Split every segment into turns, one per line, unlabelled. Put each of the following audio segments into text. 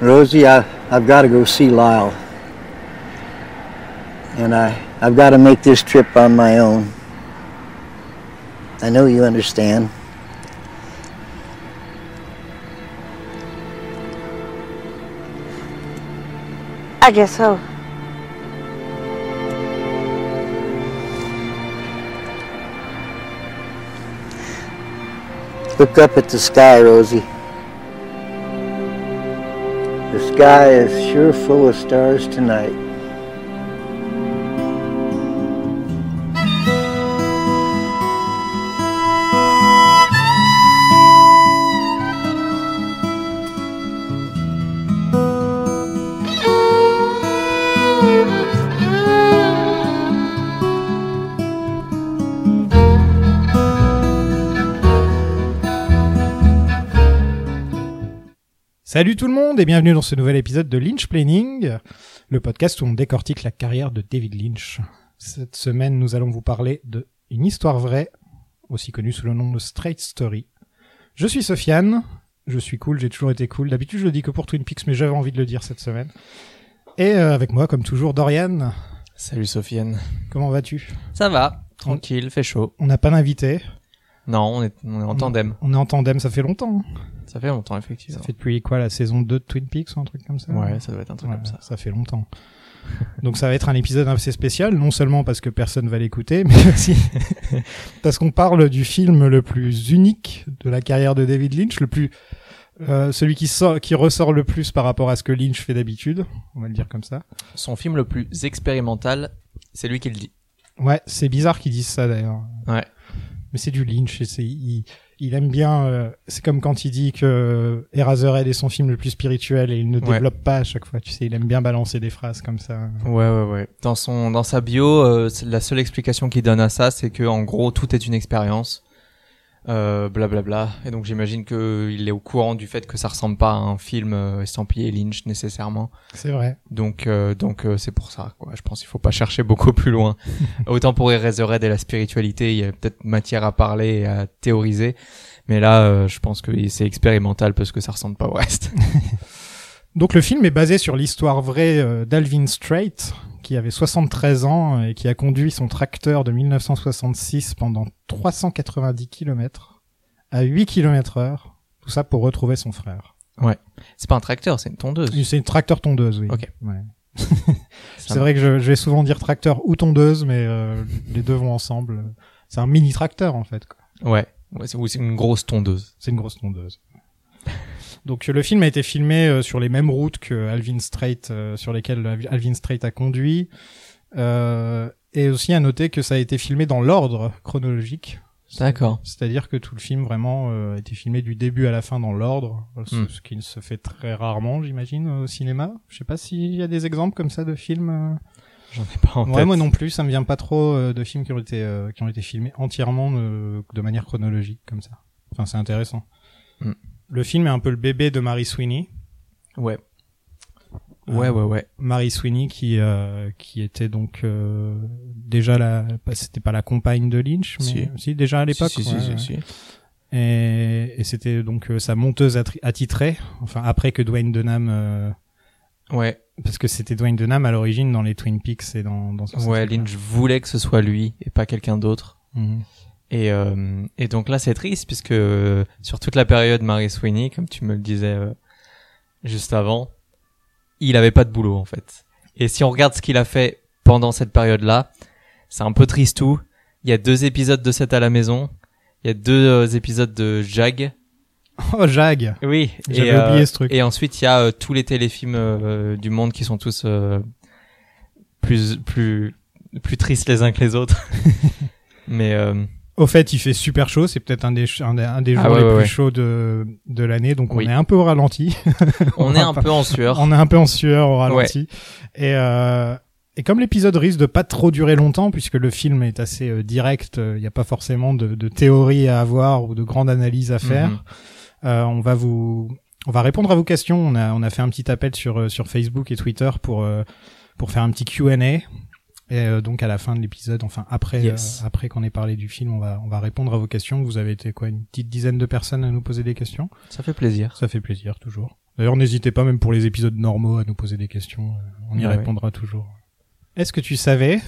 Rosie, I, I've got to go see Lyle. And I, I've got to make this trip on my own. I know you understand.
I guess so.
Look up at the sky, Rosie. The sky is sure full of stars tonight.
Salut tout le monde et bienvenue dans ce nouvel épisode de Lynch Planning, le podcast où on décortique la carrière de David Lynch. Cette semaine, nous allons vous parler de Une histoire vraie, aussi connue sous le nom de Straight Story. Je suis Sofiane, je suis cool, j'ai toujours été cool. D'habitude, je le dis que pour Twin Peaks, mais j'avais envie de le dire cette semaine. Et euh, avec moi, comme toujours, Dorian.
Salut Sofiane.
Comment vas-tu
Ça va, tranquille, fait chaud. Mm.
On n'a pas d'invité,
Non, on est, on est en tandem.
on est en tandem, ça fait longtemps. hein.
Ça fait longtemps,
Ça
effectivement.
fait depuis quoi, la saison 2 de Twin Peaks ou un truc comme ça
Ouais, ça doit être un truc
Ouais,
comme ça.
fait longtemps. Donc ça va être un épisode assez spécial, non seulement parce que personne va l'écouter, mais aussi parce qu'on parle du film le plus unique de la carrière de David Lynch, le plus euh, celui qui, sort, qui ressort le plus par rapport à ce que Lynch fait d'habitude, on va le dire comme ça.
Son film le plus expérimental, c'est lui qui le dit.
Ouais, c'est bizarre qu'ils disent ça d'ailleurs.
Ouais.
Mais c'est du Lynch, et c'est- il, il aime bien. euh, c'est comme quand il dit que Eraserhead est son film le plus spirituel et il ne
Ouais.
développe pas à chaque fois. Tu sais, il aime bien balancer des phrases comme ça.
Ouais, ouais, ouais. Dans son, dans sa bio, euh, c'est- la seule explication qu'il donne à ça, c'est que en gros, tout est une expérience. Euh, Blablabla. Et donc j'imagine que il est au courant du fait que ça ressemble pas à un film euh, estampillé Lynch nécessairement.
C'est vrai.
Donc, euh, donc euh, c'est pour ça. Quoi. Je pense qu'il faut pas chercher beaucoup plus loin. Autant pour Eraserhead et la spiritualité, il y a peut-être matière à parler et à théoriser. Mais là, euh, je pense que c'est expérimental parce que ça ressemble pas au reste.
Donc le film est basé sur l'histoire vraie euh, d'Alvin Strait, qui avait 73 ans euh, et qui a conduit son tracteur de 1966 pendant 390 km à 8 km heure, tout ça pour retrouver son frère.
C'est pas un tracteur, c'est une tondeuse.
C'est une tracteur tondeuse, oui.
Ok.
Ouais.
C'est
C'est
un-
vrai que je, je vais souvent dire tracteur ou tondeuse, mais euh, les deux vont ensemble. C'est un mini tracteur en fait. quoi.
Ouais. Ouais, c'est- ou c'est une grosse tondeuse.
C'est une grosse tondeuse. Donc euh, le film a été filmé euh, sur les mêmes routes que Alvin Strait, euh, sur lesquelles Al- Alvin Strait a conduit. Euh, et aussi à noter que ça a été filmé dans l'ordre chronologique.
D'accord.
C'est-à-dire que tout le film vraiment euh, a été filmé du début à la fin dans l'ordre, ce,
Hmm.
ce qui ne se fait très rarement, j'imagine, au cinéma. Je sais pas s'il y a des exemples comme ça de films. euh,
J'en ai pas en
Ouais,
tête.
moi non plus, ça me vient pas trop euh, de films qui ont été euh, qui ont été filmés entièrement euh, de manière chronologique comme ça. Enfin, c'est intéressant.
Mm.
Le film est un peu le bébé de Mary Sweeney.
Ouais. Ah. Ouais, ouais, ouais.
Mary Sweeney qui euh, qui était donc euh, déjà la pas- c'était pas la compagne de Lynch mais
Si.
déjà à l'époque
Si, si,
ouais,
si,
ouais.
si, si.
et, et c'était donc euh, sa monteuse attri- attitrée enfin après que Dwayne Dunham euh,
Ouais,
parce que c'était Dwayne Dunham à l'origine dans les Twin Peaks et dans dans ce
ouais, Lynch voulait que ce soit lui et pas quelqu'un d'autre.
Mhm.
Et, euh, et donc là, c'est triste puisque euh, sur toute la période Mary Sweeney, comme tu me le disais euh, juste avant, il avait pas de boulot en fait. Et si on regarde ce qu'il a fait pendant cette période-là, c'est un peu tristou. Il y a deux épisodes de 7 à la maison. Il y a deux euh, épisodes de Jag.
oh Jag
Oui.
J'avais
et, euh,
oublié ce truc.
Et ensuite, il y a euh, tous les téléfilms euh, du monde qui sont tous euh, plus plus plus tristes les uns que les autres. Mais euh,
Au fait, il fait super chaud. C'est peut-être un des, ch- un des, un des jours
Ah ouais,
les
ouais,
plus
ouais.
chauds de, de l'année. Donc, on
Oui.
est un peu au ralenti.
on est un peu en sueur.
on est un peu en sueur au ralenti. Et, euh, et comme l'épisode risque de pas trop durer longtemps, puisque le film est assez euh, direct, euh, il n'y a pas forcément de, de théorie à avoir ou de grande analyse à faire.
Mhm.
Euh, on va vous, on va répondre à vos questions. On a, on a fait un petit appel sur euh, sur Facebook et Twitter pour euh, pour faire un petit Q&A. Et euh, donc à la fin de l'épisode, enfin après
Yes.
euh, après qu'on ait parlé du film, on va on va répondre à vos questions. Vous avez été quoi une petite dizaine de personnes à nous poser des questions.
Ça fait plaisir.
Ça fait plaisir toujours. D'ailleurs, n'hésitez pas, même pour les épisodes normaux, à nous poser des questions. euh, On y
Ah oui.
répondra toujours. Est-ce que tu savais,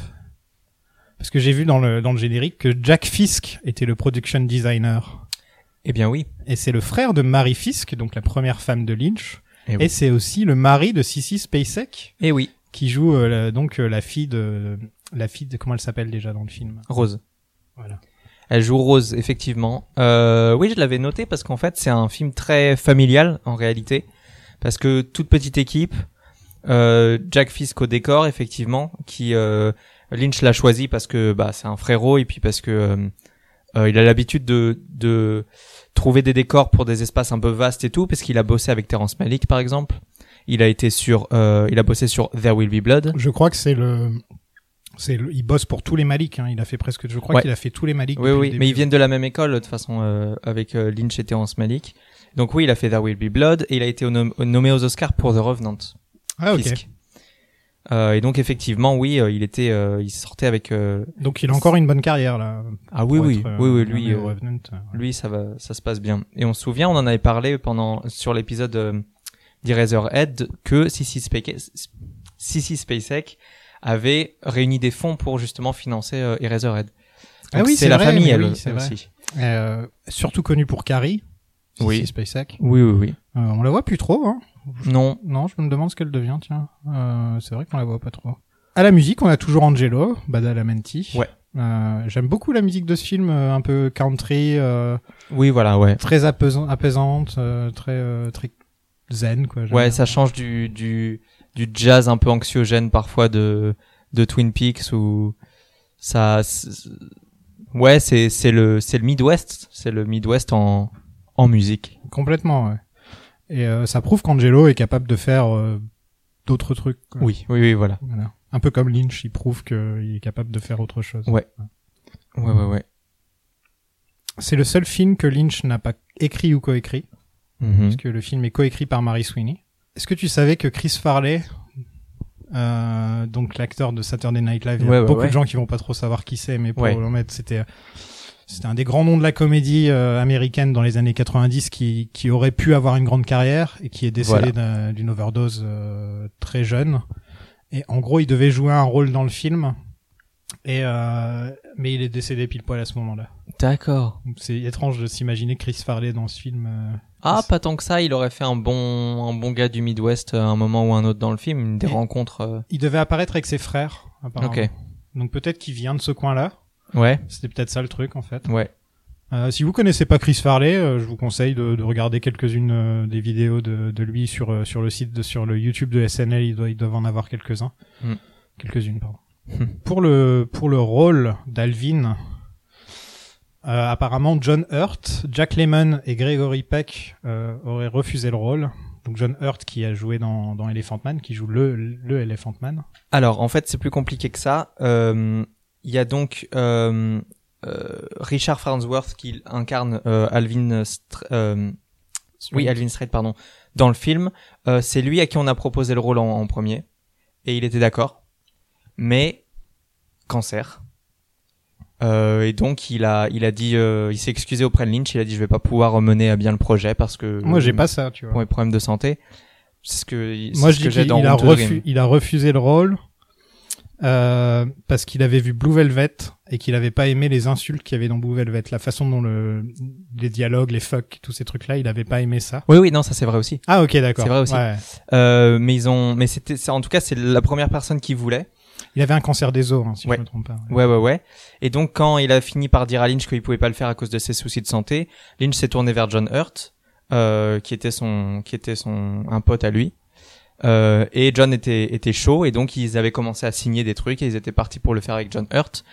parce que j'ai vu dans le, dans le générique, que Jack Fisk était le production designer.
Eh bien oui.
Et c'est le frère de Mary Fisk, donc la première femme de Lynch.
Eh
Et
oui.
c'est aussi le mari de Sissy Spacek,
Eh oui.
qui joue euh, la- donc euh, la fille de... La fille de... Comment elle s'appelle déjà dans le film
Rose.
Voilà.
Elle joue Rose, effectivement. Euh, oui, je l'avais noté parce qu'en fait, c'est un film très familial en réalité, parce que toute petite équipe, euh, Jack Fisk au décor, effectivement, qui euh, Lynch l'a choisi parce que bah c'est un frérot et puis parce que euh, euh, il a l'habitude de de trouver des décors pour des espaces un peu vastes et tout, parce qu'il a bossé avec Terrence Malick par exemple. Il a été sur, euh, il a bossé sur There Will Be Blood.
Je crois que c'est le... C'est le- il bosse pour tous les Malik, hein. Il a fait presque, je crois
Ouais.
qu'il a fait tous les Malik.
Oui,
depuis
oui,
le
mais ils
début.
viennent de la même école, de toute façon, euh, avec euh, Lynch et Terrence Malick. Donc oui, il a fait There Will Be Blood et il a été au nom- nommé aux Oscars pour The Revenant.
Ah, ok.
Fisk. Euh, et donc effectivement, oui, euh, il était, euh, il sortait avec. euh,
Donc il a encore une bonne carrière, là.
Ah oui,
pour
oui,
être, euh,
oui, oui,
nommé
lui,
au
euh,
Revenant.
lui, ça va, ça se passe bien. Et on se souvient, on en avait parlé pendant sur l'épisode euh, d'Eraserhead que Sissy Spacek, Sissy Spacek avait réuni des fonds pour justement financer euh, Eraserhead.
Ah
Donc,
oui,
c'est
c'est
la
vrai,
famille,
mais
elle
oui, c'est vrai.
aussi.
Euh, surtout connu pour Carrie.
Oui.
Sissy Spacek.
Oui, oui, oui.
Euh, on la voit plus trop, hein.
Non,
Non, je me demande ce qu'elle devient, tiens. Euh, c'est vrai qu'on la voit pas trop. À la musique, on a toujours Angelo, Badalamenti.
Ouais.
Euh, J'aime beaucoup la musique de ce film, euh, un peu country, euh,
oui, voilà, ouais.
très apaisant- apaisante, euh, très euh, très zen quoi. j'aime
Ouais,
bien.
ça change du, du, du jazz un peu anxiogène parfois de, de Twin Peaks ou ça, c'est- ouais, c'est, c'est le, c'est le Midwest, c'est le Midwest en, en musique.
complètement. Ouais. Et euh, ça prouve qu'Angelo est capable de faire euh, d'autres trucs. quoi.
Oui, oui, oui, voilà.
Voilà. Un peu comme Lynch, il prouve qu'il est capable de faire autre chose.
Ouais. Ouais, ouais, ouais.
C'est le seul film que Lynch n'a pas écrit ou coécrit,
Mhm.
parce que le film est coécrit par Mary Sweeney. Est-ce que tu savais que Chris Farley, euh, donc l'acteur de Saturday Night Live, il y
Ouais,
a
ouais,
beaucoup
ouais.
de gens qui vont pas trop savoir qui c'est, mais pour
Ouais.
le mettre, c'était c'était un des grands noms de la comédie euh, américaine dans les années 90 qui, qui aurait pu avoir une grande carrière et qui est décédé d'un- d'une overdose euh, très jeune. Et en gros, il devait jouer un rôle dans le film. Et euh, mais il est décédé pile poil à ce moment-là.
D'accord.
Donc, C'est étrange de s'imaginer Chris Farley dans ce film. euh,
Ah, pas tant que ça, il aurait fait un bon, un bon gars du Midwest à un moment ou un autre dans le film, des
Et-
rencontres. euh,
Il devait apparaître avec ses frères, apparemment.
Ok.
Donc peut-être qu'il vient de ce coin-là.
Ouais,
C'était peut-être ça le truc, en fait.
ouais.
Euh, si vous connaissez pas Chris Farley, euh, je vous conseille de, de regarder quelques-unes euh, des vidéos de, de lui sur, euh, sur le site, de, sur le YouTube de SNL. Ils doivent, ils doivent en avoir quelques-uns.
Hmm.
Quelques-unes, pardon.
Hmm.
Pour, le, pour le rôle d'Alvin, euh, apparemment John Hurt, Jack Lemmon et Gregory Peck euh, auraient refusé le rôle. Donc John Hurt qui a joué dans, dans Elephant Man, qui joue le, le Elephant Man.
Alors, en fait, c'est plus compliqué que ça. Euh, Il y a donc euh, euh, Richard Farnsworth qui incarne euh, Alvin, Str- euh, oui, Alvin Strait, pardon, dans le film. Euh, c'est lui à qui on a proposé le rôle en, en premier, et il était d'accord. Mais cancer. Euh, et donc il a, il a dit, euh, il s'est excusé auprès de Lynch. Il a dit, je vais pas pouvoir mener à bien le projet parce que
Moi j'ai pas ça, tu vois.
pour mes problèmes de santé. C'est ce que c'est
Moi,
ce
je
que
dis
j'ai
qu'il
dans
il a,
Onto the Rim.
refu- il a refusé le rôle euh, parce qu'il avait vu Blue Velvet et qu'il n'avait pas aimé les insultes qu'il y avait dans Blue Velvet, la façon dont le, les dialogues, les fuck, tous ces trucs-là, il n'avait pas aimé ça.
Oui, oui, non, ça c'est vrai aussi.
Ah ok, d'accord.
C'est vrai aussi.
Ouais.
Euh, mais ils ont, mais c'était, ça, en tout cas, c'est la première personne qui voulait.
Il avait un cancer des os, hein, si
Ouais.
je me trompe pas.
Ouais, ouais, ouais. Et donc, quand il a fini par dire à Lynch qu'il pouvait pas le faire à cause de ses soucis de santé, Lynch s'est tourné vers John Hurt, euh, qui était son, qui était son, un pote à lui. Euh, et John était, était chaud, et donc ils avaient commencé à signer des trucs, et ils étaient partis pour le faire avec John Hurt.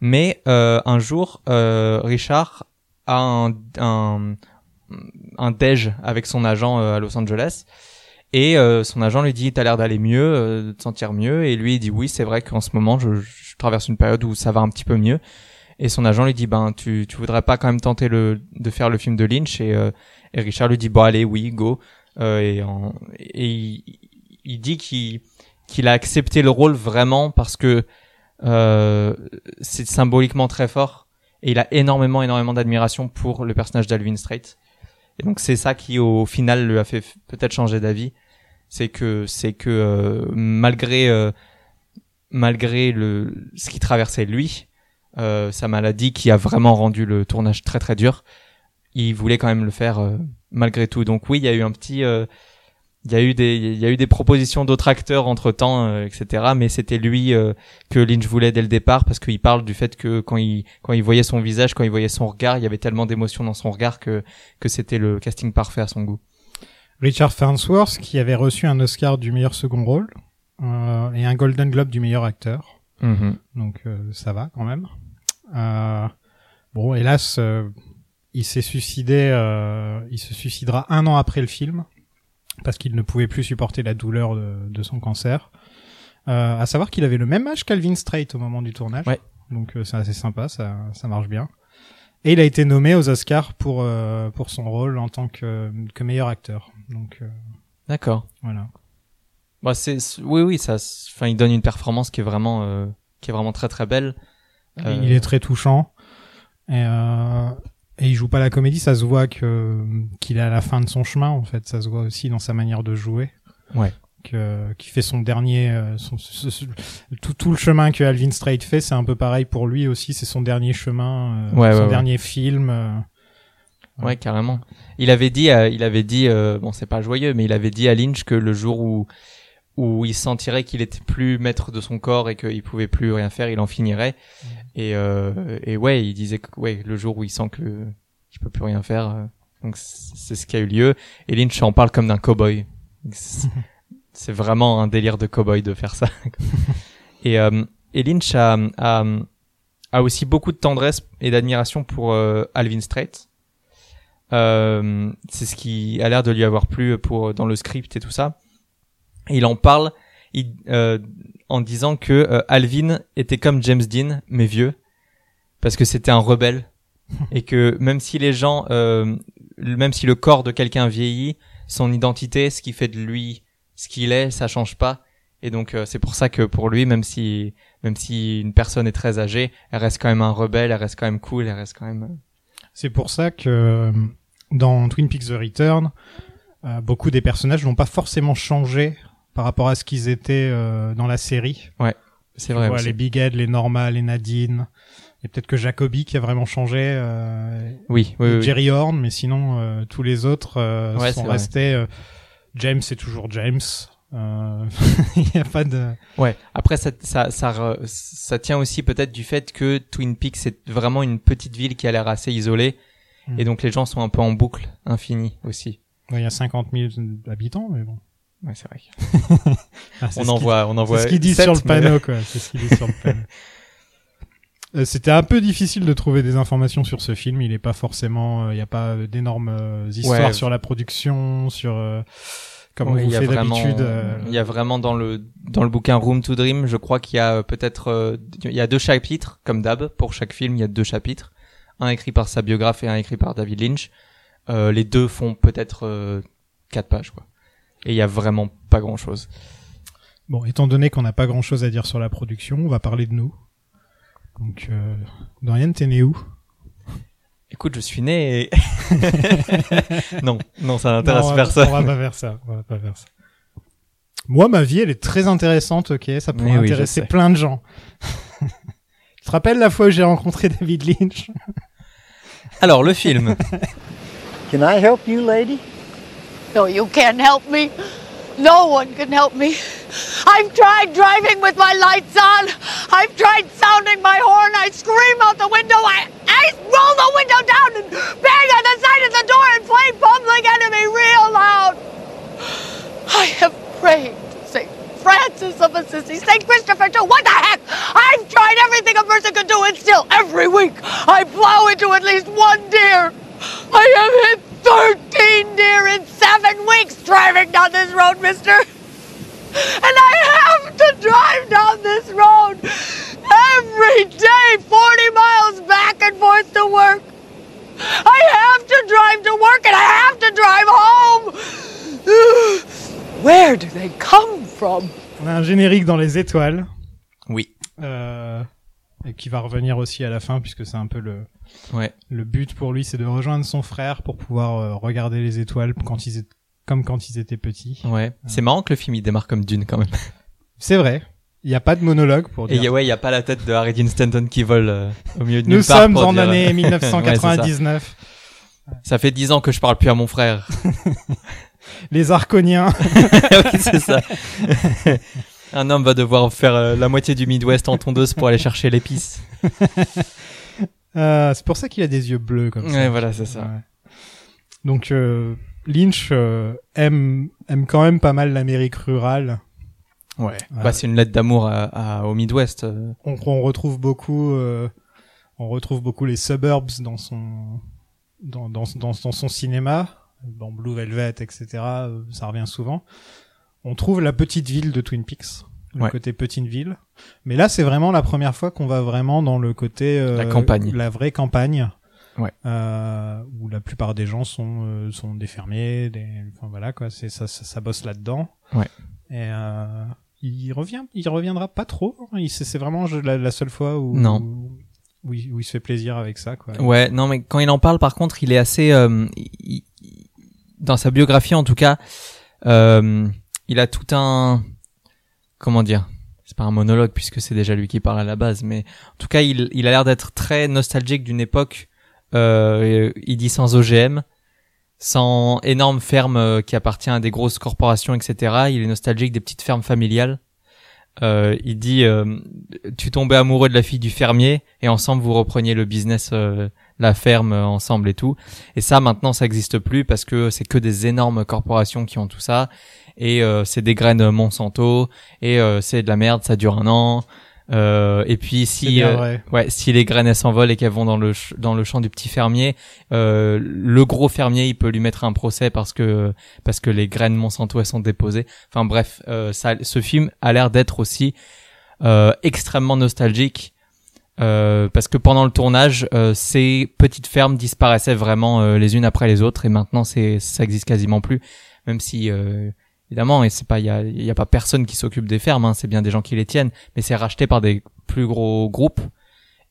Mais euh, un jour, euh, Richard a un, un, un déj avec son agent euh, à Los Angeles. Et euh, son agent lui dit, t'as l'air d'aller mieux, euh, de te sentir mieux. Et lui, il dit, oui, c'est vrai qu'en ce moment, je, je traverse une période où ça va un petit peu mieux. Et son agent lui dit, ben, tu, tu voudrais pas quand même tenter le, de faire le film de Lynch Et, euh, et Richard lui dit, bon, allez, oui, go. Euh, et en- et il, il dit qu'il qu'il a accepté le rôle vraiment parce que euh, c'est symboliquement très fort. Et il a énormément, énormément d'admiration pour le personnage d'Alvin Strait. Et donc c'est ça qui au final lui a fait f- peut-être changer d'avis, c'est que c'est que euh, malgré euh, malgré le ce qui traversait lui, euh, sa maladie qui a vraiment rendu le tournage très très dur, il voulait quand même le faire euh, malgré tout. Donc oui, il y a eu un petit euh, il y a eu des il y a eu des propositions d'autres acteurs entre temps etc mais c'était lui euh, que Lynch voulait dès le départ parce qu'il parle du fait que quand il quand il voyait son visage quand il voyait son regard il y avait tellement d'émotions dans son regard que que c'était le casting parfait à son goût
Richard Farnsworth, qui avait reçu un Oscar du meilleur second rôle euh, et un Golden Globe du meilleur acteur. Donc euh, ça va quand même. Euh, bon, hélas, euh, il s'est suicidé. euh, il se suicidera un an après le film parce qu'il ne pouvait plus supporter la douleur de, de son cancer. Euh, à savoir qu'il avait le même âge qu'Alvin Strait au moment du tournage.
Ouais.
Donc euh, c'est assez sympa, ça, ça marche bien. Et il a été nommé aux Oscars pour euh, pour son rôle en tant que, que meilleur acteur. Donc euh,
d'accord
voilà.
bah c'est c'est- oui oui ça c'est- enfin il donne une performance qui est vraiment euh, qui est vraiment très très belle Euh,
Il est très touchant. Et, euh, et il joue pas la comédie, ça se voit que qu'il est à la fin de son chemin en fait, ça se voit aussi dans sa manière de jouer.
Ouais.
Que qui fait son dernier euh, son, ce- ce- tout tout le chemin que Alvin Strait fait, c'est un peu pareil pour lui aussi, c'est son dernier chemin, euh,
Ouais,
son
ouais, ouais.
dernier film. euh,
Ouais, carrément. Il avait dit, à- il avait dit, euh, bon, c'est pas joyeux, mais il avait dit à Lynch que le jour où où il sentirait qu'il était plus maître de son corps et qu'il pouvait plus rien faire, il en finirait. Et euh, et ouais, il disait que ouais, le jour où il sent que je peux plus rien faire, euh, donc c- c'est ce qui a eu lieu. Et Lynch en parle comme d'un cowboy. C'est- C'est vraiment un délire de cowboy de faire ça. et euh, et Lynch a, a a aussi beaucoup de tendresse et d'admiration pour euh, Alvin Strait. Euh, c'est ce qui a l'air de lui avoir plu pour dans le script et tout ça. Et il en parle il- euh, en disant que euh, Alvin était comme James Dean mais vieux parce que c'était un rebelle et que même si les gens, euh, le- même si le corps de quelqu'un vieillit, son identité, ce qui fait de lui ce qu'il est, ça change pas. Et donc euh, c'est pour ça que pour lui, même si même si une personne est très âgée, elle reste quand même un rebelle, elle reste quand même cool, elle reste quand même. euh,
C'est pour ça que euh, dans Twin Peaks The Return, euh, beaucoup des personnages n'ont pas forcément changé par rapport à ce qu'ils étaient euh, dans la série.
C'est
Tu
vrai.
vois,
aussi.
les Big Ed, les Norma, les Nadine. Et peut-être que Jacobi qui a vraiment changé. euh,
Oui, oui,
et
oui.
Jerry Horn, mais sinon euh, tous les autres euh,
Ouais, c'est
sont
vrai.
restés. euh, James c'est toujours James. Euh, Il n'y a pas de.
Ouais. Après, ça, ça, ça, re- ça tient aussi peut-être du fait que Twin Peaks c'est vraiment une petite ville qui a l'air assez isolée,
Mm.
et donc les gens sont un peu en boucle infinie aussi.
Ouais, Il y a 50 000 habitants, mais bon.
Ouais, c'est vrai.
Ah, c'est
On
ce
en
qui-
voit, on en voit.
C'est ce qu'ils disent
sept,
sur le
mais-
panneau, quoi. C'est ce qu'ils disent sur le panneau. Euh, C'était un peu difficile de trouver des informations sur ce film. Il n'est pas forcément, il n'y a pas euh, d'énormes euh, histoires
Ouais.
sur la production, sur euh, comme
Ouais,
on vous
il y a
fait
vraiment-
d'habitude. euh,
Il y a vraiment dans le dans le bouquin Room to Dream, je crois qu'il y a euh, peut-être euh, il y a deux chapitres comme d'hab pour chaque film, il y a deux chapitres, un écrit par sa biographe et un écrit par David Lynch. Euh, les deux font peut-être euh, quatre pages quoi. Et il y a vraiment pas grand chose.
Bon, étant donné qu'on n'a pas grand chose à dire sur la production, on va parler de nous. Donc, euh, Dorian, t'es né où
Écoute, je suis né et... non, non, ça n'intéresse
Non, on va-
personne.
On va pas faire ça. On va pas faire ça. Moi, ma vie, elle est très intéressante, ok Ça pourrait
Mais oui, je
intéresser
sais.
plein de gens. tu te rappelles la fois où j'ai rencontré David Lynch
Alors, le film.
Can I help you, lady?
No, you can't help me. No one can help me. I've tried driving with my lights on. I've tried sounding my horn. I scream out the window. I, I roll the window down and bang on the side of the door and play Public Enemy real loud. I have prayed to St. Francis of Assisi, St. Christopher too. What the heck? I've tried everything a person could do, and still, every week, I plow into at least one deer. I have hit 13 deer in seven weeks driving down this road, mister. And I have to drive down this road every day, 40 miles back and forth to work. I have to drive to work and I have to drive home. Where do they come from?
On a un générique dans les étoiles.
Oui.
Euh, et qui va revenir aussi à la fin puisque c'est un peu le
Ouais.
le but pour lui, c'est de rejoindre son frère pour pouvoir euh, regarder les étoiles quand ils étaient comme quand ils étaient petits.
Ouais. C'est marrant que le film il démarre comme Dune quand même.
C'est vrai. Il n'y a pas de monologue pour
Et
dire.
y a, ouais, il y a pas la tête de Harry Dean Stanton qui vole euh, au milieu de
Nous
nulle part
sommes
pour
en
dire-
année
Ouais,
1999.
c'est ça. ça fait dix ans que je parle plus à mon frère.
les Arconiens.
oui, c'est ça. Un homme va devoir faire euh, la moitié du Midwest en tondeuse pour aller chercher l'épice.
Euh, c'est pour ça qu'il a des yeux bleus comme ça.
Ouais, voilà, c'est ça.
Ouais. Donc euh, Lynch euh, aime aime quand même pas mal l'Amérique rurale.
Ouais. Bah,
Ouais.
c'est une lettre d'amour à, à- au Midwest. euh.
On, on retrouve beaucoup euh, on retrouve beaucoup les suburbs dans son dans dans, dans, dans son cinéma, dans Blue Velvet, etc. euh, Ça revient souvent. On trouve la petite ville de Twin Peaks, le
Ouais.
côté petite ville. Mais là, c'est vraiment la première fois qu'on va vraiment dans le côté euh,
La campagne.
la vraie campagne.
Ouais.
Euh, où la plupart des gens sont euh, sont des fermiers, des enfin voilà quoi, c'est ça, ça ça bosse là-dedans.
Ouais.
Et euh, il revient, il reviendra pas trop. hein. Il c'est c'est vraiment je- la, la seule fois où
Non.
où, il, où il se fait plaisir avec ça quoi.
Ouais, non, mais quand il en parle, par contre, il est assez. euh, il- il- dans sa biographie, en tout cas, euh, il a tout un. Comment dire C'est pas un monologue puisque c'est déjà lui qui parle à la base, mais en tout cas, il, il a l'air d'être très nostalgique d'une époque. Euh, il dit sans OGM, sans énorme ferme euh, qui appartient à des grosses corporations, etc. Il est nostalgique des petites fermes familiales. Euh, il dit euh, tu tombais amoureux de la fille du fermier et ensemble vous repreniez le business euh, la ferme euh, ensemble et tout et ça maintenant ça n'existe plus parce que c'est que des énormes corporations qui ont tout ça et euh, c'est des graines Monsanto et euh, c'est de la merde ça dure un an Euh, et puis
C'est
si
bien
euh,
vrai.
Ouais, si les graines elles s'envolent et qu'elles vont dans le ch- dans le champ du petit fermier, euh, le gros fermier il peut lui mettre un procès parce que parce que les graines Monsanto elles sont déposées. Enfin bref, euh, ça, ce film a l'air d'être aussi euh, extrêmement nostalgique euh, parce que pendant le tournage, euh, ces petites fermes disparaissaient vraiment euh, les unes après les autres et maintenant c'est ça existe quasiment plus. Même si euh, évidemment et c'est pas il y a il y a pas personne qui s'occupe des fermes, hein, c'est bien des gens qui les tiennent, mais c'est racheté par des plus gros groupes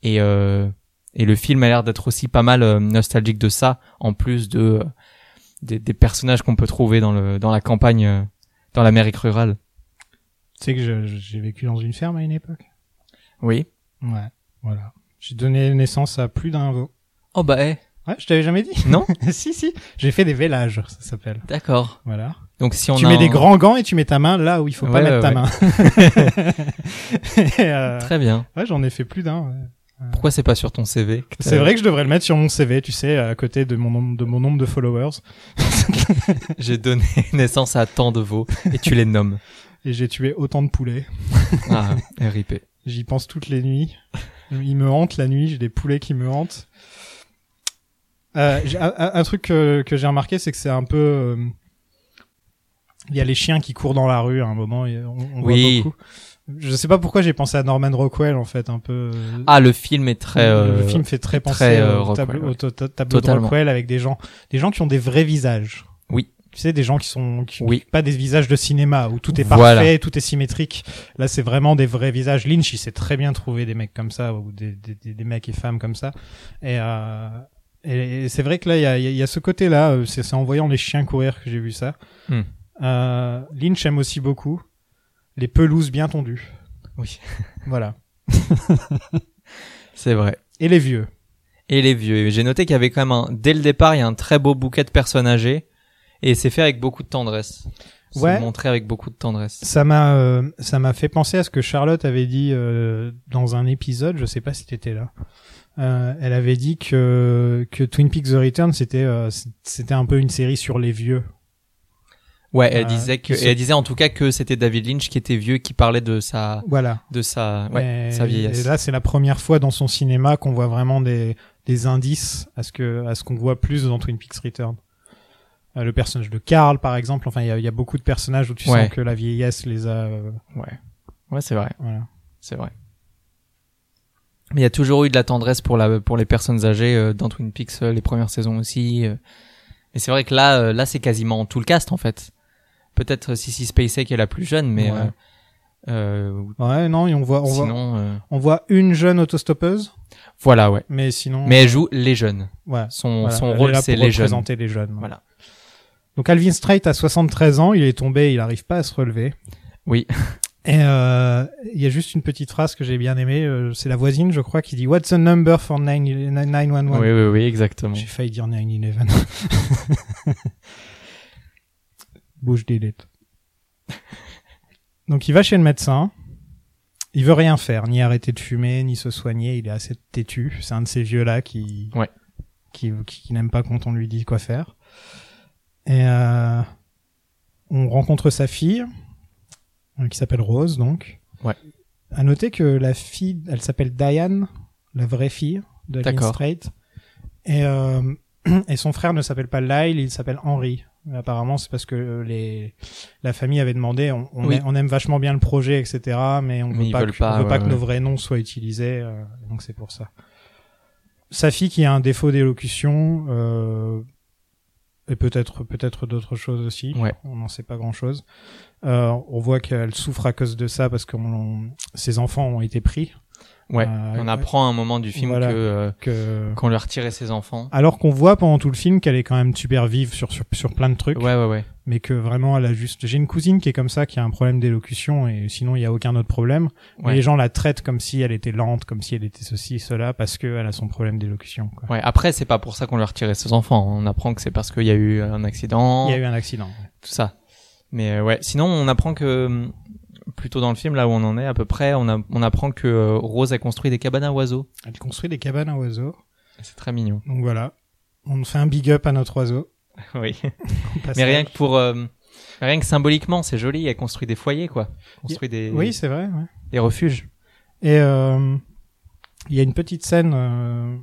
et euh, et le film a l'air d'être aussi pas mal euh, nostalgique de ça en plus de euh, des, des personnages qu'on peut trouver dans le dans la campagne euh, dans l'Amérique rurale.
Tu sais que je- je- j'ai vécu dans une ferme à une époque.
Oui.
Ouais, voilà. J'ai donné naissance à plus d'un veau.
Oh bah eh.
Ouais, je t'avais jamais dit.
Non
si, si. J'ai fait des vélages, ça s'appelle.
D'accord.
Voilà.
Donc si on
tu
a
mets
un-
des grands gants et tu mets ta main là où il faut pas
Ouais,
mettre
ouais,
ta
ouais.
main. Et, euh,
Très bien.
Ouais, j'en ai fait plus d'un. ouais.
Pourquoi c'est pas sur ton CV que
C'est
t'as-
vrai que je devrais le mettre sur mon CV, tu sais, à côté de mon nombre de, mon nombre de followers.
J'ai donné naissance à tant de veaux et tu les nommes.
Et j'ai tué autant de poulets.
Ah, RIP.
J'y pense toutes les nuits. Ils me hantent la nuit, j'ai des poulets qui me hantent. Euh, j'ai- un- un, un truc que, que j'ai remarqué, c'est que c'est un peu... euh, Il y a les chiens qui courent dans la rue à un moment, et on, on
Oui.
voit beaucoup. Je sais pas pourquoi j'ai pensé à Norman Rockwell, en fait, un peu... euh,
Ah, le film est très
le
euh,
film fait très penser
très, euh,
au
Rockwell,
tableau,
ouais.
au to- to- tableau de
Totalement.
Rockwell avec des gens, des gens qui ont des vrais visages.
Oui.
Tu sais, des gens qui sont qui,
Oui.
pas des visages de cinéma où tout est parfait,
Voilà.
tout est symétrique. Là, c'est vraiment des vrais visages. Lynch, il sait très bien trouver des mecs comme ça ou des, des, des- des mecs et femmes comme ça. Et, euh, et, et c'est vrai que là, il y a, il y a- il y a ce côté-là. euh, C'est c'est en voyant les chiens courir que j'ai vu ça.
Hmm.
Euh, Lynch aime aussi beaucoup les pelouses bien tondues.
Oui.
voilà.
C'est vrai.
Et les vieux.
et les vieux. Et J'ai noté qu'il y avait quand même un, dès le départ, il y a un très beau bouquet de personnes âgées et c'est fait avec beaucoup de tendresse. C'est
Ouais.
montré avec beaucoup de tendresse.
Ça m'a euh, ça m'a fait penser à ce que Charlotte avait dit euh, dans un épisode, je sais pas si t'étais là. Euh, elle avait dit que que Twin Peaks The Return c'était euh, c- c'était un peu une série sur les vieux.
Ouais, elle
Euh,
disait que
qui se-
et elle disait en tout cas que c'était David Lynch qui était vieux qui parlait de sa
Voilà.
de sa ouais,
et,
sa vieillesse.
et là c'est la première fois dans son cinéma qu'on voit vraiment des des indices à ce que à ce qu'on voit plus dans Twin Peaks Return. Euh, le personnage de Carl par exemple, enfin il y a, il y a beaucoup de personnages où tu
Ouais.
sens que la vieillesse les a euh,
Ouais. Ouais, c'est vrai.
voilà.
C'est vrai. Mais il y a toujours eu de la tendresse pour la pour les personnes âgées euh, dans Twin Peaks euh, les premières saisons aussi. euh. Mais c'est vrai que là euh, là c'est quasiment tout le cast en fait. Peut-être euh, Sissy Spacek est la plus jeune mais
Ouais.
euh, Euh, ou-
Ouais, non, et on voit, on voit,
sinon, euh,
on voit une jeune autostoppeuse,
voilà, ouais.
mais sinon.
Mais elle joue les jeunes.
ouais,
Son,
voilà,
son
elle est
rôle,
là
c'est
pour
les jeunes.
représenter les jeunes.
Voilà.
Donc Alvin Strait a 73 ans, il est tombé, il n'arrive pas à se relever.
Oui.
Et euh, il y a juste une petite phrase que j'ai bien aimée, euh, c'est la voisine, je crois, qui dit What's the number for 9 911
Oui, oui, oui, exactement.
J'ai failli dire 9-11. Bouge des lettres. Donc il va chez le médecin. Il veut rien faire, ni arrêter de fumer, ni se soigner. Il est assez têtu. C'est un de ces vieux-là qui,
Ouais.
qui, qui, qui n'aime pas quand on lui dit quoi faire. Et euh, on rencontre sa fille, euh, qui s'appelle Rose, donc.
Ouais.
À noter que la fille, elle s'appelle Diane, la vraie fille de Lynn
D'accord.
Strait. Et, euh, et son frère ne s'appelle pas Lyle, il s'appelle Henry. Apparemment, c'est parce que euh, les, la famille avait demandé, on, on,
Oui.
a- on aime vachement bien le projet, etc., mais on
Mais
veut
ils
pas,
veulent
que,
pas,
on veut
ouais,
pas que
ouais.
nos vrais noms soient utilisés, euh, donc c'est pour ça. Sa fille qui a un défaut d'élocution, euh, et peut-être peut-être d'autres choses aussi.
Ouais.
On n'en sait pas grand-chose. Euh, on voit qu'elle souffre à cause de ça parce que ses enfants ont été pris.
Ouais.
Euh,
on apprend à un moment du film
Voilà.
que euh,
que-
qu'on leur tirait ses enfants.
Alors qu'on voit pendant tout le film qu'elle est quand même super vive sur, sur, sur plein de trucs,
Ouais, ouais, ouais.
mais que vraiment elle a juste... J'ai une cousine qui est comme ça, qui a un problème d'élocution, et sinon il n'y a aucun autre problème. Mais
Ouais.
les gens la traitent comme si elle était lente, comme si elle était ceci, cela, parce qu'elle a son problème d'élocution. quoi.
Ouais, après, c'est pas pour ça qu'on leur tirait ses enfants. On apprend que c'est parce qu'il y a eu un accident,
Il y a eu un accident.
tout ça. Mais euh, ouais, sinon, on apprend que, euh, plutôt dans le film, là où on en est à peu près, on, a- on apprend que euh, Rose a construit des cabanes à oiseaux.
Elle construit des cabanes à oiseaux.
C'est très mignon.
Donc voilà. On fait un big up à notre oiseau.
oui.
au passage.
Mais rien que pour, euh, rien que symboliquement, c'est joli. Elle construit des foyers, quoi. Construit des,
Oui, c'est vrai. ouais.
des refuges.
Et euh, il y a une petite scène euh,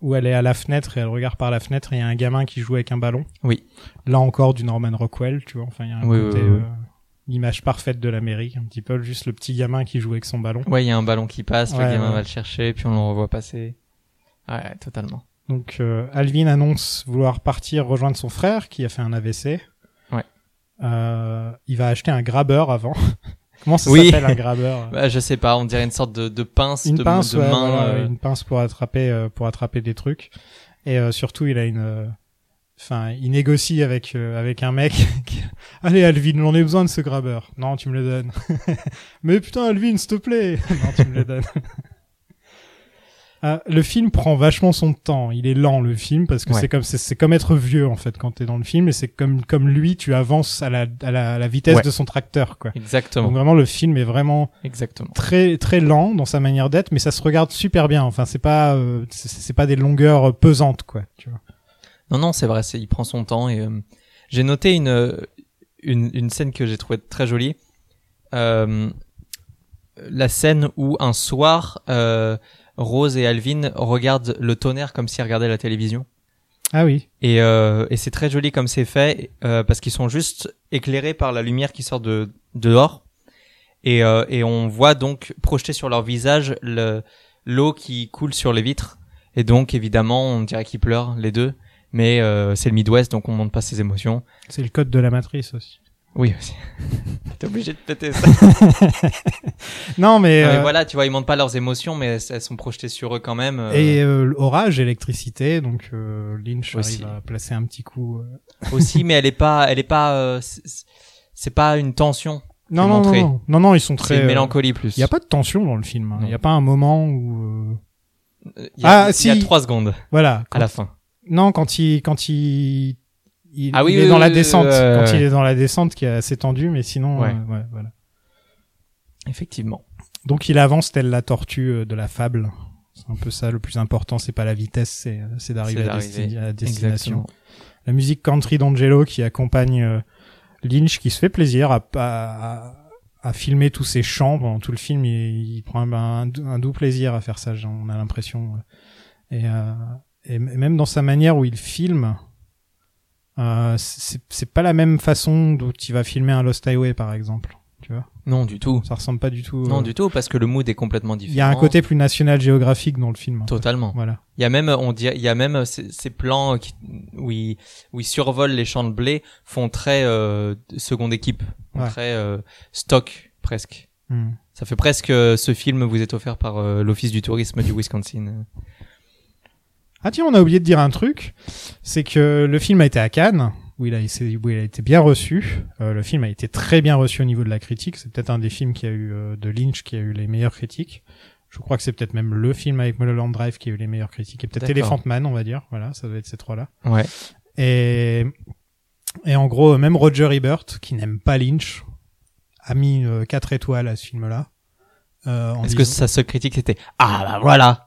où elle est à la fenêtre et elle regarde par la fenêtre et il y a un gamin qui joue avec un ballon.
Oui.
Là encore du Norman Rockwell, tu vois. Enfin, il y a un
Oui,
côté,
oui, oui, oui.
euh, l'image parfaite de l'Amérique, un petit peu. Juste le petit gamin qui joue avec son ballon.
Ouais, il y a un ballon qui passe,
Ouais,
le gamin
ouais.
va le chercher, puis on le revoit passer. Ouais, totalement.
Donc euh, Alvin annonce vouloir partir rejoindre son frère qui a fait un AVC.
Ouais.
Euh, il va acheter un grabeur avant. Comment ça
Oui.
s'appelle un grabeur
Bah, je sais pas, on dirait une sorte de, de pince,
une
de,
pince,
de
ouais,
main.
voilà,
euh,
une pince pour attraper euh, pour attraper des trucs. Et euh, surtout, il a une, euh, enfin, il négocie avec euh, avec un mec. qui- Allez, Alvin, j'en ai besoin de ce grabeur. Non, tu me le donnes. Mais putain, Alvin, s'il te plaît. non, tu me le donnes. Ah, le film prend vachement son temps. Il est lent le film parce que
Ouais.
c'est comme c'est- c'est comme être vieux en fait quand t'es dans le film et c'est comme comme lui tu avances à la à la, à la vitesse
Ouais.
de son tracteur quoi.
Exactement,
Donc vraiment le film est vraiment
exactement.
très très lent dans sa manière d'être, mais ça se regarde super bien. Enfin, c'est pas euh, c'est- c'est pas des longueurs euh, pesantes quoi. Tu vois.
Non, non, c'est vrai, c'est- il prend son temps et euh, j'ai noté une, euh, une une scène que j'ai trouvée très jolie. Euh, la scène où un soir, euh, Rose et Alvin regardent le tonnerre comme s'ils regardaient la télévision.
Ah oui.
Et, euh, et c'est très joli comme c'est fait euh, parce qu'ils sont juste éclairés par la lumière qui sort de dehors et, euh, et on voit donc projeter sur leur visage le l'eau qui coule sur les vitres et donc évidemment on dirait qu'ils pleurent les deux mais euh, c'est le Midwest donc on montre pas ses émotions.
C'est le code de la matrice aussi.
Oui aussi. T'es obligé de péter ça.
Non, mais,
Non, Ah, mais
euh,
voilà tu vois ils montrent pas leurs émotions mais elles, elles sont projetées sur eux quand même. euh,
et euh, orage, électricité, donc euh, Lynch
Aussi.
arrive à placer un petit coup. euh.
aussi mais elle est pas elle est pas euh, c'est- c'est pas une tension
Non,
J'ai
non, non,
montré.
non, non, non, ils sont
c'est
très.
une
euh,
mélancolie plus.
Il y a pas de tension dans le film. hein. Il
Non.
y a pas un moment où euh,
Il y
Ah,
a, il y a
si.
trois secondes
voilà.
à la fin.
Non, quand il quand il il,
Ah oui,
il est
oui,
dans
oui,
la
oui,
descente,
oui, euh,
quand il
ouais.
est dans la descente qui est assez tendue, mais sinon
Ouais.
euh, ouais, voilà.
Effectivement.
Donc il avance telle la tortue euh, de la fable. C'est un peu ça, le plus important, c'est pas la vitesse, c'est, euh, c'est d'arriver
C'est
à, desti-
d'arriver.
à la destination. La musique country d'Angelo qui accompagne euh, Lynch, qui se fait plaisir à, à, à- à filmer tous ses chants pendant tout le film. Il, il prend un, bah, un dou- un doux plaisir à faire ça, j'en- on a l'impression. Et, euh, et m- même dans sa manière où il filme, euh, c'est, c'est pas la même façon dont il va filmer un Lost Highway, par exemple. Tu vois,
Non, du tout.
ça ressemble pas du tout.
Non,
euh,
du tout, parce que le mood est complètement
il
différent.
y a un côté plus national géographique dans le film. en fait.
Totalement.
Voilà.
Il y a même, on dirait, il y a même euh, ces, ces plans qui, où, ils, où ils survolent les champs de blé font très euh, seconde équipe, font
Ouais.
très euh, stock presque.
Hmm.
Ça fait presque euh, ce film vous est offert par euh, l'Office du tourisme du Wisconsin.
Ah tiens, on a oublié de dire un truc, c'est que le film a été à Cannes, où il a, essayé- où il a été bien reçu. Euh, le film a été très bien reçu au niveau de la critique. C'est peut-être un des films qui a eu euh, de Lynch qui a eu les meilleures critiques. Je crois que c'est peut-être même le film avec Mulholland Drive qui a eu les meilleures critiques, et peut-être
D'accord.
Elephant Man, on va dire. Voilà, ça doit être ces trois-là.
Ouais.
Et, et en gros, même Roger Ebert, qui n'aime pas Lynch, a mis 4 étoiles à ce film-là. Euh, en
Est-ce que
disant-
sa seule critique c'était Ah bah voilà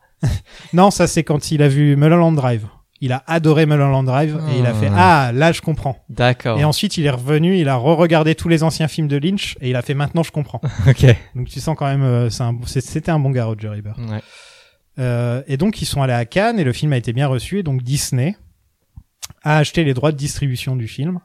Non, ça c'est quand il a vu Mulholland Drive. Il a adoré Mulholland Drive et il a
Ah. Oh.
fait Ah, là je comprends.
D'accord.
Et ensuite il est revenu, il a re-regardé tous les anciens films de Lynch et il a fait Maintenant je comprends.
Ok.
Donc tu sens quand même, euh, c'est un- c'est- c'était un bon gars Roger Ebert.
Ouais.
Euh, et donc ils sont allés à Cannes et le film a été bien reçu et donc Disney a acheté les droits de distribution du film.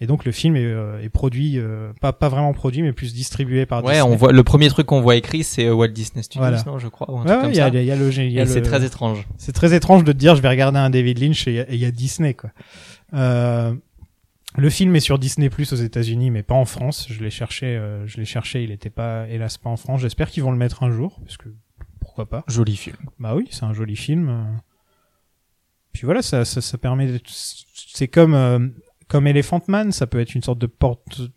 Et donc le film est, euh, est produit, euh, pas, pas vraiment produit, mais plus distribué par
Ouais,
Ah, Disney.
on voit le premier truc qu'on voit écrit c'est euh, Walt Disney Studios,
Voilà.
non, je crois, ou un
Ouais,
truc
ouais,
comme
il y a,
ça.
il y a le, il y a
Et c'est
le-
très étrange.
c'est très étrange de te dire je vais regarder un David Lynch et il y, a Disney quoi. Euh, le film est sur Disney Plus aux États-Unis, mais pas en France. Je l'ai cherché, euh, je l'ai cherché, il était pas, hélas, pas en France. J'espère qu'ils vont le mettre un jour, parce que pourquoi pas.
Joli film.
Bah oui, c'est un joli film. euh. Puis voilà, ça, ça, ça permet. de- C'est comme euh, comme Elephant Man, ça peut être une sorte de porte, tu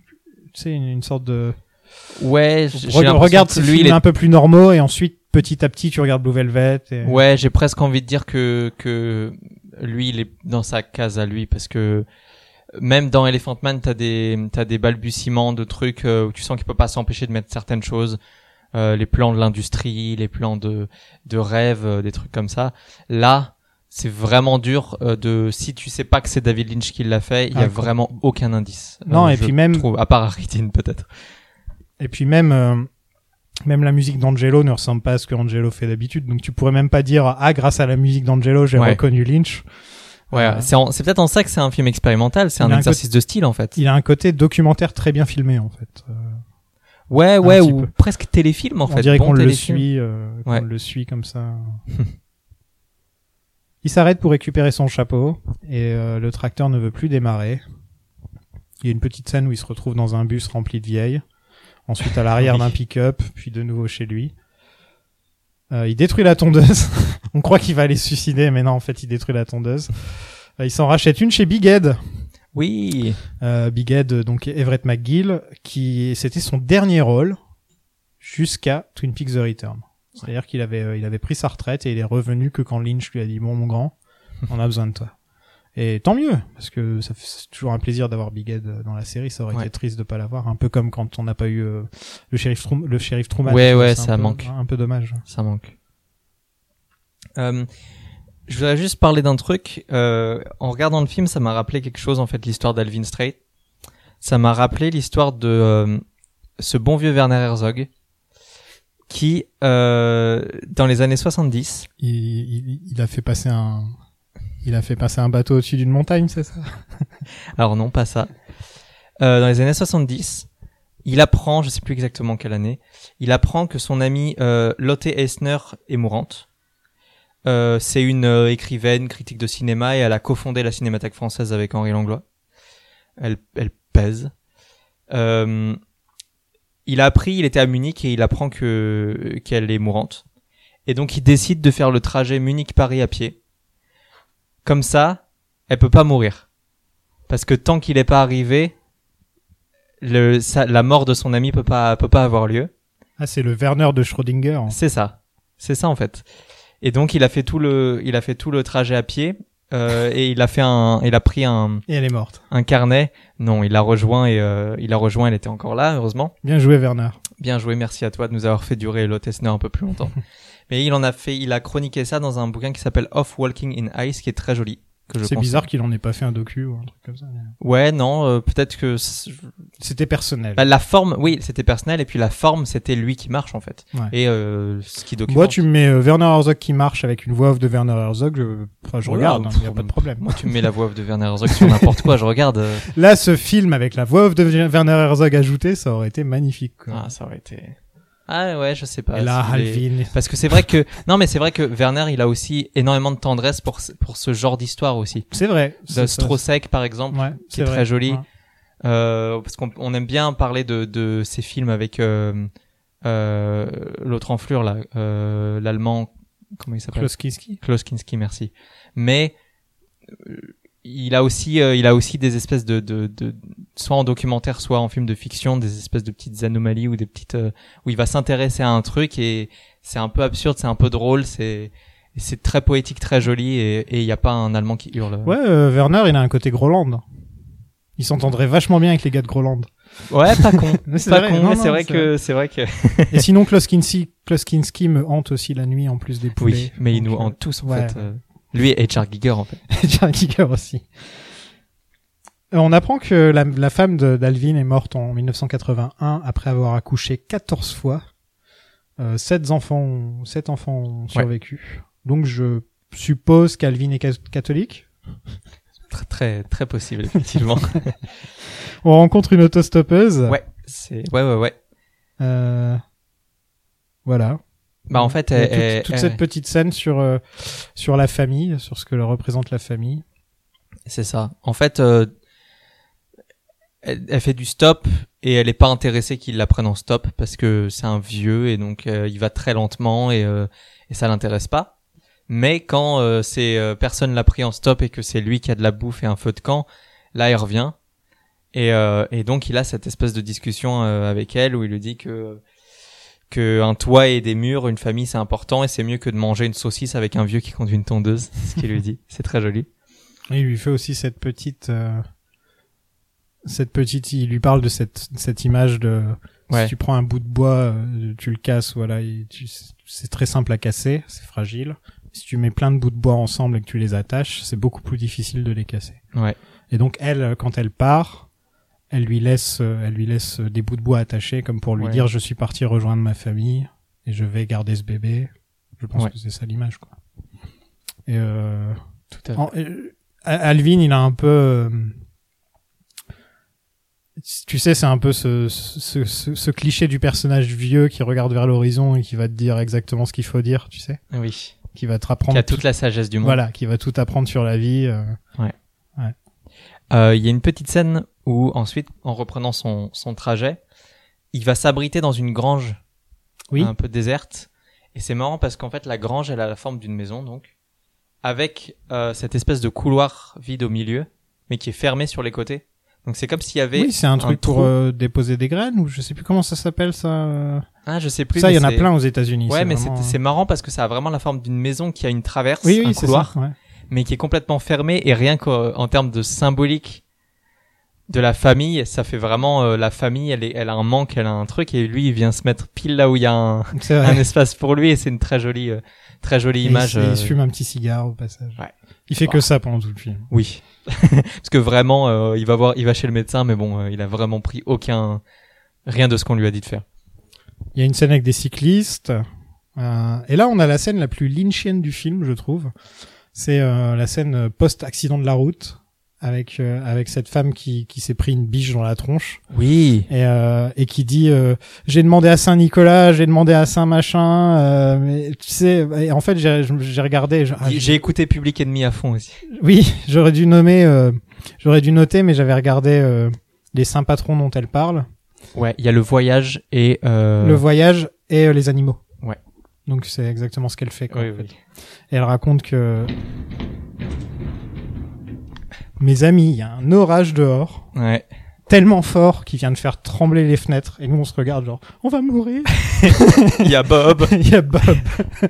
sais, une, une sorte de.
Ouais, j- j'ai
Re-
l'impression
regarde
que
ces
lui,
films
il est
un peu plus normaux et ensuite petit à petit tu regardes Blue Velvet. Et...
Ouais, j'ai presque envie de dire que que lui, il est dans sa case à lui parce que même dans Elephant Man, t'as des t'as des balbutiements de trucs euh, où tu sens qu'il peut pas s'empêcher de mettre certaines choses, euh, les plans de l'industrie, les plans de de rêve, euh, des trucs comme ça. Là, c'est vraiment dur euh, de si tu sais pas que c'est David Lynch qui l'a fait, il y
Ah,
a vraiment aucun indice. Euh,
Non, et
je
puis même-
trouve, à part Aritine peut-être.
Et puis même, euh, même la musique d'Angelo ne ressemble pas à ce que Angelo fait d'habitude. Donc tu pourrais même pas dire ah grâce à la musique d'Angelo j'ai
Ouais.
reconnu Lynch.
Ouais,
Euh,
c'est en- c'est peut-être en ça que c'est un film expérimental, c'est
Il
un
a un
exercice de style en fait.
Il a un côté documentaire très bien filmé en fait. Euh,
Ouais, ouais,
petit
ou
peu.
presque téléfilm en
on
fait.
dirait
bon
qu'on le
téléfilm.
suit, euh, qu'on
Ouais.
le suit comme ça. Il s'arrête pour récupérer son chapeau et euh, le tracteur ne veut plus démarrer. Il y a une petite scène où il se retrouve dans un bus rempli de vieilles, ensuite à l'arrière
Oui.
d'un pick-up, puis de nouveau chez lui. Euh, il détruit la tondeuse. On croit qu'il va aller se suicider, mais non, en fait, il détruit la tondeuse. Euh, il s'en rachète une chez Big Ed.
Oui.
Euh, Big Ed, donc Everett McGill, qui c'était son dernier rôle jusqu'à Twin Peaks The Return. C'est-à-dire qu'il avait, euh, il avait pris sa retraite et il est revenu que quand Lynch lui a dit bon mon grand, on a besoin de toi. Et tant mieux parce que ça fait- c'est toujours un plaisir d'avoir Big Ed euh, dans la série. Ça aurait
Ouais.
été triste de pas l'avoir, un peu comme quand on n'a pas eu euh, le shérif Trum- le shérif Truman.
Ouais,
C'est
ouais,
un
ça
peu-
manque.
Un peu dommage.
Ça manque. Euh, je voudrais juste parler d'un truc. Euh, en regardant le film, ça m'a rappelé quelque chose, en fait, l'histoire d'Alvin Strait. Ça m'a rappelé l'histoire de euh, ce bon vieux Werner Herzog, qui, euh, dans les années 70,
Il, il, il a fait passer un, il a fait passer un bateau au-dessus d'une montagne, c'est ça
alors non, pas ça, euh, dans les années 70, il apprend, je sais plus exactement quelle année, il apprend que son amie euh, Lotte Eisner est mourante. Euh, c'est une euh, écrivaine, critique de cinéma, et elle a cofondé la Cinémathèque française avec Henri Langlois. Elle, elle pèse. Euh, il a appris, il était à Munich, et il apprend que qu'elle est mourante. Et donc il décide de faire le trajet Munich-Paris à pied. Comme ça, elle peut pas mourir. Parce que tant qu'il n'est pas arrivé, le, sa- la mort de son ami peut pas, peut pas avoir lieu.
Ah, c'est le Werner de Schrödinger.
C'est ça. C'est ça en fait. Et donc il a fait tout le, il a fait tout le trajet à pied euh, et il a fait un, il a pris un,
Et elle est morte.
un carnet. Non, il l'a rejoint et euh, il l'a rejoint. Elle était encore là, heureusement.
Bien joué, Werner.
Bien joué, merci à toi de nous avoir fait durer le Tessner un peu plus longtemps. Mais il en a fait, il a chroniqué ça dans un bouquin qui s'appelle Off Walking in Ice, qui est très joli. que je hein.
C'est
conseille.
bizarre qu'il en ait pas fait un docu ou un truc comme ça.
Ouais, non, euh, peut-être que c-
C'était personnel.
Bah, la forme, oui, c'était personnel, et puis la forme, c'était lui qui marche en fait,
Ouais.
et euh, ce qui documente.
Moi, tu me mets euh, Werner Herzog qui marche avec une voix off de Werner Herzog, je, enfin, je
Voilà,
regarde, il
pff,
n'y a pas de problème.
Moi, tu me mets la voix off de Werner Herzog sur n'importe quoi, je regarde. euh,
Là, ce film avec la voix off de Werner Herzog ajoutée, ça aurait été magnifique. quoi.
Ah, ça aurait été. Ah ouais, je sais pas.
Et là,
si les-
Halvin.
Parce que c'est vrai que non, mais c'est vrai que Werner, il a aussi énormément de tendresse pour ce- pour ce genre d'histoire aussi.
C'est vrai.
De
c'est ça.
Strosek, par exemple,
Ouais,
qui est
vrai.
très joli.
Ouais.
euh, parce qu'on on aime bien parler de de ces films avec euh, euh, l'autre enflure là, euh, l'allemand, comment il s'appelle
Kloskiski.
Kloskinski, merci. Mais euh, il a aussi, euh, il a aussi des espèces de, de, de, soit en documentaire, soit en film de fiction, des espèces de petites anomalies ou des petites, euh, où il va s'intéresser à un truc et c'est un peu absurde, c'est un peu drôle, c'est, et c'est très poétique, très joli et et il n'y a pas un Allemand qui hurle.
Ouais, euh, Werner, il a un côté Groland. Il s'entendrait vachement bien avec les gars de Groland.
Ouais, pas con.
Mais c'est
pas
vrai,
con,
non,
mais
non,
c'est vrai
c'est
que, c'est vrai que.
Et sinon, Kloskinski, Kloskinski me hante aussi la nuit en plus des poulets.
Oui, mais il nous
Donc,
hante tous en
ouais.
fait. euh, Lui et Charles Giger en fait.
euh, Jerry Giger aussi. Euh, On apprend que la, la femme de- d'Alvin est morte en 1981 après avoir accouché 14 fois. Euh, sept enfants, ont- sept enfants ont survécu. Donc je suppose qu'Alvin est ca- catholique.
Très, très, très possible effectivement.
On rencontre une autostoppeuse.
ouais, c'est, ouais, ouais, ouais.
Euh, Voilà.
Bah en fait,
Il y a
elle,
toute,
elle-
toute
elle-
cette petite scène sur euh, sur la famille, sur ce que leur représente la famille.
c'est ça. En fait, euh, elle, elle fait du stop et elle est pas intéressée qu'il la prenne en stop parce que c'est un vieux et donc euh, il va très lentement et, euh, et ça l'intéresse pas. Mais quand euh, c'est euh, personne l'a pris en stop et que c'est lui qui a de la bouffe et un feu de camp, là il revient et, euh, et donc il a cette espèce de discussion euh, avec elle où il lui dit que que un toit et des murs, une famille c'est important et c'est mieux que de manger une saucisse avec un vieux qui conduit une tondeuse, c'est ce qu'il lui dit. C'est très joli.
Et il lui fait aussi cette petite, euh, cette petite, il lui parle de cette, cette image de,
Ouais.
si tu prends un bout de bois, euh, tu le casses, voilà, et tu- c'est très simple à casser, c'est fragile. Si tu mets plein de bouts de bois ensemble et que tu les attaches, c'est beaucoup plus difficile de les casser.
Ouais.
Et donc elle, euh, quand elle part, elle lui laisse, euh, elle lui laisse euh, des bouts de bois attachés comme pour lui
Ouais.
dire je suis parti rejoindre ma famille et je vais garder ce bébé. Je pense
Ouais.
que c'est ça l'image quoi. Et euh,
Tout à
en- euh, Alvin, il a un peu. euh, Tu sais, c'est un peu ce, ce, ce, ce cliché du personnage vieux qui regarde vers l'horizon et qui va te dire exactement ce qu'il faut dire, tu sais,
Ah Oui.
qui va te
Qui
apprendre.
a toute la sagesse du monde.
Voilà, qui va tout apprendre sur la vie. euh.
Euh, Il y a une petite scène où ensuite, en reprenant son, son trajet, il va s'abriter dans une grange
Oui.
un peu déserte. Et c'est marrant parce qu'en fait, la grange, elle a la forme d'une maison, donc, avec euh, cette espèce de couloir vide au milieu, mais qui est fermé sur les côtés. Donc c'est comme s'il y avait...
Oui, c'est un truc pour
trou.
euh, déposer des graines ou je sais plus comment ça s'appelle ça. euh.
Ah, je sais plus.
ça,
mais
il y en a
c'est-
plein aux États-Unis.
Ouais,
c'est
mais c'est
vraiment, hein. euh,
c'est marrant parce que ça a vraiment la forme d'une maison qui a une traverse,
Oui,
un
oui, c'est
couloir.
ça. ouais.
mais qui est complètement fermé et rien qu'en en termes de symbolique de la famille, ça fait vraiment euh, la famille, elle, est, elle a un manque, elle a un truc et lui il vient se mettre pile là où il y a un,
C'est
un
vrai.
espace pour lui et c'est une très jolie, euh, très jolie
Et
image.
il,
euh,
il se fume un petit cigare au passage.
Ouais.
Il fait
Bah.
que ça pendant tout le film.
oui, parce que vraiment euh, il va voir, il va chez le médecin, mais bon, euh, il a vraiment pris aucun rien de ce qu'on lui a dit de faire.
Il y a une scène avec des cyclistes. euh, et là, on a la scène la plus lynchienne du film, je trouve. C'est euh, la scène euh, post-accident de la route, avec euh, avec cette femme qui, qui s'est pris une biche dans la tronche
Oui,
et, euh, et qui dit euh, j'ai demandé à Saint Nicolas, j'ai demandé à Saint machin, euh, mais tu sais, et en fait j'ai j'ai regardé, je- ah,
j'ai écouté Public Enemy à fond aussi.
oui, j'aurais dû nommer, euh, j'aurais dû noter, mais j'avais regardé euh, les saints patrons dont elle parle.
Ouais, il y a le voyage et euh...
le voyage et euh, les animaux.
Ouais.
Donc c'est exactement ce qu'elle fait. Quoi,
Oui,
en fait.
oui.
Et elle raconte que mes amis, il y a un orage dehors,
ouais.
tellement fort qu'il vient de faire trembler les fenêtres. Et nous on se regarde genre, on va mourir.
Il y a Bob.
il y a Bob.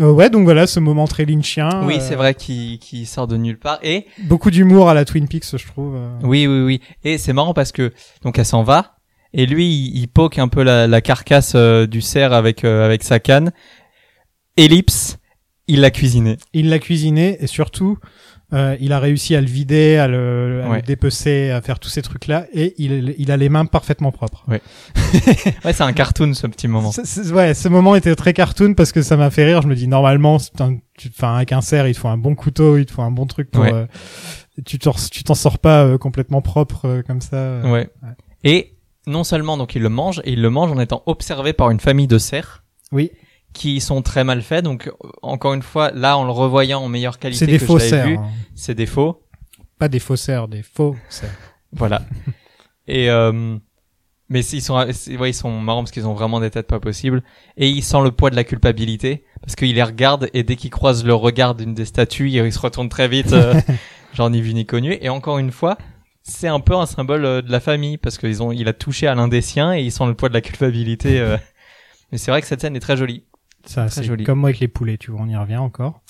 Euh, ouais, donc voilà ce moment très lynchien.
oui,
euh,
c'est vrai qu'il qui sort de nulle part et
Beaucoup d'humour à la Twin Peaks, je trouve. euh.
Hein. Oui, oui, oui. Et c'est marrant parce que donc elle s'en va et lui il, il poke un peu la, la carcasse euh, du cerf avec euh, avec sa canne. Ellipse, il l'a cuisiné.
Il l'a cuisiné et surtout, euh, il a réussi à le vider, à le, à
Ouais.
le dépecer, à faire tous ces trucs-là, et il, il a les mains parfaitement propres.
Ouais, c'est un cartoon ce petit moment.
C'est- c'est- ouais, ce moment était très cartoon parce que ça m'a fait rire. Je me dis normalement, c'est un- tu- enfin avec un cerf, il te faut un bon couteau, il te faut un bon truc pour.
Ouais.
euh, tu t'en tu t'en sors pas euh, complètement propre euh, comme ça. euh.
Ouais. Et non seulement donc il le mange et il le mange en étant observé par une famille de cerfs
Oui,
qui sont très mal faits. Donc euh, encore une fois, là en le revoyant en meilleure qualité
c'est des
que
faux
je l'avais
cerfs,
vu,
hein.
c'est des faux.
pas des faux cerfs, des faux cerfs.
Voilà. Et euh, Mais c'est- ils sont, c'est- ouais, ils sont marrants parce qu'ils ont vraiment des têtes pas possibles. Et il sent le poids de la culpabilité parce qu'il les regarde et dès qu'il croise le regard d'une des statues, il, il se retourne très vite, euh, genre ni vu ni connu. Et encore une fois, c'est un peu un symbole euh, de la famille parce qu'ils ont, il a touché à l'un des siens et il sent le poids de la culpabilité. euh. Mais c'est vrai que cette scène est très jolie.
Ça,
Très
c'est
joli.
comme moi avec les poulets, tu vois, on y revient encore.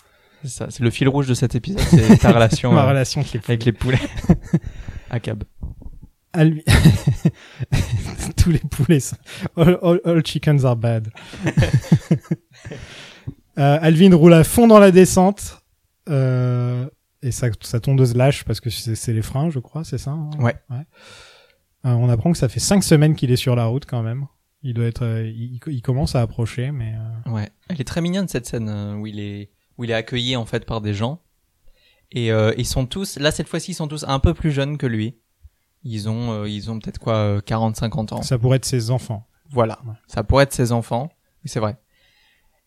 C'est ça, c'est le fil rouge de cet épisode, c'est ta relation
Ma
euh,
relation avec les poulets.
avec les poulets. à cab.
Ah, lui- Tous les poulets sont... All, all- all chickens are bad. Euh, Alvin roule à fond dans la descente. euh, et sa, sa tondeuse lâche parce que c'est c'est les freins, je crois, c'est ça hein
Ouais.
Euh, on apprend que ça fait cinq semaines qu'il est sur la route quand même. Il doit être, euh, il, il commence à approcher, mais euh,
Ouais, elle est très mignonne cette scène euh, où il est où il est accueilli en fait par des gens et euh, ils sont tous là cette fois-ci ils sont tous un peu plus jeunes que lui. Ils ont euh, ils ont peut-être quoi euh, 40 50 ans.
ça pourrait être ses enfants.
Voilà.
Ouais.
Ça pourrait être ses enfants, Oui, c'est vrai.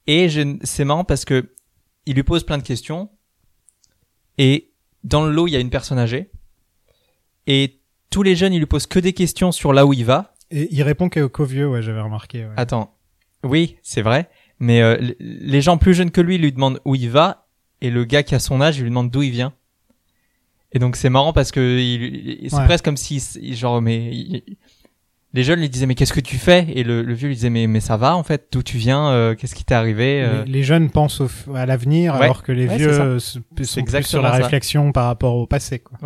Et je- c'est marrant parce que il lui pose plein de questions et dans le lot, il y a une personne âgée et tous les jeunes, ils lui posent que des questions sur là où il va.
Et il répond qu'au qu'aux vieux, ouais, j'avais remarqué. ouais.
Attends. Oui, c'est vrai. Mais euh, l- les gens plus jeunes que lui lui demandent où il va et le gars qui a son âge, il lui demande d'où il vient. Et donc c'est marrant parce que il, il- c'est
Ouais.
presque comme si il- genre mais il- les jeunes lui disaient mais qu'est-ce que tu fais et le, le vieux lui disait mais mais ça va en fait d'où tu viens euh, qu'est-ce qui t'est arrivé euh,
Les, les jeunes pensent au f- à l'avenir,
Ouais.
alors que les
Ouais,
vieux
c'est ça.
euh, se- sont plus sur
exactement
la
ça.
réflexion par rapport au passé. Quoi.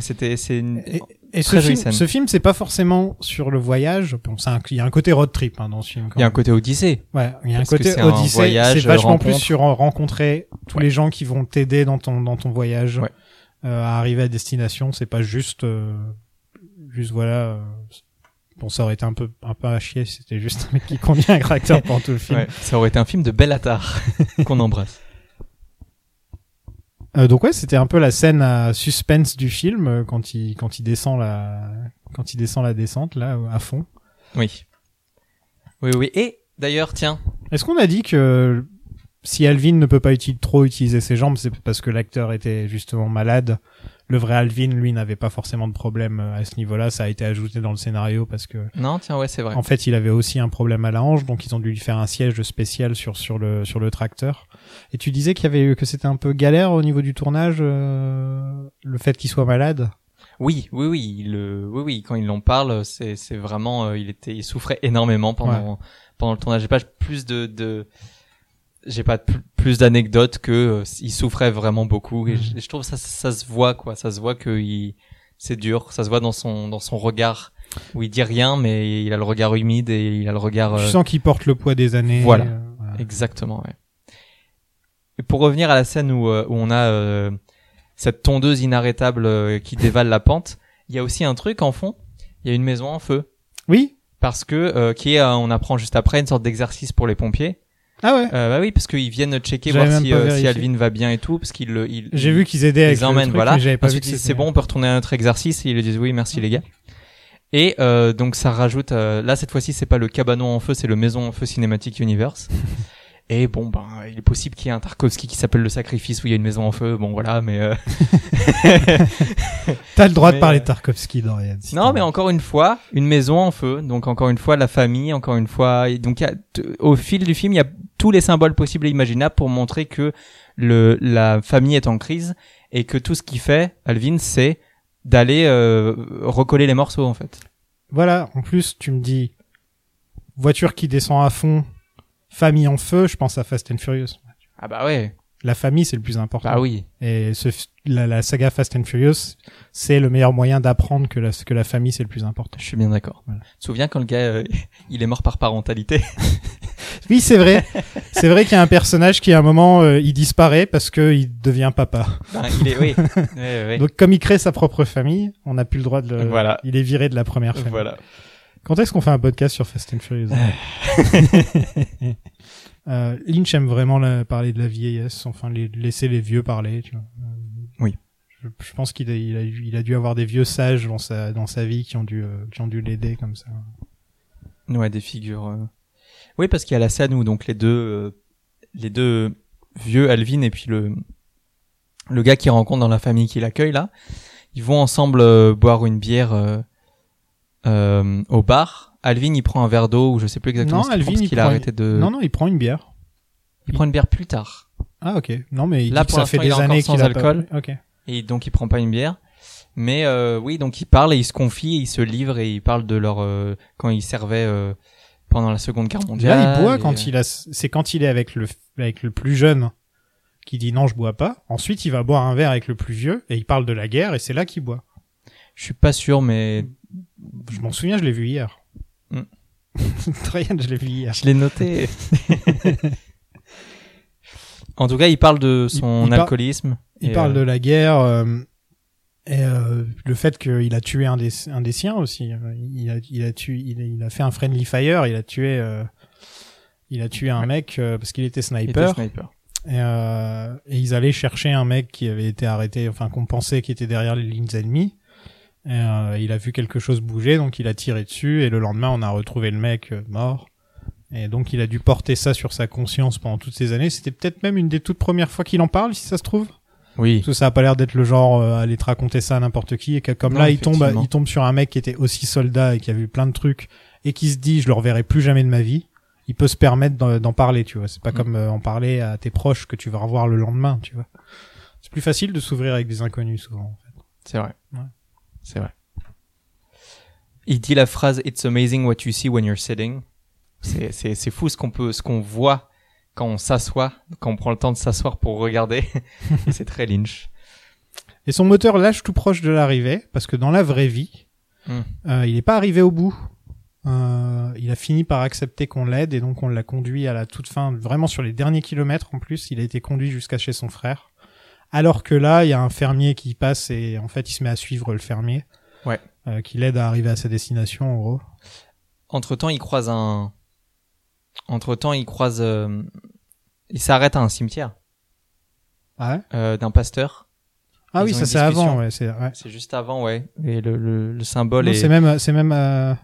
c'était c'est une-
Et, et ce,
Très jolie
film,
scène.
ce film, c'est pas forcément sur le voyage. Bon, c'est un- il y a un côté road trip hein, dans ce film. quand
il y a un
même.
côté Odyssée
Ouais, il y a un
parce que
côté
c'est un
odyssée.
voyage,
C'est vachement
rencontre.
plus sur euh, rencontrer tous
Ouais.
les gens qui vont t'aider dans ton dans ton voyage
Ouais.
euh, à arriver à destination. C'est pas juste euh, juste voilà. euh, Bon, ça aurait été un peu un peu à chier si c'était juste un mec qui conduit un tracteur pendant tout le film.
Ouais, ça aurait été un film de Bellatar qu'on embrasse
Euh, donc ouais, c'était un peu la scène à suspense du film euh, quand il quand il descend la quand il descend la descente là à fond.
oui oui oui et d'ailleurs tiens
Est-ce qu'on a dit que si Alvin ne peut pas uti- trop utiliser ses jambes, c'est parce que l'acteur était justement malade. Le vrai Alvin, lui, n'avait pas forcément de problème euh, à ce niveau-là. Ça a été ajouté dans le scénario parce que
non tiens ouais c'est vrai
En fait, il avait aussi un problème à la hanche, donc ils ont dû lui faire un siège spécial sur sur le sur le tracteur. Et tu disais qu'il y avait que c'était un peu galère au niveau du tournage, euh, le fait qu'il soit malade.
Oui, oui, oui, il, euh, oui, oui. Quand il en parle, c'est, c'est vraiment, euh, il était, il souffrait énormément pendant pendant le tournage. J'ai pas plus de, de j'ai pas pl- plus d'anecdotes que euh, il souffrait vraiment beaucoup. Et
Mhm.
je, je trouve ça, ça se voit quoi, ça se voit que il, c'est dur, ça se voit dans son dans son regard où il dit rien, mais il a le regard humide et il a le regard
Tu
euh,
sens qu'il porte le poids des années.
Voilà.
euh, voilà.
Exactement, ouais. Et pour revenir à la scène où, euh, où on a euh, cette tondeuse inarrêtable euh, qui dévale la pente, il y a aussi un truc en fond, il y a une maison en feu.
Oui.
Parce que, euh, qui est, euh, on apprend juste après, une sorte d'exercice pour les pompiers.
Ah ouais.
Euh, bah oui, parce qu'ils viennent checker,
J'avais
voir
même
si,
pas
euh, si
vérifié.
Alvin va bien et tout, parce qu'ils le- ils-
J'ai vu qu'ils aidaient avec
ils
le
emmènent,
truc,
voilà.
mais j'avais pas vu
Ensuite,
que
ils disent,
c'était-
c'est bon, on peut retourner à notre exercice. Et ils lui disent oui, merci les gars. Et euh, donc ça rajoute. euh, là, cette fois-ci, c'est pas le cabanon en feu, c'est le maison en feu cinématique universe. et bon, ben, il est possible qu'il y ait un Tarkovsky qui s'appelle le sacrifice où il y a une maison en feu. Bon, voilà, mais euh,
T'as le droit
Mais,
de parler
euh,
de Tarkovsky, Dorian. si
non,
t'en
mais
veux.
encore une fois, une maison en feu. Donc encore une fois, la famille. Encore une fois, et donc il y a t- au fil du film, il y a tous les symboles possibles et imaginables pour montrer que le la famille est en crise et que tout ce qu'il fait, Alvin, c'est d'aller euh, recoller les morceaux en fait.
Voilà. En plus, tu me dis voiture qui descend à fond, famille en feu. Je pense à Fast and Furious.
Ah bah ouais.
La famille, c'est le plus important.
Bah oui.
Et ce, f- la, la saga Fast and Furious, c'est le meilleur moyen d'apprendre que la, que la famille c'est le plus important.
Je suis bien d'accord.
Voilà.
Tu te souviens quand le gars, euh, il est mort par parentalité
Oui, c'est vrai. c'est vrai qu'il y a un personnage qui à un moment euh, il disparaît parce que il devient papa.
Ben, Il est, oui. Ouais, ouais, ouais.
Donc comme il crée sa propre famille, on n'a plus le droit de le.
Voilà.
Il est viré de la première famille.
Voilà.
Quand est-ce qu'on fait un podcast sur Fast and Furious Euh, Lynch aime vraiment la- parler de la vieillesse, enfin les- laisser les vieux parler. Tu vois. Euh,
Oui.
Je, je pense qu'il a, il a, il a dû avoir des vieux sages dans sa, dans sa vie qui ont dû, euh, qui ont dû l'aider comme ça.
Ouais, des figures. euh. Oui, parce qu'il y a la scène où donc les deux, euh, les deux vieux, Alvin et puis le le gars qu'il rencontre dans la famille qui l'accueille là, ils vont ensemble euh, boire une bière euh, euh, au bar, Alvin il prend un verre d'eau ou je sais plus exactement
Non,
ce qu'il prend,
Alvin,
parce
il
qu'il a
prend-
arrêté de.
Non, non, il prend une bière.
Il prend une bière plus tard.
Ah, ok. Non, mais il
Là,
dit que
pour
ça fait
l'instant, il
des
est encore
années
sans
qu'il a
alcool.
Pas... Ok.
Et donc il prend pas une bière. Mais euh, oui, donc il parle et il se confie, et il se livre et il parle de leur euh, quand ils servaient euh, pendant la Seconde Guerre mondiale.
Là, il boit
et, euh,
quand il a, c'est quand il est avec le, avec le plus jeune qui dit non, je bois pas. Ensuite, il va boire un verre avec le plus vieux et il parle de la guerre et c'est là qu'il boit.
Je suis pas sûr, mais
Je m'en souviens, je l'ai vu hier.
Hmm.
Ryan, je l'ai vu hier.
je l'ai noté. en tout cas, il parle de
Il-
son
il par-
alcoolisme.
Il
et,
parle de
euh,
la guerre euh, et euh, le fait qu'il a tué un des, un des siens aussi. Euh, Il a, il a tué, il a, il a fait un friendly fire. Il a tué, euh, il a tué un mec euh, parce qu'il était
il était
sniper.
sniper.
Et, euh, et ils allaient chercher un mec qui avait été arrêté, enfin qu'on pensait qui était derrière les lignes ennemies. Et, euh, il a vu quelque chose bouger, donc il a tiré dessus. Et le lendemain, on a retrouvé le mec euh, mort. Et donc, il a dû porter ça sur sa conscience pendant toutes ces années. C'était peut-être même une des toutes premières fois qu'il en parle, si ça se trouve.
Oui.
Parce que ça a pas l'air d'être le genre euh, à aller te raconter ça à n'importe qui et que comme
Non,
là il tombe
effectivement.
il tombe sur un mec qui était aussi soldat et qui a vu plein de trucs et qui se dit je le reverrai plus jamais de ma vie. Il peut se permettre d'en- d'en parler, tu vois. C'est pas
Mm.
comme euh, en parler à tes proches que tu vas revoir le lendemain, tu vois. C'est plus facile de s'ouvrir avec des inconnus souvent.
C'est vrai.
Ouais.
C'est vrai. Il dit la phrase It's amazing what you see when you're sitting. C'est, c'est, c'est fou ce qu'on peut, ce qu'on voit quand on s'assoit, quand on prend le temps de s'asseoir pour regarder. Et c'est très Lynch.
Et son moteur lâche tout proche de l'arrivée parce que dans la vraie vie,
Mm.
euh, il n'est pas arrivé au bout. Euh, il a fini par accepter qu'on l'aide et donc on l'a conduit à la toute fin, vraiment sur les derniers kilomètres en plus, il a été conduit jusqu'à chez son frère. Alors que là, il y a un fermier qui passe et en fait il se met à suivre le fermier.
Ouais.
Euh, qui l'aide à arriver à sa destination en gros.
Entre temps, il croise un. Entre temps, il croise. euh, Il s'arrête à un cimetière
Ah, ouais
euh, d'un pasteur.
ah
Ils
oui,
ont
ça
une
c'est
discussion.
avant, ouais. C'est ouais.
C'est juste avant, ouais. Et le, le, le symbole
Non,
est.
c'est même, c'est même, euh,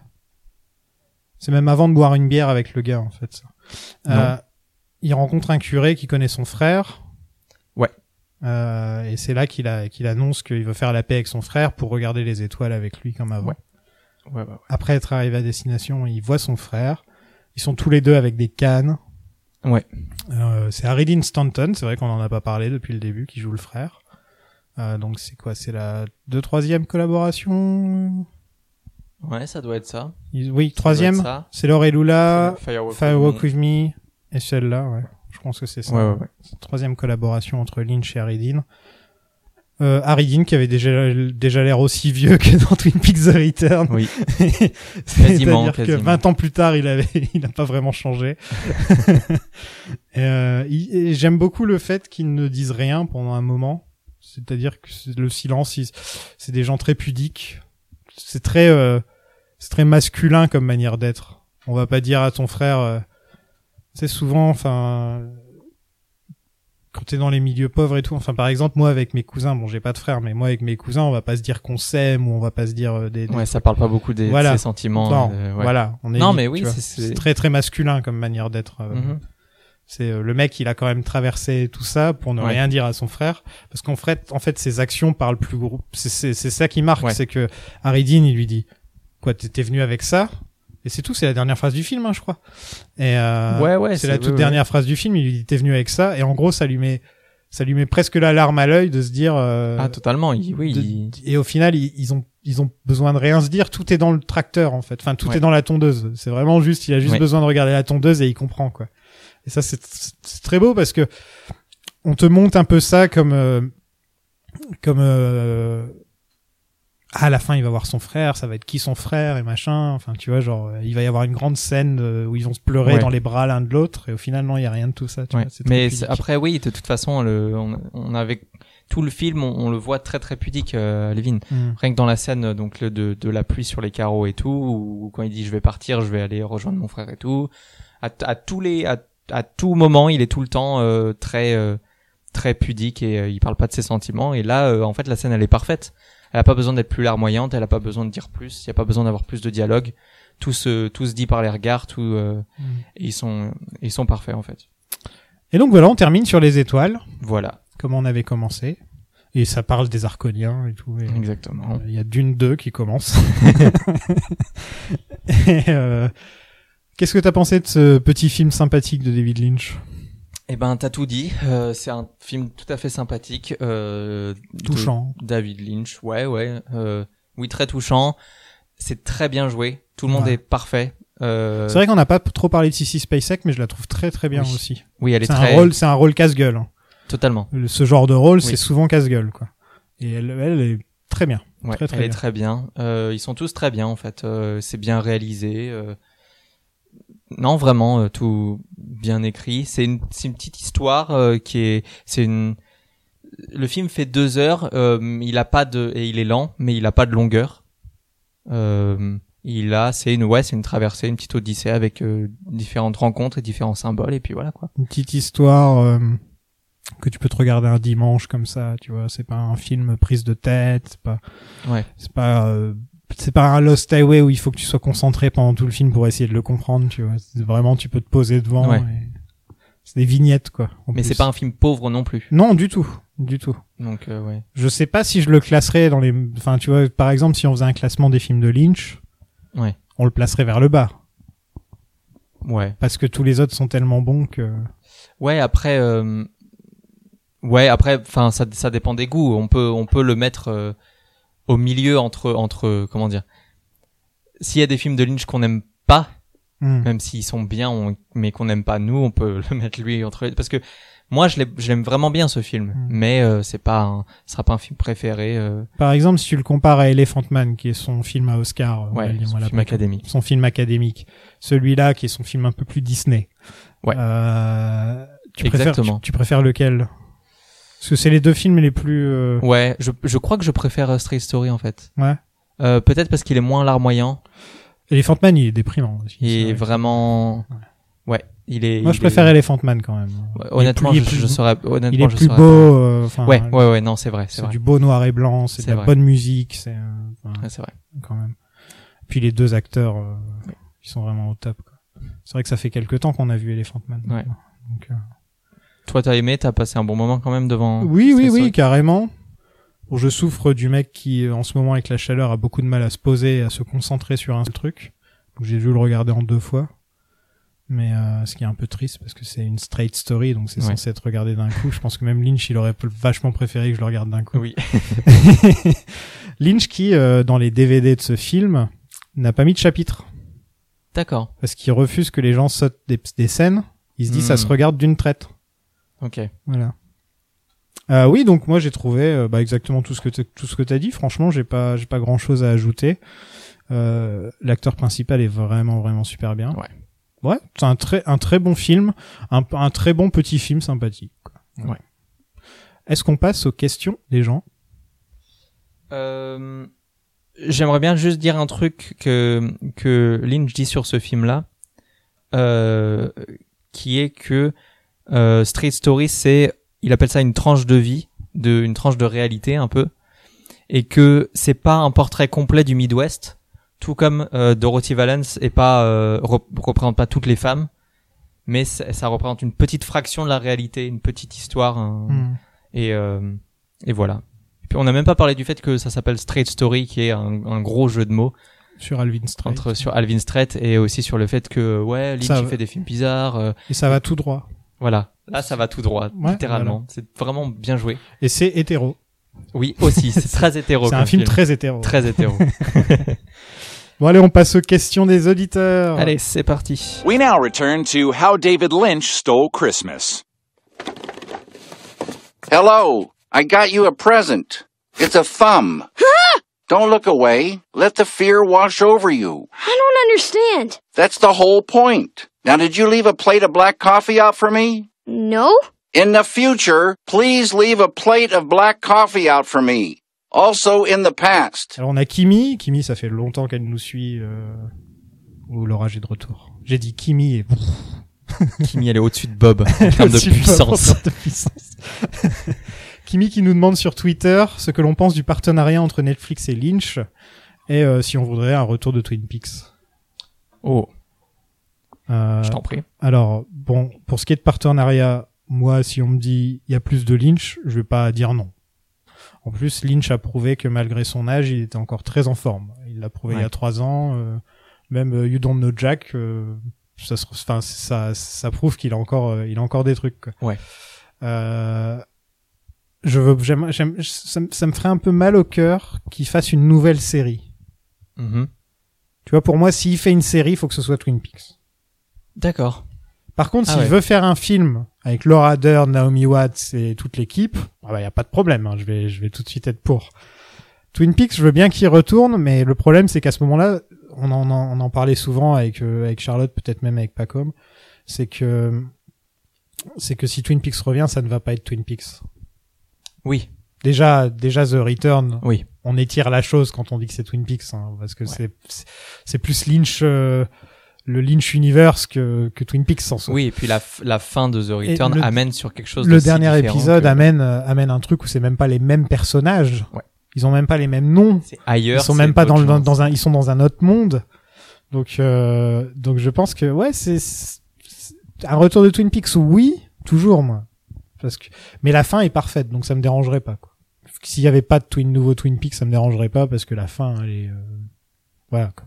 c'est même avant de boire une bière avec le gars en fait. ça. Euh, il rencontre un curé qui connaît son frère.
Ouais.
Euh, et c'est là qu'il a, qu'il annonce qu'il veut faire la paix avec son frère pour regarder les étoiles avec lui comme avant.
Ouais. Ouais, bah, ouais, ouais.
Après être arrivé à destination, il voit son frère. Ils sont tous les deux avec des cannes.
Ouais.
Euh, c'est Harry Dean Stanton, c'est vrai qu'on en a pas parlé depuis le début, qui joue le frère. Euh, donc c'est quoi C'est la deux troisième collaboration
Ouais, ça doit être ça.
Ils- Oui,
Ça doit être
troisième.
ça.
C'est Laure et Lula,
Firewalk with
Firewalk
Me.
With Me et celle-là, ouais. Je pense que c'est ça.
Ouais, ouais, ouais.
C'est la Troisième collaboration entre Lynch et Aridin. Euh, Aridin qui avait déjà, déjà l'air aussi vieux que dans Twin Peaks The Return.
Oui.
C'est-à-dire que
quasiment.
20 ans plus tard, il avait, il n'a pas vraiment changé. et euh, il- et j'aime beaucoup le fait qu'ils ne disent rien pendant un moment. C'est-à-dire que c'est- le silence, ils- c'est des gens très pudiques. C'est très, euh, c'est très masculin comme manière d'être. On va pas dire à ton frère, euh, c'est souvent, enfin, quand t'es dans les milieux pauvres et tout. Enfin, par exemple, moi avec mes cousins, bon, j'ai pas de frères, mais moi avec mes cousins, on va pas se dire qu'on s'aime ou on va pas se dire euh, des, des
Ouais, ça parle pas beaucoup des,
Voilà.
de ses sentiments.
non,
euh, ouais.
voilà, on est
Non,
libre,
mais oui,
tu vois.
c'est- c'est-
c'est très très masculin comme manière d'être. euh,
Mhm.
C'est euh, le mec, il a quand même traversé tout ça pour ne
Ouais.
rien dire à son frère, parce qu'en fait, en fait, ses actions parlent plus gros. C'est c'est c'est ça qui marque,
Ouais.
c'est que Harry Dean, il lui dit, quoi, t'es t'es venu avec ça Et c'est tout, c'est la dernière phrase du film, hein, je crois. Et euh,
Ouais, ouais,
c'est la
ouais,
toute
ouais.
dernière phrase du film. Il lui dit, t'es venu avec ça, et en gros, ça lui met ça lui met presque la larme à l'œil de se dire. euh,
Ah, totalement, il- oui.
de-
il-
et au final ils, ils ont ils ont besoin de rien se dire tout est dans le tracteur en fait enfin tout
Ouais.
est dans la tondeuse c'est vraiment juste il a juste
Ouais.
besoin de regarder la tondeuse et il comprend quoi et ça c'est c'est très beau parce que on te monte un peu ça comme euh, comme euh, ah, à la fin il va voir son frère ça va être qui son frère et machin enfin tu vois genre euh, il va y avoir une grande scène euh, où ils vont se pleurer
Ouais.
dans les bras l'un de l'autre et au final non il y a rien de tout ça tu
ouais.
vois, c'est très
Mais
pudique.
c'est- après, oui, de toute façon, le, on, on avait tout le film, on, on le voit très très pudique, euh, Levin.
Mm.
Rien que dans la scène euh, donc le, de, de la pluie sur les carreaux et tout, ou quand il dit je vais partir, je vais aller rejoindre mon frère et tout. À, t- à tous les, à, à tout moment, il est tout le temps euh, très euh, très pudique et euh, il parle pas de ses sentiments. Et là, euh, en fait, la scène elle est parfaite. Elle a pas besoin d'être plus larmoyante, elle a pas besoin de dire plus, il y a pas besoin d'avoir plus de dialogue. Tout se tout se dit par les regards, tout. euh,
Mm.
et ils sont ils sont parfaits en fait.
et donc voilà on termine sur les étoiles
Voilà.
comme on avait commencé. Et ça parle des Arconiens et tout. et- euh,
Exactement.
Il y a Dune 2 qui commence. Et, euh, Qu'est-ce que t'as pensé de ce petit film sympathique de David Lynch
Eh ben, t'as tout dit. Euh, c'est un film tout à fait sympathique. Euh, de
Touchant.
David Lynch. Ouais, ouais. Euh, oui, très touchant. C'est très bien joué. Tout le monde
Ouais.
est parfait. Euh,
C'est vrai qu'on n'a pas p- trop parlé de Sissy Spacek, mais je la trouve très très bien
Oui.
aussi.
oui, elle est,
C'est un
très.
rôle, c'est un rôle casse-gueule. hein.
Totalement.
Le- Ce genre de rôle, c'est
Oui.
souvent casse-gueule, quoi. Et elle, elle est très bien.
Ouais,
Très, très
elle est
bien.
très bien. Euh, ils sont tous très bien en fait. Euh, c'est bien réalisé. euh, Non, vraiment, euh, tout bien écrit. C'est une, c'est une petite histoire euh, qui est, c'est une. Le film fait deux heures. euh, il a pas de et il est lent, mais il a pas de longueur. Euh, il a, c'est une ouais, c'est une traversée, une petite odyssée avec euh, différentes rencontres et différents symboles et puis voilà quoi.
Une petite histoire euh, que tu peux te regarder un dimanche comme ça, tu vois. C'est pas un film prise de tête, c'est pas,
Ouais.
c'est pas, euh, c'est pas un Lost Highway où il faut que tu sois concentré pendant tout le film pour essayer de le comprendre, tu vois. C'est Vraiment, tu peux te poser devant.
Ouais.
et- C'est des vignettes, quoi. en
Mais
plus.
c'est pas un film pauvre non plus.
Non, du tout, du tout.
Donc euh, ouais.
Je sais pas si je le classerais dans les. Enfin, tu vois, par exemple, si on faisait un classement des films de Lynch,
Ouais.
on le placerait vers le bas.
Ouais.
Parce que tous les autres sont tellement bons que.
Ouais, après, euh, ouais, après, enfin, ça, ça dépend des goûts. On peut, on peut le mettre euh, au milieu entre, entre, comment dire. S'il y a des films de Lynch qu'on n'aime pas,
Hmm.
même s'ils sont bien, on- mais qu'on n'aime pas nous, on peut le mettre lui entre les... parce que moi, je l'ai- je l'aime vraiment bien ce film,
Mm.
mais euh, c'est pas, un, ce sera pas un film préféré. euh,
Par exemple, si tu le compares à Elephant Man, qui est son film à Oscar, euh, on va
ouais,
dire,
son
voilà,
film académique.
son film académique. Celui-là, qui est son film un peu plus Disney.
Ouais.
Euh, tu préfères, tu,
Exactement.
tu préfères lequel Parce que c'est les deux films les plus. euh,
Ouais, je, je crois que je préfère euh, Straight Story en fait.
Ouais.
Euh, Peut-être parce qu'il est moins larmoyant.
Elephant Man, il est déprimant. aussi,
Il
c'est
est
vrai.
vraiment, ouais, il est.
Moi, je
il est-
préfère Elephant Man quand même.
Ouais, Honnêtement,
il est
je,
plus-
je saurais. Honnêtement,
Il est
je
plus
saurais
beau. euh, enfin,
pas. Ouais, ouais, ouais, non, c'est vrai, c'est
C'est
vrai.
du beau noir et blanc, c'est de
C'est
la
vrai.
bonne musique, c'est euh, enfin,
Ouais, c'est vrai.
quand même. Puis les deux acteurs, euh, ils sont vraiment au top. quoi. C'est vrai que ça fait quelques temps qu'on a vu Elephant Man.
Ouais.
Donc, euh,
Toi, t'as aimé, t'as passé un bon moment quand même devant.
Oui, oui,
Stress
oui,
Rock.
carrément. Bon, je souffre du mec qui, euh, en ce moment, avec la chaleur, a beaucoup de mal à se poser et à se concentrer sur un seul truc. Donc, J'ai dû le regarder en deux fois. Mais euh, ce qui est un peu triste, parce que c'est une straight story, donc c'est
Ouais.
censé être regardé d'un coup. Je pense que même Lynch, il aurait p- vachement préféré que je le regarde d'un coup.
Oui.
Lynch qui, euh, dans les DVD de ce film, n'a pas mis de chapitre.
D'accord.
Parce qu'il refuse que les gens sautent des, des scènes. Il se dit, ça
Hmm.
se regarde d'une traite.
Ok.
Voilà. Euh, oui, donc moi j'ai trouvé euh, bah, exactement tout ce que t'as- tout ce que t'as dit. Franchement, j'ai pas j'ai pas grand chose à ajouter. Euh, L'acteur principal est vraiment vraiment super bien. Ouais, c'est un très un très bon film, un, un très bon petit film sympathique. quoi.
Ouais.
Est-ce qu'on passe aux questions des gens
Euh, J'aimerais bien juste dire un truc que que Lynch dit sur ce film-là, euh, qui est que euh, Street Story, c'est, il appelle ça une tranche de vie, de une tranche de réalité un peu, et que c'est pas un portrait complet du Midwest, tout comme euh, Dorothy Valence est pas euh, rep- représente pas toutes les femmes, mais ça, ça représente une petite fraction de la réalité, une petite histoire, un-
Hmm.
et, euh, et voilà. Et puis on n'a même pas parlé du fait que ça s'appelle Straight Story, qui est un, un gros jeu de mots
sur Alvin Strait
entre sur Alvin Strait et aussi sur le fait que ouais, Lynch
Ça
il
va.
fait des films bizarres. euh,
Et ça va tout droit.
voilà. Là, ça va tout droit,
Ouais,
littéralement. C'est vraiment bien joué.
Et c'est hétéro.
Oui, aussi. C'est très hétéro.
C'est un
comme
film, très hétéro.
très hétéro.
Bon allez, on passe aux questions des auditeurs.
Allez, c'est parti.
We now return to How David Lynch Stole Christmas.
Hello, I got you a present. It's a thumb. Don't look away. Let the fear wash over you.
I don't understand.
That's the whole point. Now, did you leave a plate of black coffee out for me?
No?
In the future, please leave a plate of black coffee out for me. Also in the past.
Alors on a Kimi, Kimi ça fait longtemps qu'elle nous suit. Euh... Oh l'orage est de retour. J'ai dit Kimi et
Kimi, elle est au-dessus de Bob en termes de
Super
puissance.
forte de puissance. Kimi qui nous demande sur Twitter ce que l'on pense du partenariat entre Netflix et Lynch et euh, si on voudrait un retour de Twin Peaks.
Oh,
Euh,
je t'en prie.
alors bon, pour ce qui est de partenariat, moi si on me dit il y a plus de Lynch, je vais pas dire non. En plus, Lynch a prouvé que malgré son âge, il était encore très en forme. Il l'a prouvé il y a
Ouais.
trois ans. euh, même euh, You Don't Know Jack, euh, ça, se, enfin, ça, ça prouve qu'il a encore, euh, il a encore des trucs. quoi.
Ouais.
Euh, je veux, j'aime, j'aime, ça, me- ça me ferait un peu mal au cœur qu'il fasse une nouvelle série.
Mhm.
Tu vois, pour moi, s'il fait une série, il faut que ce soit Twin Peaks.
D'accord.
Par contre,
Ah
s'il
ouais.
veut faire un film avec Laura Dern, Naomi Watts et toute l'équipe, il n'y a pas de problème. hein, je, vais, je vais tout de suite être pour. Twin Peaks, je veux bien qu'il retourne, mais le problème, c'est qu'à ce moment-là, on en, on en parlait souvent avec, euh, avec Charlotte, peut-être même avec Pacom, c'est que, c'est que si Twin Peaks revient, ça ne va pas être Twin Peaks.
Oui.
Déjà, déjà The Return,
Oui.
on étire la chose quand on dit que c'est Twin Peaks, hein, parce que c'est- c'est c'est plus Lynch, euh, le Lynch Universe que, que Twin Peaks en soi.
Oui, et puis la, f- la fin de The Return
le-
amène sur quelque chose
le
d'aussi
dernier
différent
épisode
que-
amène euh, amène un truc où c'est même pas les mêmes personnages.
Ouais.
Ils ont même pas les mêmes noms.
C'est ailleurs.
Ils sont
c'est
même pas dans,
autre
le, dans,
chose.
dans un ils sont dans un autre monde. Donc euh, donc je pense que ouais c'est c'est- un retour de Twin Peaks oui toujours moi parce que mais la fin est parfaite donc ça me dérangerait pas quoi. S'il y avait pas de Twin nouveau Twin Peaks ça me dérangerait pas parce que la fin elle est euh, voilà quoi.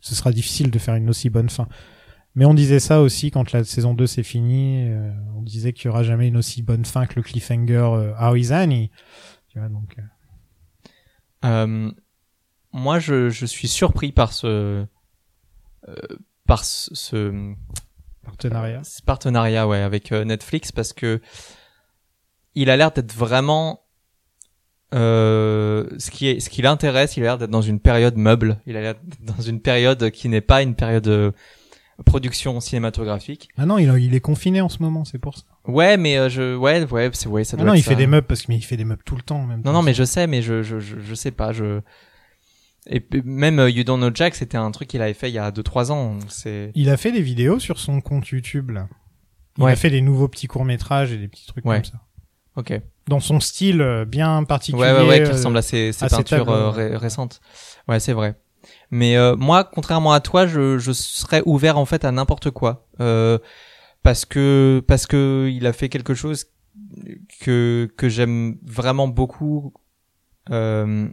Ce sera difficile de faire une aussi bonne fin. Mais on disait ça aussi quand la saison 2 s'est finie. euh, on disait qu'il y aura jamais une aussi bonne fin que le cliffhanger euh, How is Annie Tu vois, donc, euh,
Euh, moi, je, je suis surpris par ce euh, par ce, ce
partenariat.
ce partenariat ouais avec euh, Netflix parce que il a l'air d'être vraiment euh, ce qui est ce qui l'intéresse. Il a l'air d'être dans une période meuble. Il a l'air d'être dans une période qui n'est pas une période de production cinématographique.
Ah non, il, il est confiné en ce moment, c'est pour ça.
Ouais, mais euh, je ouais ouais c'est ouais ça
Ah
doit
non,
être
il
ça. hein.
fait des meubles parce que mais il fait des meubles tout le temps en même.
Non,
temps.
non, mais je sais, mais je, je, je, je sais pas, je. Et puis, même euh, You Don't Know Jack, c'était un truc qu'il avait fait il y a 2-3 ans. donc C'est.
il a fait des vidéos sur son compte YouTube là. Il
Ouais.
a fait des nouveaux petits courts métrages et des petits trucs
Ouais.
comme ça.
Ok. Ouais,
Dans son style euh, bien particulier.
ouais, ouais, qui
euh,
ressemble à ses, ses
à ses
peintures
tableaux,
euh,
ouais.
ré- récentes. Ouais, c'est vrai. Mais euh, moi, contrairement à toi, je, je serais ouvert en fait à n'importe quoi. Euh, parce que parce que il a fait quelque chose que que j'aime vraiment beaucoup euh,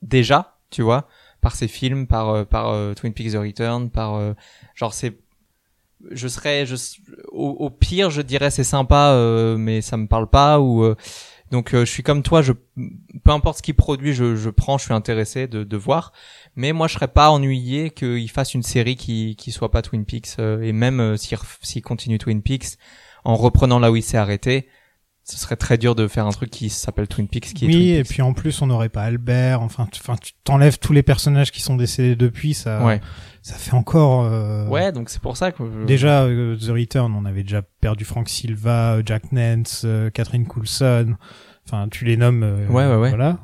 déjà, tu vois, par ses films, par euh, par euh, Twin Peaks The Return, par euh, genre c'est je serais je s- au, au pire je dirais c'est sympa euh, mais ça me parle pas ou euh, donc euh, je suis comme toi je peu importe ce qu'il produit je, je prends je suis intéressé de, de voir mais moi je serais pas ennuyé qu'il fasse une série qui qui soit pas Twin Peaks euh, et même euh, s'il ref- s'il continue Twin Peaks en reprenant là où il s'est arrêté ce serait très dur de faire un truc qui s'appelle Twin Peaks qui est
oui,
Twin
et
Peaks.
puis en plus on n'aurait pas Albert. Enfin, tu- enfin, tu t'enlèves tous les personnages qui sont décédés depuis, ça,
ouais
ça fait encore. euh,
ouais donc c'est pour ça que je-
Déjà, euh, The Return, on avait déjà perdu Frank Silva, euh, Jack Nance, euh, Catherine Coulson. Enfin, tu les nommes. euh,
Ouais, ouais, ouais.
Voilà.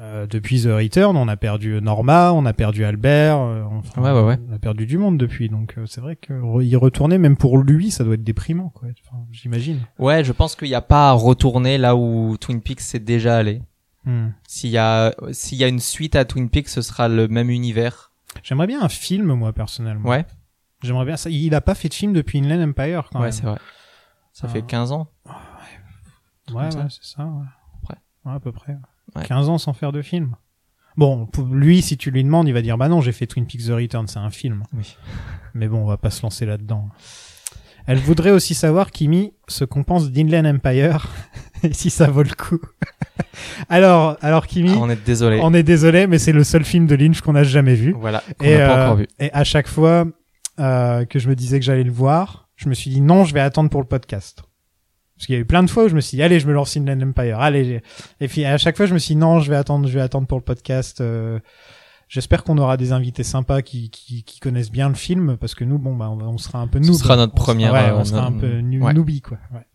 Euh, depuis The Return, on a perdu euh, Norma, on a perdu Albert. euh, enfin,
Ouais, ouais, ouais.
On a perdu du monde depuis. Donc, euh, c'est vrai que re- y retourner, même pour lui, ça doit être déprimant, quoi. Enfin, J'imagine.
ouais je pense qu'il n'y a pas à retourner là où Twin Peaks s'est déjà allé
Hmm.
S'il y a s'il y a une suite à Twin Peaks, ce sera le même univers.
J'aimerais bien un film, moi, personnellement.
Ouais.
J'aimerais bien ça. Il a pas fait de film depuis Inland Empire, quand
Ouais,
même.
c'est vrai. Ça
Ah.
fait 15 ans.
Ouais,
comme ça.
ouais, c'est ça. Ouais.
près.
Ouais, à peu près. ouais.
Ouais.
15 ans sans faire de film. Bon, pour lui, si tu lui demandes, il va dire bah non, j'ai fait Twin Peaks The Return, c'est un film.
Oui.
Mais bon, on va pas se lancer là-dedans. Elle voudrait aussi savoir, Kimi, ce qu'on pense d'Inland Empire et si ça vaut le coup. alors, alors Kimi,
Ah, on est désolé.
on est désolé, mais c'est le seul film de Lynch qu'on n'a jamais vu.
Voilà, qu'on
Et,
n'a pas
euh,
encore vu.
et à chaque fois euh, que je me disais que j'allais le voir, je me suis dit non, je vais attendre pour le podcast. Parce qu'il y a eu plein de fois où je me suis dit allez, je me lance Inland Empire, allez. j'ai- Et puis à chaque fois, je me suis dit non, je vais attendre, je vais attendre pour le podcast. euh, J'espère qu'on aura des invités sympas qui, qui, qui connaissent bien le film parce que nous, bon, bah, on, va- on sera un peu
Ce
noob.
sera notre
On
première,
ouais,
euh,
on sera un
notre-
peu nu-
ouais.
newbie, quoi. Ouais.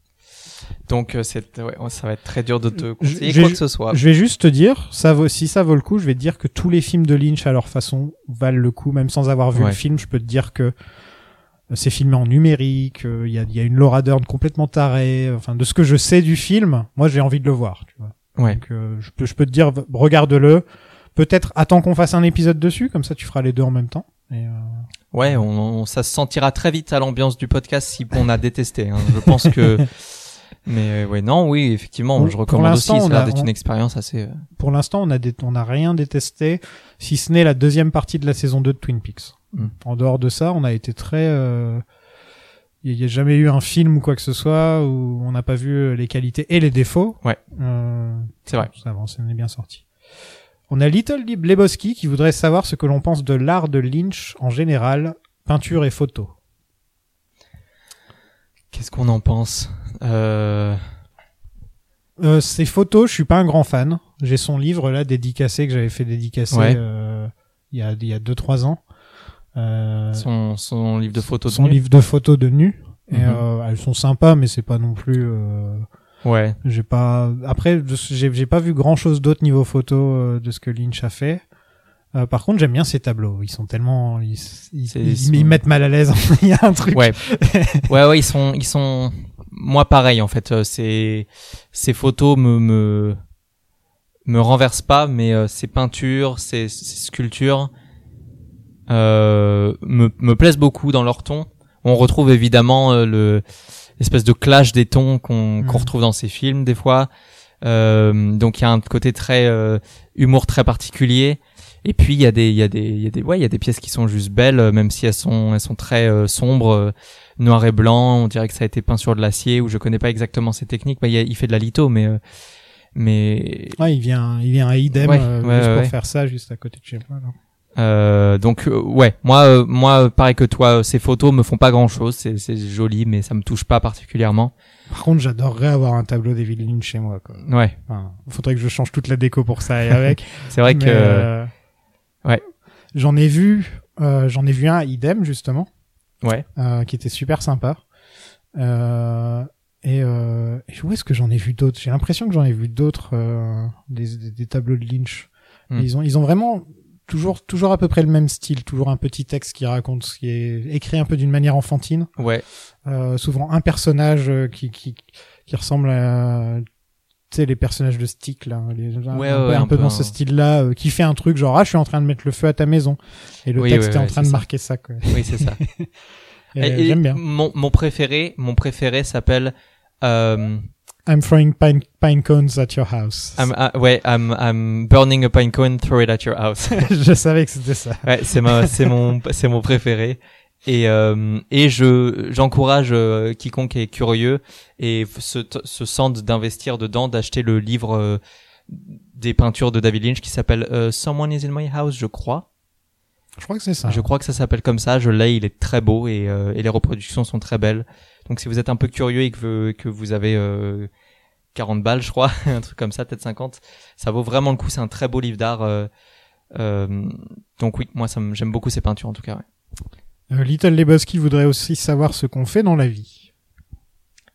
Donc euh, c'est ouais, on- ça va être très dur de te
Je-
conseiller
j'ai-
quoi que ce soit.
Je vais juste te dire, ça vaut, si ça vaut le coup, je vais te dire que tous les films de Lynch à leur façon valent le coup, même sans avoir vu
Ouais.
le film. Je peux te dire que euh, c'est filmé en numérique, euh, il y a, il y a une Laura Dern complètement tarée. Enfin, de ce que je sais du film, moi j'ai envie de le voir. Tu vois.
Ouais.
Donc, euh, je, peux, je peux te dire, v- regarde-le. Peut-être attends qu'on fasse un épisode dessus, comme ça tu feras les deux en même temps. Et, euh,
Ouais, on, on- ça se sentira très vite à l'ambiance du podcast si on a détesté. hein. Je pense que Mais euh, ouais, non, oui, effectivement,
Bon,
je
pour
recommande aussi.
l'instant,
Ça a
on
l'air
a-
d'être
on-
une expérience assez. euh,
Pour l'instant, on a dé- on n'a rien détesté, si ce n'est la deuxième partie de la saison 2 de Twin Peaks.
Mm.
En dehors de ça, on a été très. euh, Il n'y a jamais eu un film ou quoi que ce soit où on n'a pas vu euh, les qualités et les défauts.
Ouais.
Euh,
C'est vrai.
Ça avance, on est bien sorti. On a Little Lib- Lebowski qui voudrait savoir ce que l'on pense de l'art de Lynch en général, peinture et photo.
Qu'est-ce qu'on en pense euh...
Euh, ses photos, je suis pas un grand fan. J'ai son livre là dédicacé que j'avais fait dédicacer
Ouais.
euh, il y a il y a deux trois ans. Euh,
son, son livre de photos. de
son
nu.
livre de photos de nu. Et
Mhm.
euh, elles sont sympas, mais c'est pas non plus. euh,
Ouais.
j'ai pas. Après, de ce- j'ai j'ai pas vu grand chose d'autre niveau photo euh, de ce que Lynch a fait. Euh, par contre, j'aime bien ses tableaux. Ils sont tellement, ils, ils,
C'est-
ils-
ils sont-
ils mettent mal à l'aise. Il y a un truc.
Ouais. ouais, ouais, ils sont, ils sont. Moi, pareil, en fait. euh, Ces, ces photos me, me, me renversent pas, mais euh, ces peintures, ces, ces sculptures euh, me, me plaisent beaucoup dans leur ton. On retrouve évidemment euh, le l'espèce de clash des tons qu'on qu'on
Mhm.
retrouve dans ces films des fois. Euh, donc il y a un côté très euh, humour très particulier. Et puis il y a des il y a des il y a des ouais il y a des pièces qui sont juste belles euh, même si elles sont elles sont très euh, sombres euh, noir et blanc on dirait que ça a été peint sur de l'acier ou je connais pas exactement ces techniques bah, il, y a- il fait de la litho mais euh, mais
Ouais, il vient, il vient à idem
Ouais,
euh,
ouais,
juste
ouais,
pour
ouais.
faire ça, juste à côté de chez moi. là.
euh, donc euh, ouais moi euh, moi euh, pareil que toi euh, ces photos me font pas grand chose c'est c'est joli mais ça me touche pas particulièrement
Par contre, j'adorerais avoir un tableau David Lynch chez moi. Quoi.
ouais
Enfin, faudrait que je change toute la déco pour ça et avec.
c'est vrai que
Mais, euh,
ouais.
J'en ai vu, euh, j'en ai vu un à idem justement,
ouais
euh, qui était super sympa. Euh, et, euh, et où est-ce que j'en ai vu d'autres J'ai l'impression que j'en ai vu d'autres euh, des, des- des tableaux de Lynch.
Hmm.
Ils ont, ils ont vraiment toujours, toujours à peu près le même style, toujours un petit texte qui raconte, ce qui est écrit un peu d'une manière enfantine.
ouais
Euh, souvent un personnage euh, qui, qui, qui ressemble à tu sais les personnages de stick là les- un,
Ouais,
un peu,
ouais,
un
un
peu
peu,
dans
un-
ce style là qui fait un truc genre ah je suis en train de mettre le feu à ta maison et le
Oui,
texte
ouais,
est en
ouais,
train
c'est
de
ça.
marquer ça quoi
oui c'est ça
Et,
Et-
euh,
et
j'aime bien
Mon, mon préféré, mon préféré s'appelle euh,
I'm throwing pine, pine cones at your house
I'm, ah, ouais, I'm, I'm burning a pine cone, throw it at your house.
je savais que c'était ça
ouais, c'est ma, c'est mon, c'est mon préféré. Et euh, et je j'encourage euh, quiconque est curieux et se se sente d'investir dedans, d'acheter le livre euh, des peintures de David Lynch qui s'appelle euh, Someone is in my house, je crois.
je crois que c'est ça
Je crois que ça s'appelle comme ça. Je l'ai, il est très beau et, euh, et les reproductions sont très belles. Donc si vous êtes un peu curieux et que, que vous avez euh, 40 balles, je crois, un truc comme ça, peut-être 50, ça vaut vraiment le coup. C'est un très beau livre d'art. euh, euh, donc oui, moi ça me- j'aime beaucoup ces peintures en tout cas. Ouais.
Euh, Little Lebowski voudrait aussi savoir ce qu'on fait dans la vie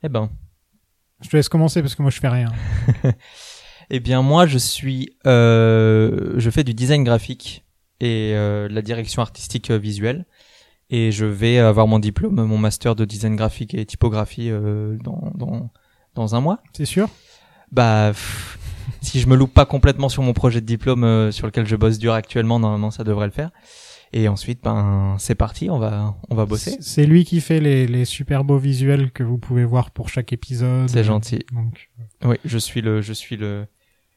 Eh ben,
je te laisse commencer parce que moi je fais rien
eh bien moi je suis, euh, je fais du design graphique et euh, de la direction artistique euh, visuelle. Et je vais avoir mon diplôme, mon master de design graphique et typographie euh, dans, dans, dans un mois.
c'est sûr
Bah, pff, si je me loupe pas complètement sur mon projet de diplôme euh, sur lequel je bosse dur actuellement, normalement ça devrait le faire. Et ensuite, ben, c'est parti, on va, on va bosser.
C'est- c'est lui qui fait les, les super beaux visuels que vous pouvez voir pour chaque épisode
C'est gentil.
donc
Oui, je suis le, je suis le,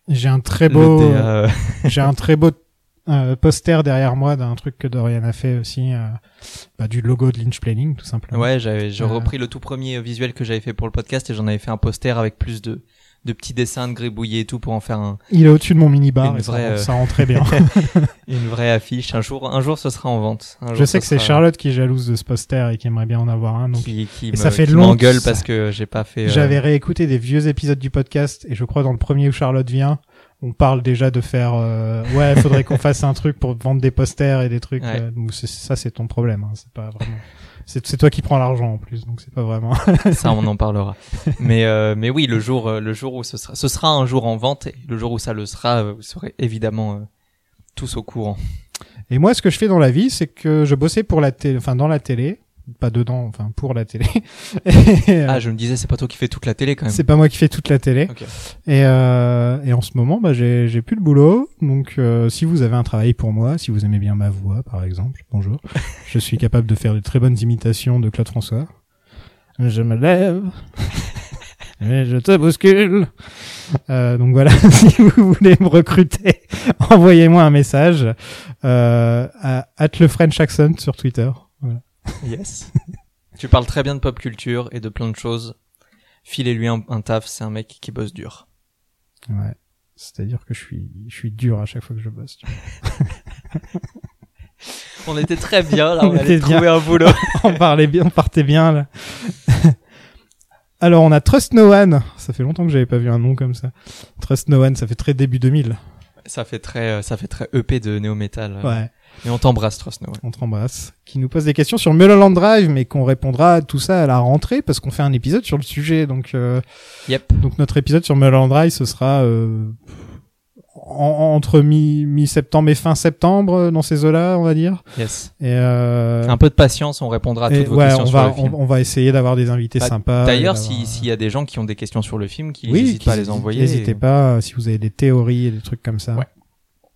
J'ai un très
le
beau,
DA, euh,
j'ai un très beau euh, poster derrière moi d'un truc que Dorian a fait aussi, euh, bah, du logo de Lynch Planning tout simplement.
Ouais, j'avais, j'ai
Euh.
repris le tout premier visuel que j'avais fait pour le podcast et j'en avais fait un poster avec plus de, de petits dessins de gribouillés et tout pour en faire un,
Il est au-dessus de mon mini bar,
Une
et ça,
vraie,
rend-
euh,
ça rend très bien.
une vraie affiche. Un jour, un jour, ce sera en vente. Un
Je
jour,
sais
ce
que c'est
sera-
Charlotte qui est jalouse de ce poster et qui aimerait bien en avoir un. Donc
qui, qui
Et
me-
ça fait
qui
longtemps-
m'engueule parce que j'ai pas fait. euh,
j'avais réécouté des vieux épisodes du podcast et je crois dans le premier où Charlotte vient, on parle déjà de faire. euh, ouais, faudrait qu'on fasse un truc pour vendre des posters et des trucs.
Ouais.
euh, donc c'est- ça, c'est ton problème. hein, c'est pas vraiment. C'est c'est toi qui prends l'argent en plus, donc c'est pas vraiment.
ça on en parlera mais euh, mais oui le jour euh, le jour où ce sera ce sera un jour en vente et le jour où ça le sera euh, vous serez évidemment euh, tous au courant
Et moi, ce que je fais dans la vie, c'est que je bossais pour la télé, enfin dans la télé, pas dedans, enfin pour la télé. Et, euh,
ah je me disais c'est pas toi qui fais toute la télé quand même
c'est pas moi qui fais toute la télé.
Ah Ok.
Et, euh, et en ce moment, bah, j'ai j'ai plus de boulot. Donc, euh, si vous avez un travail pour moi, si vous aimez bien ma voix, par exemple, bonjour, je suis capable de faire de très bonnes imitations de Claude François. Je me lève. Et je te bouscule. Euh, donc voilà, si vous voulez me recruter, envoyez-moi un message euh, à @lefrenchaccent sur Twitter. Voilà.
Yes. tu parles très bien de pop culture et de plein de choses. Filez-lui un, un taf, c'est un mec qui bosse dur.
Ouais. C'est-à-dire que je suis, je suis dur à chaque fois que je bosse. tu vois.
On était très bien là,
On
on, allait
était bien.
trouver un boulot.
on parlait bien, on partait bien là. Alors on a Trust No One. Ça fait longtemps que j'avais pas vu un nom comme ça. Trust No One, ça fait très début 2000.
ça fait très, euh, ça fait très EP de néo metal.
Ouais.
Et on t'embrasse, Trust No One.
on te rembrasse, qui nous pose des questions sur Mulholland Drive, mais qu'on répondra à tout ça à la rentrée parce qu'on fait un épisode sur le sujet. Donc, euh,
Yep.
donc notre épisode sur Mulholland Drive, ce sera euh, en- entre mi- mi-septembre et fin septembre euh, dans ces eaux-là, on va dire.
Yes.
Et, euh,
Un peu de patience, on répondra à
et
Ah, toutes vos
ouais,
questions
on
sur le
va
film.
on, on va essayer d'avoir des invités
Bah,
sympas.
D'ailleurs,
et
si- s'il
d'avoir-
y a des gens qui ont des questions sur le film, qui
Ah oui,
n'hésitent pas à les
qu'ils-
envoyer.
N'hésitez
Et
pas euh, si vous avez des théories et des trucs comme ça.
Ouais.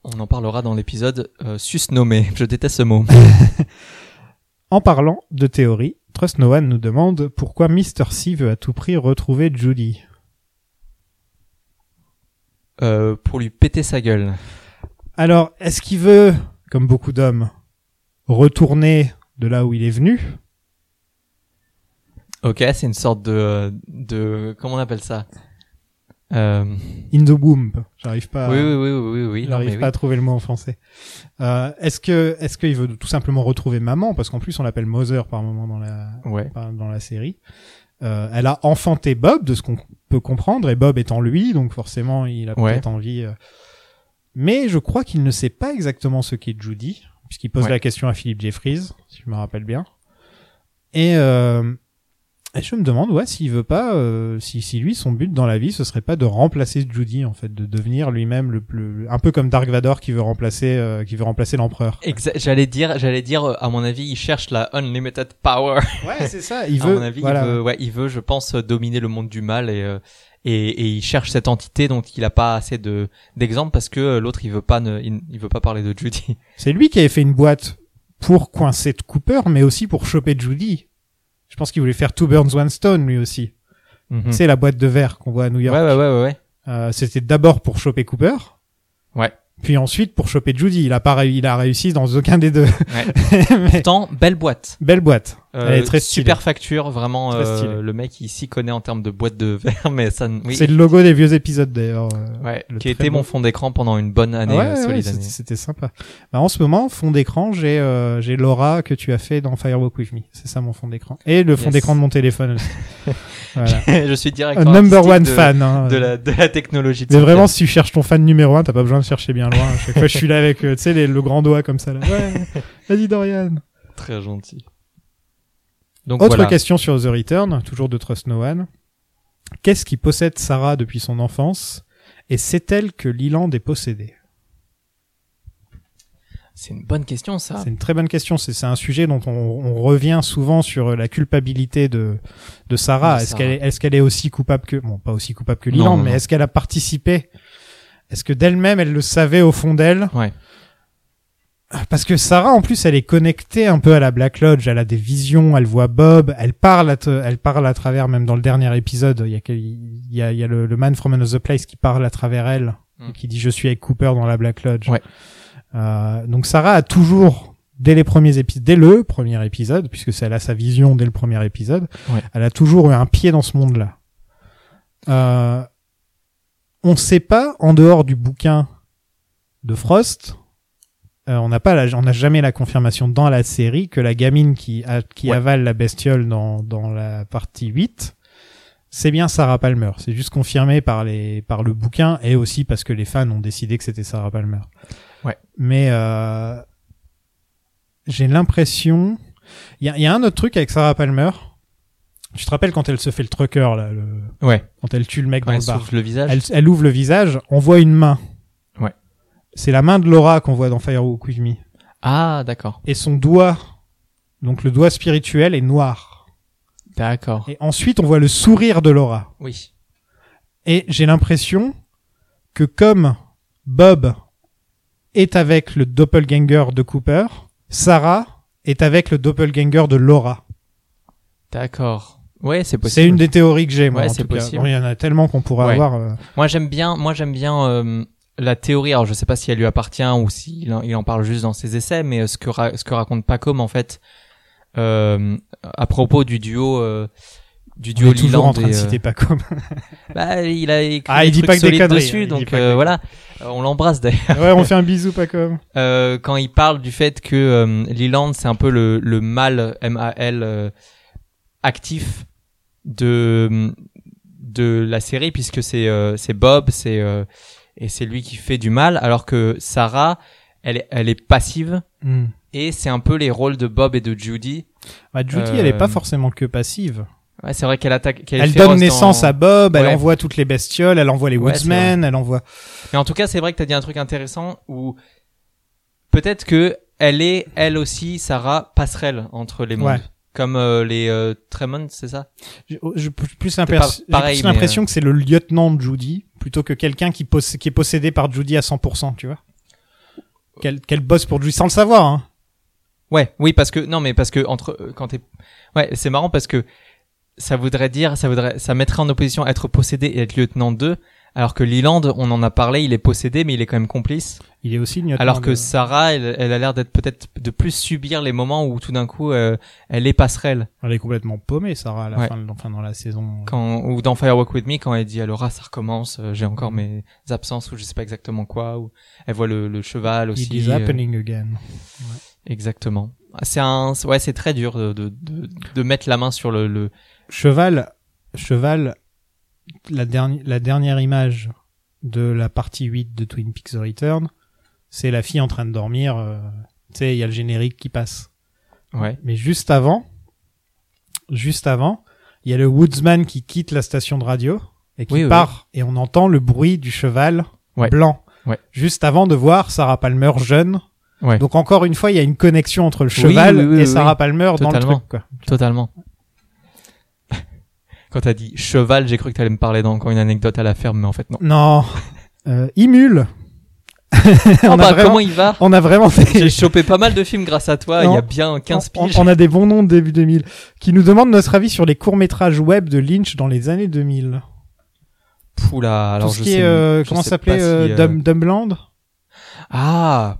On en parlera dans l'épisode euh, susnommé. Je déteste ce mot.
En parlant de théorie, Trust No One nous demande pourquoi Mr. C veut à tout prix retrouver Judy.
Euh, pour lui péter sa gueule.
Alors, est-ce qu'il veut, comme beaucoup d'hommes, retourner de là où il est venu
Ok, c'est une sorte de, euh, de comment on appelle ça euh,
In the womb. J'arrive pas,
Oui, oui, oui, oui, oui. oui, non,
j'arrive
mais
Euh, pas à
oui.
trouver le mot en français. Euh, est-ce que, est-ce qu'il veut tout simplement retrouver maman Parce qu'en plus, on l'appelle Mother par moment dans la,
Ouais.
par- dans la série. Euh, elle a enfanté Bob, de ce qu'on peut comprendre, et Bob est en lui, donc forcément, il a
Ouais.
peut-être envie. euh. Mais je crois qu'il ne sait pas exactement ce qu'est Judy, puisqu'il pose
Ouais.
la question à Philippe Jeffries, si je me rappelle bien. Et, euh, et je me demande, ouais, s'il veut pas, euh, si, si lui, son but dans la vie, ce serait pas de remplacer Judy, en fait, de devenir lui-même le plus, un peu comme Dark Vador qui veut remplacer, euh, qui veut remplacer l'empereur.
Exa- J'allais dire, j'allais dire, euh, à mon avis, il cherche la unlimited power.
Ouais, c'est ça. Il
à
veut,
mon avis,
voilà.
il veut, ouais, il veut, je pense, euh, dominer le monde du mal et euh, et, et il cherche cette entité dont il a pas assez de d'exemples parce que euh, l'autre il veut pas, ne, il, il veut pas parler de Judy.
C'est lui qui avait fait une boîte pour coincer de Cooper, mais aussi pour choper Judy. Je pense qu'il voulait faire Two Burns One Stone lui aussi.
Mhm.
C'est la boîte de verre qu'on voit à New
Ouais,
York.
ouais, ouais, ouais, ouais.
Euh, C'était d'abord pour choper Cooper.
Ouais.
Puis ensuite pour choper Judy. Il a pas, ré- il a réussi dans aucun des deux. Mais
Pourtant, belle boîte.
belle boîte.
Euh,
Elle est très stylée.
super facture, vraiment.
Très
euh,
stylée.
le mec, il s'y connaît en termes de boîte de verre, mais ça, ne- oui,
C'est le logo des vieux épisodes d'ailleurs. euh,
Ouais,
le
qui
très
était
bon-
mon fond d'écran pendant une bonne année,
ouais,
euh,
ouais,
solide
c'était-
année.
c'était sympa. Bah, en ce moment, fond d'écran, j'ai euh, j'ai Laura que tu as fait dans Firewalk with Me. C'est ça mon fond d'écran. Et le fond
Yes.
d'écran de mon téléphone. aussi. voilà.
je suis direct
Un number one
de,
fan. hein.
de la de la technologie. de
Mais
cette
vraiment, si tu cherches ton fan numéro un, t'as pas besoin de chercher bien loin. À chaque fois, je suis là avec, euh, tu sais, les- le grand doigt comme ça. Là. Ouais. Vas-y, Dorian.
pièce. très gentil. Donc
Autre
voilà.
question sur The Return, toujours de Trust No One. Qu'est-ce qui possède Sarah depuis son enfance Et sait-elle que Leland est possédé
C'est une bonne question ça.
C'est une très bonne question. C'est c'est un sujet dont on, on revient souvent sur euh, la culpabilité de, de Sarah.
De
Est-ce
Sarah.
qu'elle est, est-ce qu'elle est aussi coupable que, bon, pas aussi coupable que
Non,
Leland,
non,
mais
non.
est-ce qu'elle a participé Est-ce que d'elle-même, elle le savait au fond d'elle
Ouais.
Parce que Sarah, en plus, elle est connectée un peu à la Black Lodge. Elle a des visions, elle voit Bob, elle parle à, te- elle parle à travers, même dans le dernier épisode, il y a, quel- il y a, il y a le, le man from another place qui parle à travers elle
Mm.
et qui dit je suis avec Cooper dans la Black Lodge.
Ouais.
Euh, donc Sarah a toujours, dès les premiers épisodes, dès le premier épisode, puisque c'est- elle a sa vision dès le premier épisode,
Ouais.
elle a toujours eu un pied dans ce monde-là. Euh, on ne sait pas, en dehors du bouquin de Frost, euh, on n'a pas, la- on n'a jamais la confirmation dans la série que la gamine qui, a- qui
Ouais.
avale la bestiole dans, dans la partie 8 c'est bien Sarah Palmer. C'est juste confirmé par les par le bouquin et aussi parce que les fans ont décidé que c'était Sarah Palmer.
Ouais.
Mais euh, j'ai l'impression il y a, il y a un autre truc avec Sarah Palmer. Tu te rappelles quand elle se fait le trucker là, le-
Ouais.
quand elle tue le mec
Quand
dans
elle
le bar.
souffle le visage.
Elle, elle ouvre le visage, on voit une main.
Ouais.
C'est la main de Laura qu'on voit dans Firewalk With Me.
Ah d'accord.
Et son doigt, donc le doigt spirituel est noir.
D'accord.
Et ensuite on voit le sourire de Laura.
Oui.
Et j'ai l'impression que comme Bob est avec le doppelganger de Cooper, Sarah est avec le doppelganger de Laura.
D'accord. Ouais, c'est possible.
C'est une des théories que j'ai, moi.
Ouais,
en
c'est
tout cas.
possible.
Bon, il y en a tellement qu'on pourrait
Ouais.
avoir. euh,
Moi j'aime bien, moi j'aime bien euh, la théorie. Alors je sais pas si elle lui appartient ou s'il en, il en parle juste dans ses essais, mais euh, ce que ra- ce que raconte Pacom en fait euh, à propos du duo euh, du
on
duo
est toujours
Leland
en train
et,
de
euh,
citer pas comme.
bah, il a écrit
Ah, il
des
dit
trucs
pas que des
solides
conneries, hein,
dessus,
il dit
donc
pas que
euh,
des
voilà, Euh, on l'embrasse d'ailleurs.
ouais, on fait un bisou pas comme.
Euh, quand il parle du fait que euh, Leland c'est un peu le le mal M A L euh, actif de de la série puisque c'est euh, c'est Bob, c'est euh, et c'est lui qui fait du mal alors que Sarah elle est, elle est passive et c'est un peu les rôles de Bob et de Judy.
Hmm. Bah, Judy,
Euh,
elle est pas forcément que passive.
Ouais, c'est vrai qu'elle attaque qu'elle est
Elle
féroce
donne naissance
dans-
à Bob, elle
Ouais.
envoie toutes les bestioles, elle envoie les
Ouais,
Woodsmen, elle envoie.
Mais en tout cas, c'est vrai que t'as dit un truc intéressant où peut-être que elle est, elle aussi, Sarah, passerelle entre les mondes.
Ouais.
Comme euh, les euh, Tremont, c'est ça
J'ai j'ai plus
pas
l'impression- j'ai
pareil,
plus
mais, euh.
l'impression que c'est le lieutenant de Judy plutôt que quelqu'un qui, possé- qui est possédé par Judy à 100%, tu vois. Qu'elle qu'elle bosse pour Judy sans le savoir, hein.
Ouais, oui, parce que non, mais parce que entre euh, quand t'es, ouais, c'est marrant parce que ça voudrait dire, ça voudrait, ça mettrait en opposition être possédé et être lieutenant 2, alors que Leland, on en a parlé, il est possédé, mais il est quand même complice.
Il est aussi le lieutenant.
Alors que
de-
Sarah, elle, elle a l'air d'être peut-être de plus subir les moments où tout d'un coup, euh, elle est passerelle.
Elle est complètement paumée, Sarah, à la
Ouais.
fin, de- enfin, dans la saison.
quand ou dans Firewalk with Me quand elle dit à Laura ça recommence euh, j'ai encore mes absences ou je sais pas exactement quoi ou elle voit le, le cheval aussi
It is
euh,
happening again.
exactement Ah, c'est un c'est- ouais c'est très dur de, de de de mettre la main sur le, le...
Cheval, cheval, la, dernière la dernière image de la partie 8 de Twin Peaks The Return, c'est la fille en train de dormir. euh, tu sais, il y a le générique qui passe.
ouais
Mais juste avant, juste avant, il y a le woodsman qui quitte la station de radio et qui
Oui, oui.
part. Et on entend le bruit du cheval
Ouais.
blanc.
Ouais.
Juste avant de voir Sarah Palmer jeune.
Ouais.
Donc encore une fois, il y a une connexion entre le
Oui,
cheval
oui, oui,
et
oui,
Sarah
oui.
Palmer dans le
Totalement.
truc. Quoi.
totalement quand t'as dit cheval j'ai cru que t'allais me parler d'encore une anecdote à la ferme mais en fait non
Non. Euh, Imule.
Ah
on, a
bah,
vraiment,
comment il va
on a vraiment
j'ai
des,
chopé pas mal de films grâce à toi il y
Non.
a bien 15
on,
piges
on a des bons noms de début 2000 qui nous demandent notre avis sur les courts-métrages web de Lynch dans les années 2000.
Poula, alors
Tout ce
je
qui
sais
est, euh,
je
comment
sais
s'appelait,
pas
euh,
si, euh,
Dumb- Dumbland
ah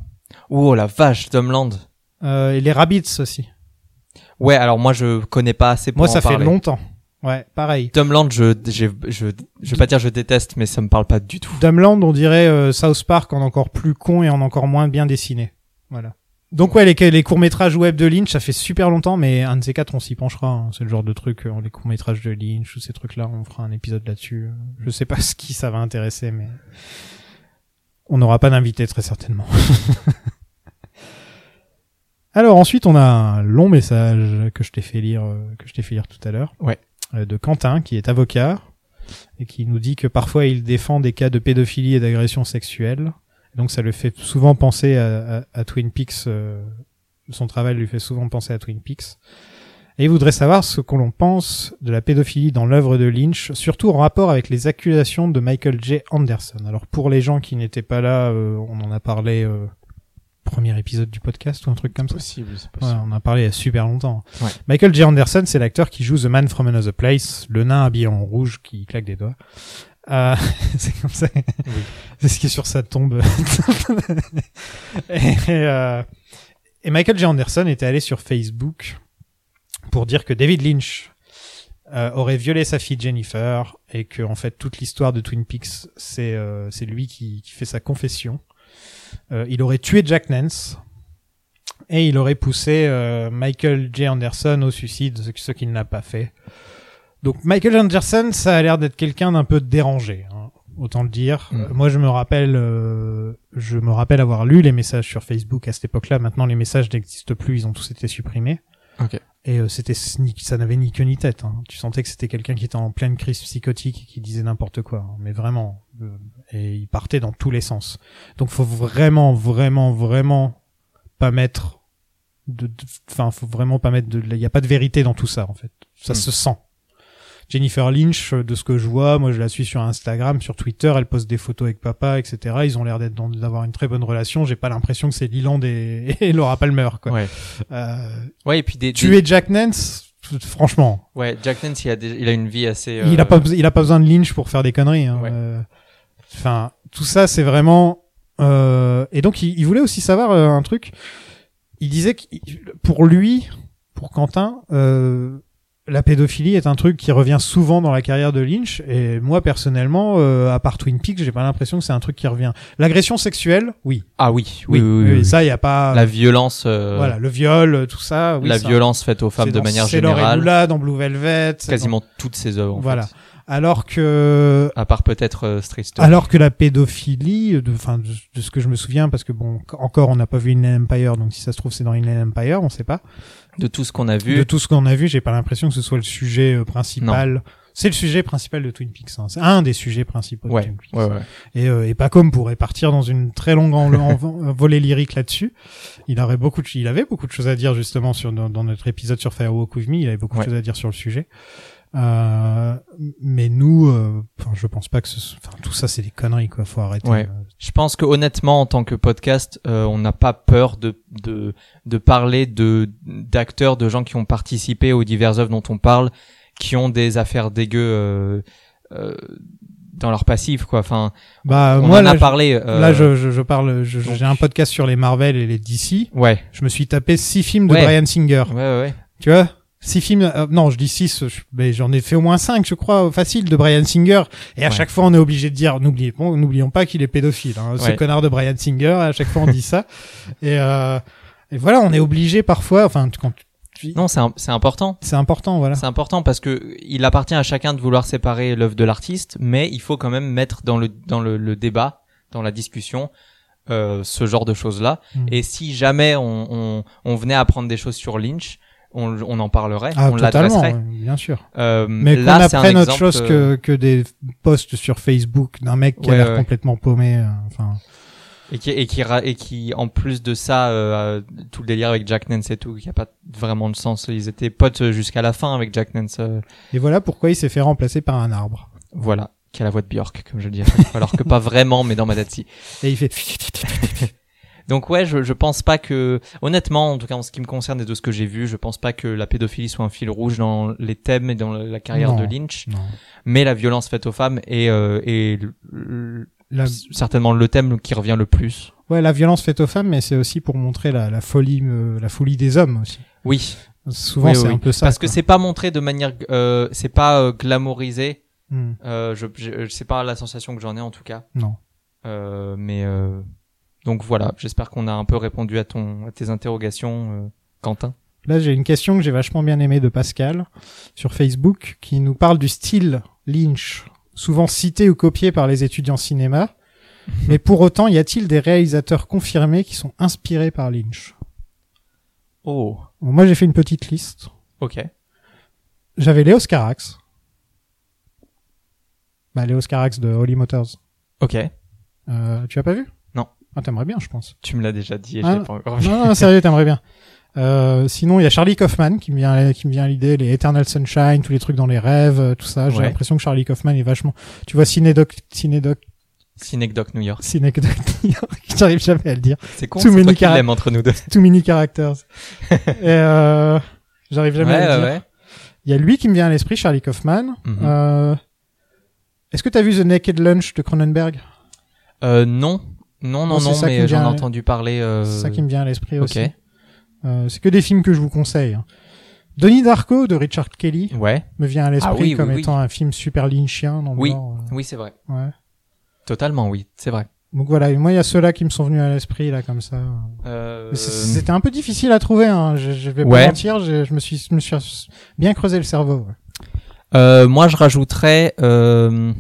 oh la vache Dumland
euh, et les Rabbits aussi.
Ouais, alors moi je connais pas assez pour
Moi,
en
ça fait
parler.
longtemps. Ouais, pareil.
Dumland, je, j'ai- je, je, vais pas dire je déteste, mais ça me parle pas du tout.
Dumbland, on dirait euh, South Park en encore plus con et en encore moins bien dessiné. Voilà. Donc ouais, les, les courts-métrages web de Lynch, ça fait super longtemps, mais un de ces quatre, on s'y penchera. hein. C'est le genre de truc, euh, les courts-métrages de Lynch ou ces trucs-là, on fera un épisode là-dessus. Je sais pas ce qui ça va intéresser, mais on n'aura pas d'invité très certainement. Alors ensuite, on a un long message que je t'ai fait lire, euh, que je t'ai fait lire tout à l'heure,
Ouais.
Euh, de Quentin, qui est avocat et qui nous dit que parfois il défend des cas de pédophilie et d'agression sexuelle. Donc ça le fait souvent penser à, à- à Twin Peaks. euh, son travail lui fait souvent penser à Twin Peaks. Et il voudrait savoir ce que l'on pense de la pédophilie dans l'œuvre de Lynch, surtout en rapport avec les accusations de Michael J. Anderson. Alors pour les gens qui n'étaient pas là, euh, on en a parlé euh, premier épisode du podcast ou un truc comme ça.
Possible, c'est
Ouais,
possible.
on en a parlé il y a super longtemps.
Ouais.
Michael J. Anderson, c'est l'acteur qui joue The Man from Another Place, le nain habillé en rouge qui claque des doigts. Euh, c'est comme ça. C'est ce qui est sur sa tombe. et, euh, et Michael J. Anderson était allé sur Facebook pour dire que David Lynch euh, aurait violé sa fille Jennifer et que en fait toute l'histoire de Twin Peaks, c'est euh, c'est lui qui, qui fait sa confession. Euh, il aurait tué Jack Nance et il aurait poussé euh, Michael J. Anderson au suicide, ce- ce qu'il n'a pas fait. Donc Michael J. Anderson, ça a l'air d'être quelqu'un d'un peu dérangé, hein, autant le dire.
Mm.
Euh, Moi, je me rappelle, euh, je me rappelle avoir lu les messages sur Facebook à cette époque-là. Maintenant, les messages n'existent plus, ils ont tous été supprimés.
Ok.
Et euh, c'était sneak- ça n'avait ni queue ni tête. hein. Tu sentais que c'était quelqu'un qui était en pleine crise psychotique et qui disait n'importe quoi, hein, mais vraiment. euh, et il partait dans tous les sens. Donc, faut vraiment, vraiment, vraiment pas mettre de de- enfin faut vraiment pas mettre de il y a pas de vérité dans tout ça en fait ça
Hmm.
se sent Jennifer Lynch euh, de ce que je vois moi je la suis sur Instagram sur Twitter elle poste des photos avec papa etc ils ont l'air d'être dans- d'avoir une très bonne relation j'ai pas l'impression que c'est Leland et, et Laura Palmer quoi
Ouais.
euh,
Ouais, et puis des, des-
tuer Jack Nance franchement,
Ouais, Jack Nance, il a, déjà- il a une vie assez.
il a
euh,
pas bes- il a pas besoin de Lynch pour faire des conneries. hein.
Ouais.
Euh, Enfin, tout ça c'est vraiment. euh, Et donc il, il voulait aussi savoir euh, un truc. Il disait que pour lui, pour Quentin, euh, la pédophilie est un truc qui revient souvent dans la carrière de Lynch. Et moi personnellement, euh, à part Twin Peaks, j'ai pas l'impression que c'est un truc qui revient. L'agression sexuelle, oui,
Ah oui,
oui,
oui, oui. oui, oui.
ça y a pas.
La violence. euh,
voilà, le viol, tout ça. oui,
la
ça.
violence faite aux femmes
C'est
de
dans
manière
Sailor et
générale.
Lula, dans Blue Velvet, c'est
Quasiment toutes ses œuvres.
dans-
en
Voilà.
fait.
Alors que
À part peut-être euh, Street Story.
alors que la pédophilie, de, enfin, de, de ce que je me souviens, parce que bon, c- encore on n'a pas vu Inland Empire, donc si ça se trouve c'est dans Inland Empire, on sait pas.
de tout ce qu'on a
De
vu.
tout ce qu'on a vu, j'ai pas l'impression que ce soit le sujet euh, principal. C'est le sujet principal de Twin Peaks. hein. C'est un des sujets principaux de
Ouais,
Twin Peaks.
ouais, ouais.
Et, euh, et Pacom pourrait partir dans une très longue en- en- volée lyrique là-dessus. Il aurait beaucoup, de, il avait beaucoup de choses à dire justement sur dans, dans notre épisode sur Firewalk with Me. Il avait beaucoup
Ouais.
de choses à dire sur le sujet. Euh, mais nous, euh, enfin, je pense pas que ce, soit- enfin, tout ça c'est des conneries quoi. Faut arrêter.
Ouais.
Euh,
Je pense que honnêtement, en tant que podcast, euh, on n'a pas peur de de de parler de d'acteurs, de gens qui ont participé aux diverses œuvres dont on parle, qui ont des affaires dégueu euh, euh, dans leur passif, quoi. Enfin,
Bah
on
moi
en
là,
a
je-
parlé. euh,
là je, je, je parle, je- je-
donc-
j'ai un podcast sur les Marvel et les DC.
Ouais,
Je me suis tapé six films de
Ouais.
Brian Singer.
ouais, ouais. ouais.
Tu vois Six films, euh, non, je dis six, je- mais j'en ai fait au moins cinq, je crois, euh, facile, de Brian Singer. Et à
Ouais.
chaque fois, on est obligé de dire, n'oubliez pas- n'oublions pas qu'il est pédophile, hein, ce
Ouais.
connard de Brian Singer. À chaque fois, on dit ça. Et, euh, et voilà, on est obligé parfois, enfin, tu- quand tu-
Non, c'est im- c'est important.
c'est important, voilà.
C'est important parce que il appartient à chacun de vouloir séparer l'œuvre de l'artiste, mais il faut quand même mettre dans le dans le, le débat, dans la discussion, euh, ce genre de choses là.
Mm.
Et si jamais on, on, on venait à apprendre des choses sur Lynch, on, on en parlerait,
Ah,
on
totalement,
l'adresserait.
ouais, bien sûr.
Euh,
Mais qu'on
là, c'est un
apprenne autre
exemple,
chose
euh,
que, que des posts sur Facebook d'un mec qui a
Ouais,
l'air
ouais.
complètement paumé, euh, enfin.
et qui et qui ra- et qui en plus de ça euh, euh, tout le délire avec Jack Nance et tout qui a pas vraiment de sens ils étaient potes euh, jusqu'à la fin avec Jack Nance euh,
Et voilà pourquoi il s'est fait remplacer par un arbre.
voilà qui a la voix de Bjork comme je le dis à chaque fois alors que pas vraiment mais dans ma tête si
Et il fait,
Donc ouais, je, je pense pas que, honnêtement, en tout cas en ce qui me concerne et de ce que j'ai vu, je pense pas que la pédophilie soit un fil rouge dans les thèmes et dans la carrière
Non.
de Lynch,
non.
mais la violence faite aux femmes est, euh, est le- le-
La-
certainement le thème qui revient le plus.
Ouais, la violence faite aux femmes, mais c'est aussi pour montrer la, la folie, euh, la folie des hommes aussi.
Oui,
Souvent,
Oui,
c'est
oui,
un peu ça.
parce que
quoi.
c'est pas montré de manière, euh, c'est pas euh, glamourisé.
Hmm,
Euh, je, je, c'est pas la sensation que j'en ai en tout cas.
non.
Euh, mais euh, donc voilà, j'espère qu'on a un peu répondu à ton, à tes interrogations, euh, Quentin.
Là, j'ai une question que j'ai vachement bien aimée de Pascal sur Facebook, qui nous parle du style Lynch, souvent cité ou copié par les étudiants cinéma. mais pour autant, y a-t-il des réalisateurs confirmés qui sont inspirés par Lynch
Oh,
Bon, Moi, j'ai fait une petite liste.
ok.
J'avais Léo Scarax. Bah, Léo Scarax de Holy Motors.
Ok,
Euh, tu as pas vu
Non.
Ah, t'aimerais bien, je pense.
tu me l'as déjà dit et
Ah,
je l'ai pas encore vu.
Non, non, sérieux, t'aimerais bien. Euh, sinon, il y a Charlie Kaufman qui me vient, à la- qui me vient à l'idée, les Eternal Sunshine, tous les trucs dans les rêves, euh, tout ça. J'ai
Ouais.
l'impression que Charlie Kaufman est vachement. Tu vois, Cinédoc, Cinédoc,
Synecdoche New York.
Cinédoc, j'arrive jamais à le dire.
C'est con,
Too
c'est
many
toi qui
carats-
l'aime entre nous deux.
Too many characters. Et, euh, j'arrive jamais à le dire. Il y a lui qui me vient à l'esprit, Charlie Kaufman.
Mhm.
Euh, est-ce que t'as vu The Naked Lunch de Cronenberg
Euh, non, non,
Non,
non,
c'est
non,
ça qui me
mais j'en ai
vient,
entendu parler. Euh...
C'est ça qui me vient à l'esprit
Ok,
aussi. Euh, c'est que des films que je vous conseille. hein. Denis Darko de Richard Kelly.
ouais,
me vient à l'esprit
Ah oui,
comme
oui, oui.
étant un film super lynchien. dans le
Oui.
genre, euh,
oui, c'est vrai.
ouais.
Totalement, oui, c'est vrai.
Donc voilà, et moi il y a ceux-là qui me sont venus à l'esprit là comme ça.
Euh...
Mais c'est- C'était un peu difficile à trouver, hein. je, je vais pas
Ouais.
mentir, je, je me suis, je me suis bien creusé le cerveau. ouais.
euh, moi, je rajouterais euh...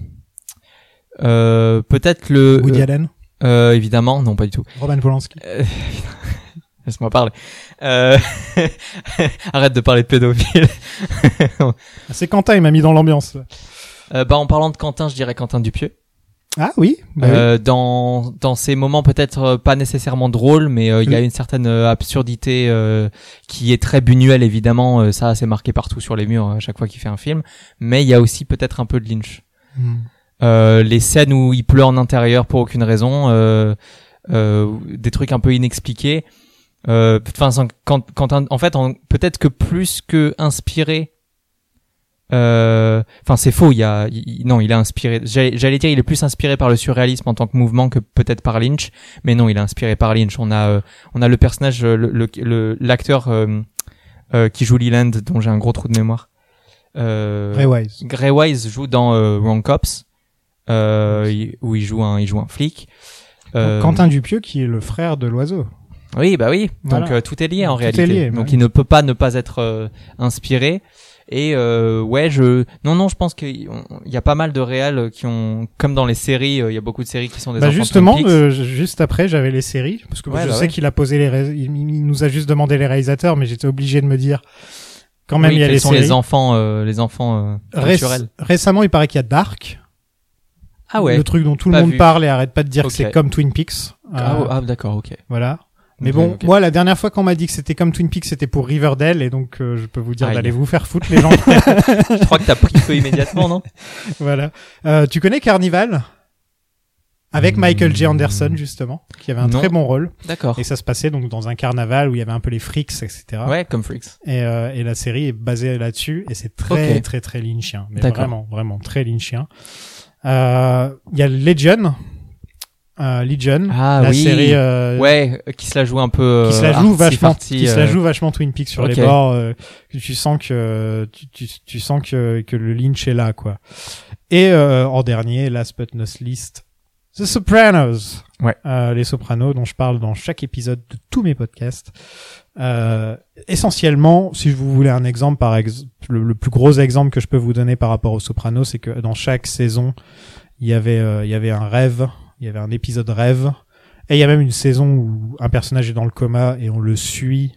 euh, peut-être le.
Woody Allen,
euh, euh, évidemment, non, pas du tout.
Roman Polanski.
Euh, Laisse-moi parler. Euh... Arrête de parler de pédophile.
Ah, C'est Quentin, il m'a mis dans l'ambiance. là.
euh, bah, en parlant de Quentin, je dirais Quentin Dupieux.
Ah oui, bah oui.
Euh, dans dans ces moments peut-être euh, pas nécessairement drôles mais euh, il
Mm.
y a une certaine euh, absurdité euh, qui est très Buñuel évidemment euh, ça c'est marqué partout sur les murs euh, à chaque fois qu'il fait un film mais il y a aussi peut-être un peu de Lynch
Hmm.
euh, les scènes où il pleut en intérieur pour aucune raison euh, euh, des trucs un peu inexpliqués Euh, enfin, sans- quand, quand un- en fait, en- peut-être que plus que inspiré. euh, Enfin, c'est faux. Il y a, il- il- non, il est inspiré. J'allais j'allais dire, il est plus inspiré par le surréalisme en tant que mouvement que peut-être par Lynch. Mais non, il est inspiré par Lynch. On a, euh, on a le personnage, euh, le- le- le- l'acteur euh, euh, qui joue Leland, dont j'ai un gros trou de mémoire. Euh,
Ray Wise.
Gray Wise joue dans euh, Wrong Cops, euh, il- où il joue un, il joue un flic. Euh,
Quentin Dupieux, qui est le frère de l'oiseau.
Oui, bah oui.
Voilà.
Donc euh, tout est lié en
Tout est
réalité.
lié, bah
Donc
oui.
il ne peut pas ne pas être euh, inspiré. Et euh, ouais, je non non, je pense qu'il y- on- il y a pas mal de réals euh, qui ont, comme dans les séries, euh, il y a beaucoup de séries qui sont des
Bah
enfants
justement,
Twin Peaks.
euh, j- juste après, j'avais les séries parce que
Ouais,
je
bah
sais
ouais.
qu'il a posé les, ré- il, il nous a juste demandé les réalisateurs, mais j'étais obligé de me dire quand même
Oui,
il y a
quels
les
sont
séries.
les enfants, euh, les enfants euh,
Réc-
culturels.
récemment, il paraît qu'il y a Dark,
Ah ouais.
le truc dont tout
Pas
le monde
vu.
parle et arrête pas de dire
Ok.
que c'est comme Twin Peaks.
Ah,
Euh,
ah, d'accord, ok.
Voilà. Mais
Ok,
bon,
ok.
moi, la dernière fois qu'on m'a dit que c'était comme Twin Peaks, c'était pour Riverdale, et donc euh, je peux vous dire
Aïe.
d'aller vous faire foutre, les gens.
je crois que t'as pris feu immédiatement, non
voilà. Euh, tu connais Carnival avec
Hmm.
Michael J. Anderson justement, qui avait un
Non.
très bon rôle,
D'accord.
et ça se passait donc dans un carnaval où il y avait un peu les frics, etc.
Ouais, comme Freaks.
Et, euh, et la série est basée là-dessus, et c'est très,
Ok.
très, très lynchien. Mais
D'accord.
vraiment, vraiment très lynchien. Euh, Il y a Legion, euh, Legion,
Ah
la
oui.
série euh,
Ouais, euh, qui se la joue un peu. euh,
qui se la joue
artsy-fartsy,
vachement, qui se la
euh,
joue vachement Twin Peaks sur
ok.
les bords. euh, que tu sens que tu, tu, tu sens que que le Lynch est là quoi. Et euh, en dernier, last but not least, The Sopranos.
Ouais.
Euh, les Sopranos dont je parle dans chaque épisode de tous mes podcasts. Euh, essentiellement, si vous voulez un exemple, par exemple, le, le plus gros exemple que je peux vous donner par rapport aux Sopranos, c'est que dans chaque saison, il y avait euh, il y avait un rêve, il y avait un épisode rêve, et il y a même une saison où un personnage est dans le coma et on le suit.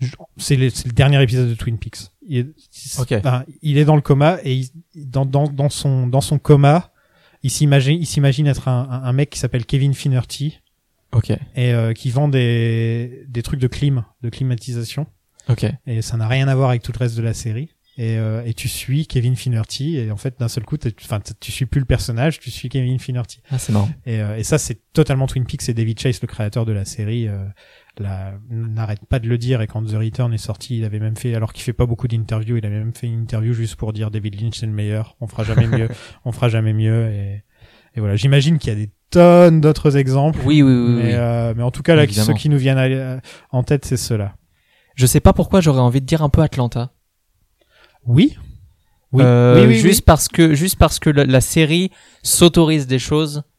Je- C'est le, c'est le dernier épisode de Twin Peaks. Il est, c'est-
Ok.
enfin, il est dans le coma et il- dans, dans, dans son dans son coma, il s'imagine il s'imagine être un, un, un mec qui s'appelle Kevin Finnerty
Ok,
et euh, qui vend des des trucs de clim, de climatisation
ok.
et ça n'a rien à voir avec tout le reste de la série. Et, euh, et tu suis Kevin Finnerty et en fait d'un seul coup, t'es- enfin t- tu suis plus le personnage, tu suis Kevin Finnerty.
Ah, c'est marrant.
Et, euh, et ça c'est totalement Twin Peaks et David Chase, le créateur de la série, euh, la- n'arrête pas de le dire. Et quand The Return est sorti, il avait même fait, alors qu'il fait pas beaucoup d'interviews, il avait même fait une interview juste pour dire David Lynch c'est le meilleur, on fera jamais mieux, on fera jamais mieux. Et, et voilà, j'imagine qu'il y a des tonnes d'autres exemples.
Oui, oui, oui.
mais,
oui.
euh, mais en tout cas là,
Évidemment.
ceux qui nous viennent à- euh, en tête, c'est ceux-là.
Je sais pas pourquoi j'aurais envie de dire un peu Atlanta.
Oui. Oui.
Euh,
oui, oui,
juste parce que juste parce que la, la série s'autorise des choses,
oui.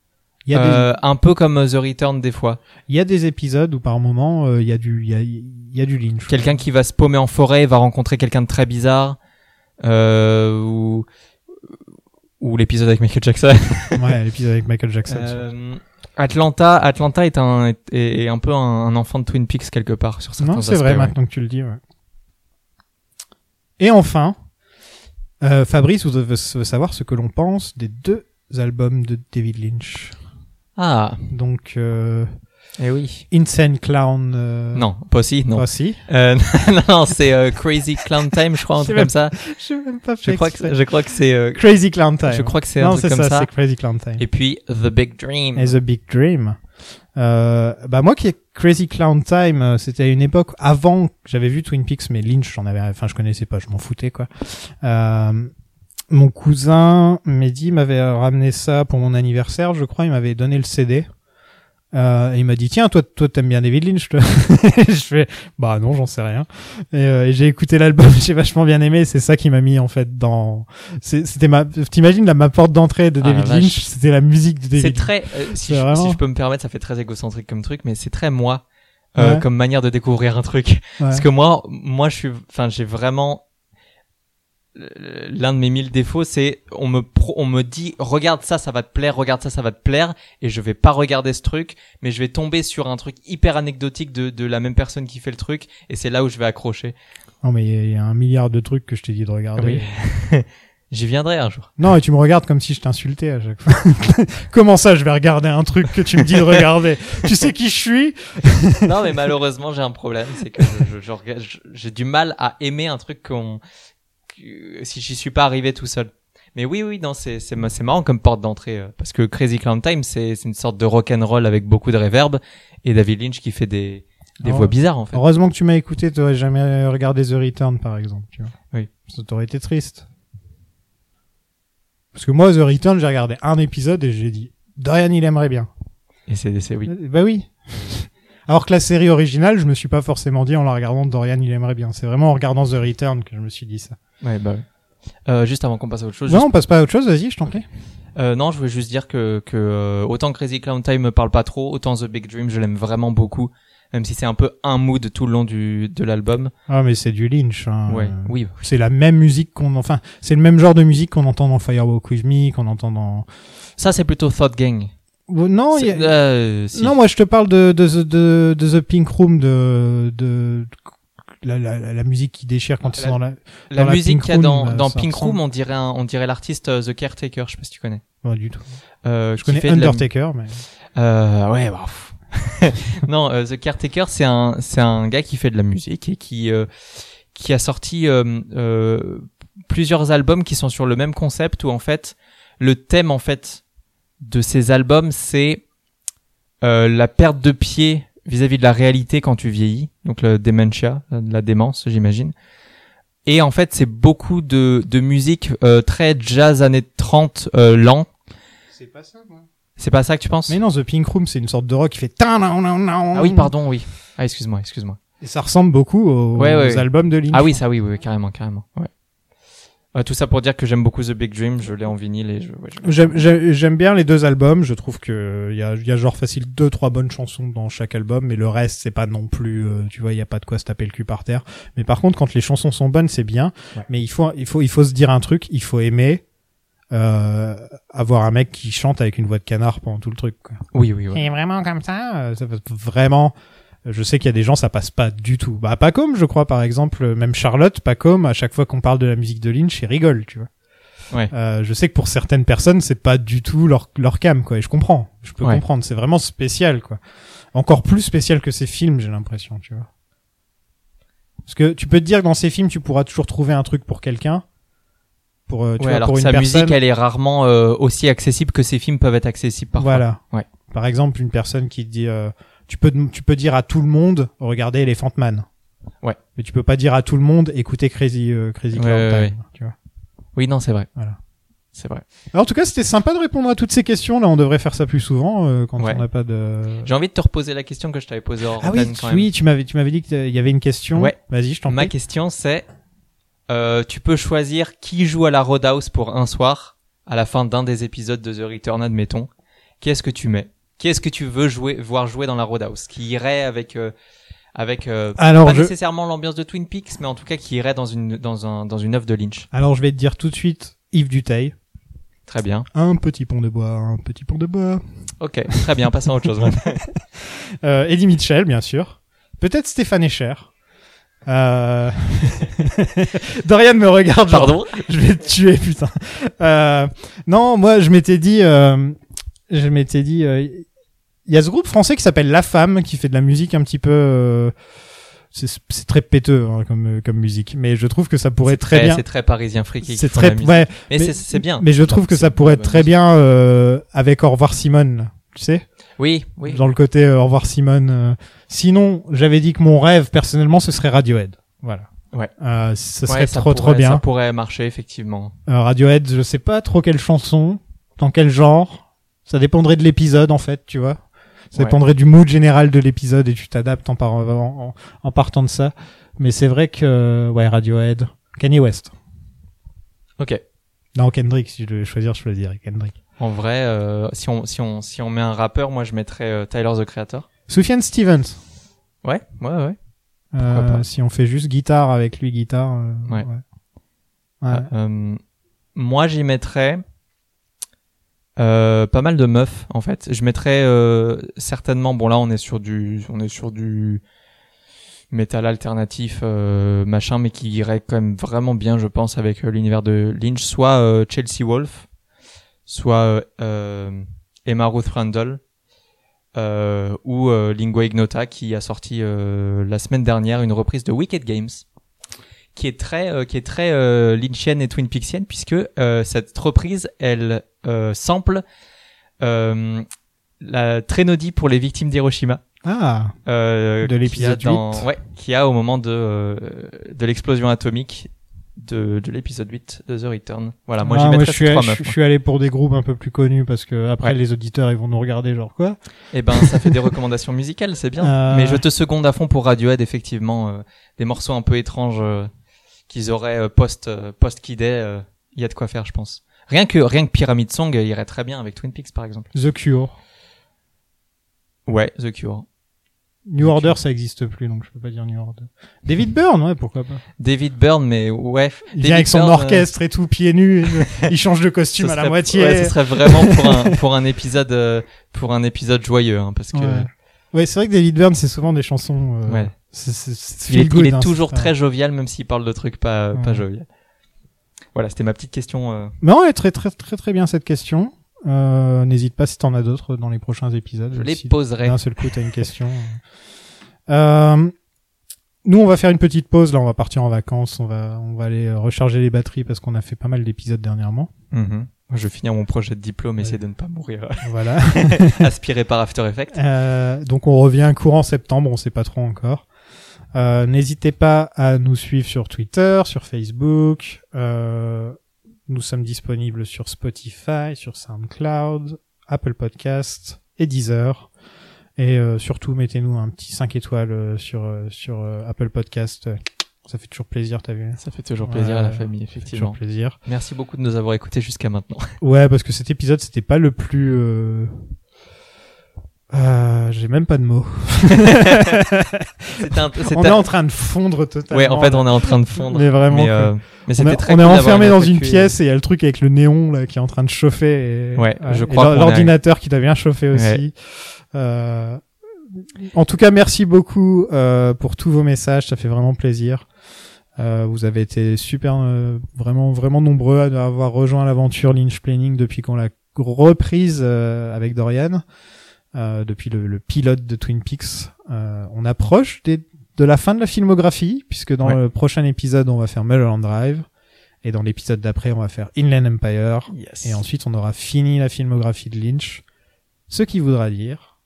Il y, a
euh, un peu comme The Return des fois.
des, il y a des épisodes où par moment euh, il y a du il y a, il y a du Lynch.
Quelqu'un qui va se paumer en forêt va rencontrer quelqu'un de très bizarre, euh, ou ou l'épisode avec Michael Jackson.
Ouais, l'épisode avec Michael Jackson.
Euh, Atlanta, Atlanta est un est, est un peu un, un enfant de Twin Peaks quelque part sur certains
non, c'est vrai
aspects, ouais.
maintenant que tu le dis. ouais. Et enfin, euh, Fabrice vous devez s- savoir ce que l'on pense des deux albums de David Lynch.
Ah,
Donc euh,
eh oui.
Insane Clown. euh,
Non, pas aussi, non.
toi, si.
Euh, non, non, c'est euh, Crazy Clown Time, je crois, un
Je sais
truc
même
comme ça.
Je n'ai même pas
Je
fait
crois
exprès.
que je crois que c'est euh,
Crazy Clown Time.
Je crois que c'est un
non,
truc
c'est
comme
ça,
ça.
c'est Crazy Clown Time.
Et puis The Big Dream.
Et The Big Dream. Euh, bah moi qui ai Crazy Clown Time, euh, c'était à une époque avant que j'avais vu Twin Peaks, mais Lynch, j'en avais, enfin je connaissais pas, je m'en foutais quoi. Euh, mon cousin Mehdi m'avait euh, ramené ça pour mon anniversaire, je crois, il m'avait donné le CD. Euh, et il m'a dit tiens toi toi t'aimes bien David Lynch toi je fais bah non j'en sais rien et, euh, et j'ai écouté l'album j'ai vachement bien aimé et c'est ça qui m'a mis en fait dans c'est- c'était ma t'imagines la ma porte d'entrée de
Ah, la
David
vache.
Lynch c'était la musique de David
C'est
Lynch.
très, euh, si,
C'est
je,
vraiment-
si je peux me permettre, ça fait très égocentrique comme truc, mais c'est très moi euh,
Ouais.
comme manière de découvrir un truc. Parce
Ouais.
que moi, moi, je suis, enfin, j'ai vraiment l'un de mes mille défauts, c'est on me pro- on me dit regarde ça, ça va te plaire, regarde ça, ça va te plaire, et je vais pas regarder ce truc, mais je vais tomber sur un truc hyper anecdotique de de la même personne qui fait le truc, et c'est là où je vais accrocher.
Non, mais il y a- il y, a un milliard de trucs que je t'ai dit de regarder.
Ah Oui. J'y viendrai un jour.
Non, et tu me regardes comme si je t'insultais à chaque fois. Comment ça, je vais regarder un truc que tu me dis de regarder Tu sais qui je suis
non, mais malheureusement, j'ai un problème, c'est que je- je- je regarde- je- j'ai du mal à aimer un truc qu'on, que- si j'y suis pas arrivé tout seul. Mais oui, oui, non, c'est c'est ma- c'est marrant comme porte d'entrée euh, parce que Crazy Clown Time, c'est c'est une sorte de rock and roll avec beaucoup de réverb et David Lynch qui fait des Des
Oh.
voix bizarres, en fait.
Heureusement que tu m'as écouté, tu jamais regardé The Return, par exemple. Tu vois.
Oui.
Ça t'aurait été triste. Parce que moi, The Return, j'ai regardé un épisode et j'ai dit, Dorian, il aimerait bien.
Et c'est, c'est oui.
Euh, Bah oui. Alors que la série originale, je me suis pas forcément dit en la regardant, Dorian, il aimerait bien. C'est vraiment en regardant The Return que je me suis dit ça.
Ouais, bah, ouais. Euh, juste avant qu'on passe à autre chose.
Non, on passe pas à autre chose, vas-y, je t'en prie.
juste- euh, non, je voulais juste dire que, que euh, autant Crazy Clown Time me parle pas trop, autant The Big Dream, je l'aime vraiment beaucoup. Même si c'est un peu un mood tout le long du, de l'album.
Ah, mais c'est du Lynch. hein.
Ouais. Oui.
C'est la même musique qu'on, enfin, c'est le même genre de musique qu'on entend dans Firewalk With Me, qu'on entend dans...
Ça, c'est plutôt Thought Gang.
Oh, Non, il y
C'est-
a-
euh, si.
Non, moi je te parle de de The- de, de The Pink Room, de de la, la, la- la musique qui déchire quand ils sont dans la.
Ah, la,
dans la
musique
Pink
qu'il y a dans,
Room, euh,
dans
ça
Pink
ressemble.
Room, on dirait, un- on dirait l'artiste euh, The Caretaker, je sais pas si tu connais.
Pas du tout.
Euh,
Je
qui
connais
fait de la-
Undertaker, mais
Euh, ouais, bah, pff. non, euh, The Caretaker, c'est un, c'est un gars qui fait de la musique et qui, euh, qui a sorti euh, euh, plusieurs albums qui sont sur le même concept où en fait, le thème en fait de ces albums, c'est euh, la perte de pied vis-à-vis de la réalité quand tu vieillis, donc le dementia, la démence, j'imagine. Et en fait, c'est beaucoup de, de musique euh, très jazz années 30 euh, lent.
c'est pas ça. Moi.
C'est pas ça que tu penses
Mais non, The Pink Room, c'est une sorte de rock qui fait. Ah
Ah oui, pardon, oui. Ah, excuse-moi, excuse-moi.
Et ça ressemble beaucoup aux,
Ouais,
aux
ouais, ouais.
albums de Lynch.
Ah oui, ça, oui, oui, oui, carrément, carrément. Ouais. Euh, tout ça pour dire que j'aime beaucoup The Big Dream, je l'ai en vinyle et je. ouais, je-
J'aime- J'aime j'aime bien les deux albums. Je trouve que il y a, il y a genre facile deux trois bonnes chansons dans chaque album, mais le reste c'est pas non plus. euh, tu vois, il y a pas de quoi se taper le cul par terre. Mais par contre, quand les chansons sont bonnes, c'est bien.
Ouais.
Mais il faut il faut il faut se dire un truc. Il faut aimer euh, avoir un mec qui chante avec une voix de canard pendant tout le truc. Quoi.
Oui, oui, oui.
Et vraiment comme ça, euh, ça passe vraiment. Je sais qu'il y a des gens, ça passe pas du tout. Bah, Pacôme, je crois, par exemple, euh, même Charlotte, Pacôme, à chaque fois qu'on parle de la musique de Lynch, elle rigole, tu vois.
Ouais.
Euh, je sais que pour certaines personnes, c'est pas du tout leur, leur cam, quoi. Et je comprends. Je peux
Ouais.
comprendre. C'est vraiment spécial, quoi. Encore plus spécial que ces films, j'ai l'impression, tu vois. Parce que tu peux te dire que dans ces films, tu pourras toujours trouver un truc pour quelqu'un. Pour, euh, tu
Ouais,
vois,
alors
pour
que
une
sa
personne.
musique, elle est rarement euh, aussi accessible que ses films peuvent être accessibles parfois.
Voilà.
Ouais.
Par exemple, une personne qui dit, euh, tu peux tu peux dire à tout le monde, regardez Elephant Man.
Ouais.
Mais tu peux pas dire à tout le monde, écoutez Crazy euh, Crazy
Ouais,
Clown
ouais,
Time,
ouais.
tu vois.
Oui, non, c'est vrai.
Voilà.
C'est vrai.
Alors, en tout cas, c'était sympa de répondre à toutes ces questions. Là, on devrait faire ça plus souvent euh, quand
Ouais.
on n'a pas de.
J'ai envie de te reposer la question que je t'avais posée hors
Ah oui,
antenne,
tu-
quand même.
oui, tu m'avais tu m'avais dit qu'il y avait une question.
Ouais.
Vas-y, je t'en
Ma
prie.
question, c'est euh, tu peux choisir qui joue à la Roadhouse pour un soir, à la fin d'un des épisodes de The Return, admettons. Qu'est-ce que tu mets Qu'est-ce que tu veux jouer, voir jouer dans la Roadhouse Qui irait avec. euh, avec euh,
Ah, Alors
pas
je
nécessairement l'ambiance de Twin Peaks, mais en tout cas qui irait dans une, dans un, dans une œuvre de Lynch.
alors je vais te dire tout de suite, Yves Duteil,
Très bien.
un petit pont de bois, un petit pont de bois.
Ok, très bien, passons à autre chose. maintenant.
Euh, Eddie Mitchell, bien sûr. Peut-être Stéphane Escher. Euh... Dorian me regarde. genre,
Pardon
je vais te tuer, putain. Euh, non, moi, je m'étais dit, euh, je m'étais dit, euh, il y a ce groupe français qui s'appelle La Femme, qui fait de la musique un petit peu, euh, c'est c'est très péteux hein, comme comme musique, mais je trouve que ça pourrait très,
Ouais,
bien.
Eh, C'est très parisien fric.
C'est très, ouais,
mais
mais-
c'est- c'est bien.
mais je trouve que
C'est
ça pourrait
une
très
bonne
bien euh, avec Au revoir Simone, là, tu sais
Oui, oui.
dans le côté euh, au revoir Simone. euh. sinon, j'avais dit que mon rêve personnellement ce serait Radiohead. Voilà.
Ouais.
Euh, ça serait
Ouais,
trop
pourrait,
trop
Ça
bien.
pourrait marcher effectivement.
Euh, Radiohead, je sais pas trop quelle chanson, dans quel genre. Ça dépendrait de l'épisode en fait, tu vois. Ça
Ouais.
dépendrait du mood général de l'épisode et tu t'adaptes en, par- en, en- en partant de ça. Mais c'est vrai que euh, ouais Radiohead, Kanye West.
Ok.
Non Kendrick, si je devais choisir, je choisirais Kendrick.
En vrai, euh, si on si on si on met un rappeur, moi je mettrais euh, Tyler the Creator.
Soufiane Stevens.
Ouais, ouais, ouais.
Euh,
Pourquoi pas.
si on fait juste guitare avec lui guitare. euh,
Ouais.
Ouais.
Euh, moi, j'y mettrais euh, pas mal de meufs en fait. Je mettrais euh, certainement. Bon, là, on est sur du, on est sur du métal alternatif euh, machin, mais qui irait quand même vraiment bien, je pense, avec euh, l'univers de Lynch. Soit euh, Chelsea Wolf, soit euh, euh, Emma Ruth Randall. euh, ou euh, Lingua Ignota qui a sorti euh, la semaine dernière une reprise de Wicked Games qui est très euh, qui est très euh, Lynchienne et Twin Peaksienne puisque euh, cette reprise elle euh, sample euh, la Trénodie pour les victimes d'Hiroshima
Ah,
euh,
De
qu'il
l'épisode
y a dans-
8.
ouais, qui a au moment de euh, de l'explosion atomique de, de l'épisode 8 de The Return. Voilà, Bah, moi
Ah,
j'y
je
mettrais
suis,
3
je,
meufs.
je suis allé pour des groupes un peu plus connus parce que après
Ouais.
les auditeurs ils vont nous regarder genre quoi.
Eh ben, ça fait des recommandations musicales, c'est bien.
Euh.
Mais je te seconde à fond pour Radiohead, effectivement, euh, des morceaux un peu étranges euh, qu'ils auraient euh, post euh, post Kid Day, euh, il y a de quoi faire, je pense. Rien que rien que Pyramid Song euh, irait très bien avec Twin Peaks, par exemple.
The Cure,
Ouais, The Cure.
New Order ça existe plus donc je peux pas dire New Order. David Byrne ouais pourquoi pas.
David Byrne, mais ouais.
Il vient avec son
Byrne, euh,
orchestre et tout pieds nus, et il change de
ce
costume à la
serait-
moitié.
Ouais, ce serait vraiment pour un pour un épisode euh, pour un épisode joyeux, hein, parce que
Ouais. Ouais, c'est vrai que David Byrne, c'est souvent des chansons. euh,
Ouais.
c'est- c'est- c'est
il est,
feel good,
il est
hein,
toujours
c'est pas-
très jovial, même s'il parle de trucs pas pas
Ouais.
jovial. Voilà, c'était ma petite question. euh,
Mais ouais, très, très, très, très bien cette question. Euh, N'hésite pas si t'en as d'autres dans les prochains épisodes.
je les
Si
poserai.
D'un seul coup, t'as une question. Euh, nous, on va faire une petite pause. Là, on va partir en vacances. On va, on va aller euh, recharger les batteries parce qu'on a fait pas mal d'épisodes dernièrement.
Mhm. Je vais finir mon projet de diplôme et
Ouais.
essayer de ne pas mourir
Voilà.
aspiré par After Effects.
Euh, donc on revient courant septembre, on sait pas trop encore. Euh, N'hésitez pas à nous suivre sur Twitter, sur Facebook. Euh, nous sommes disponibles sur Spotify, sur SoundCloud, Apple Podcast et Deezer. Et euh, surtout, mettez-nous un petit 5 étoiles euh, sur, euh, sur euh, Apple Podcast. Ça fait toujours plaisir, t'as vu
Ça fait toujours plaisir à la
Ouais,
famille,
Ça fait toujours
effectivement.
plaisir.
Merci beaucoup de nous avoir écoutés jusqu'à maintenant.
Ouais, parce que cet épisode, c'était pas le plus... euh, euh, J'ai même pas de mots.
C'était un- c'était
on est
un-
en train de fondre totalement.
Ouais, en fait, on est en train de fondre.
Mais vraiment,
Mais,
quoi.
euh,
on,
mais c'était
est-
très
on
cool
est
d'avoir
enfermé dans une
vécu, euh,
pièce et il y a le truc avec le néon là qui est en train de chauffer. Et, euh,
Ouais, je
et
crois
l'or-
qu'on est
l'ordinateur qui devient chauffé aussi. Euh, en tout cas, merci beaucoup euh, pour tous vos messages, ça fait vraiment plaisir. Euh, vous avez été super, euh, vraiment, vraiment nombreux à avoir rejoint l'aventure Lynch Planning depuis qu'on l'a reprise euh, avec Dorian, euh, depuis le, le pilote de Twin Peaks. Euh, on approche des, de la fin de la filmographie, puisque dans
Ouais.
le prochain épisode, on va faire Mulholland Drive, et dans l'épisode d'après, on va faire Inland Empire,
Yes.
et ensuite, on aura fini la filmographie de Lynch, ce qui voudra dire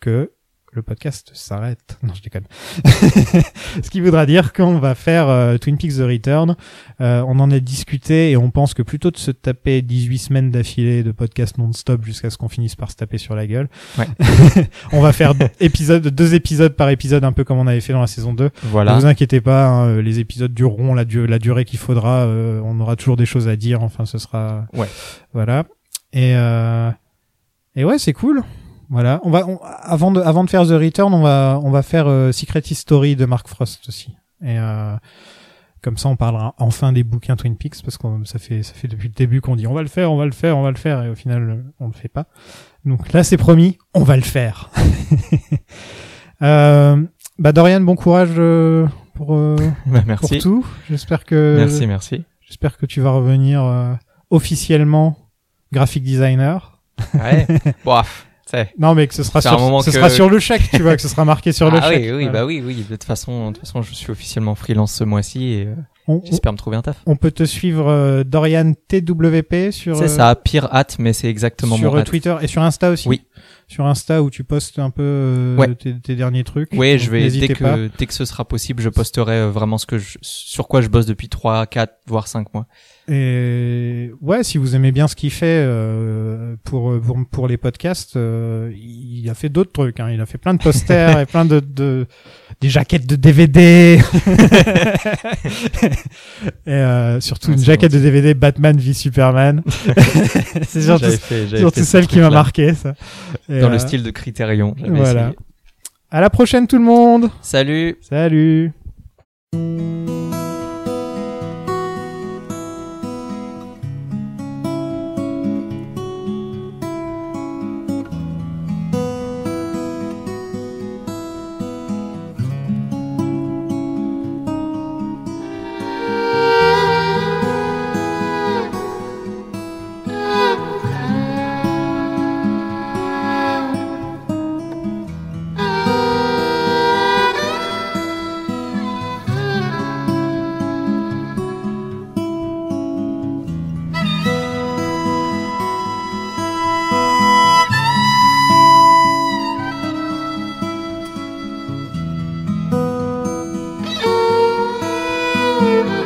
que le podcast s'arrête. Non, je déconne. ce qui voudra dire qu'on va faire euh, Twin Peaks The Return. Euh, on en a discuté et on pense que plutôt de se taper 18 semaines d'affilée de podcasts non-stop jusqu'à ce qu'on finisse par se taper sur la gueule,
Ouais.
on va faire épisode, deux épisodes par épisode, un peu comme on avait fait dans la saison 2. Ne
Voilà.
vous inquiétez pas, hein, euh, les épisodes dureront la, du- la durée qu'il faudra. euh, on aura toujours des choses à dire. Enfin, ce sera.
Ouais.
Voilà. Et euh, et ouais, c'est cool. Voilà. On va on- avant de avant de faire The Return, on va on va faire euh, Secret History de Mark Frost aussi. Et euh, comme ça, on parlera enfin des bouquins Twin Peaks parce que ça fait ça fait depuis le début qu'on dit on va le faire, on va le faire, on va le faire et au final euh, on le fait pas. Donc là, c'est promis, on va le faire. euh, bah Dorian, bon courage euh, pour, euh,
Bah,
pour
merci.
tout. euh, J'espère que
Merci, merci.
j'espère que tu vas revenir euh, officiellement graphic designer.
Ouais. Boaf. C'est
Non mais que ce sera
C'est un moment
sur, ce
que-
sera sur le chèque, tu vois, que ce sera marqué sur le
ah
chèque.
oui, oui,
Voilà.
bah oui, oui. De toute façon, de toute façon, je suis officiellement freelance ce mois-ci et euh,
On, on-
j'espère me trouver un taf.
on peut te suivre euh, Dorian TWP sur
C'est
euh,
ça, pire hâte, mais c'est exactement
sur
mon
euh,
hâte.
Twitter et sur Insta aussi.
Oui.
Sur Insta où tu postes un peu euh,
Ouais.
tes, tes derniers trucs.
Ouais,
Donc,
je vais
n'hésitez
dès
pas.
que dès que ce sera possible, je posterai euh, vraiment ce que je, sur quoi je bosse depuis 3, 4 voire 5 mois.
Et ouais, si vous aimez bien ce qu'il fait euh, pour, pour pour les podcasts, euh, il a fait d'autres trucs. Hein. Il a fait plein de posters et plein de, de des jaquettes de DVD. et euh, surtout
Ouais,
une
c'est
jaquette de DVD Batman v Superman. C'est surtout,
J'avais fait- j'avais
surtout
fait ce
celle qui m'a
truc-là
marqué ça. Et,
dans
euh,
le style de Criterion. j'avais
voilà.
essayé.
À la prochaine tout le monde.
Salut.
Salut.
Thank you. Bye.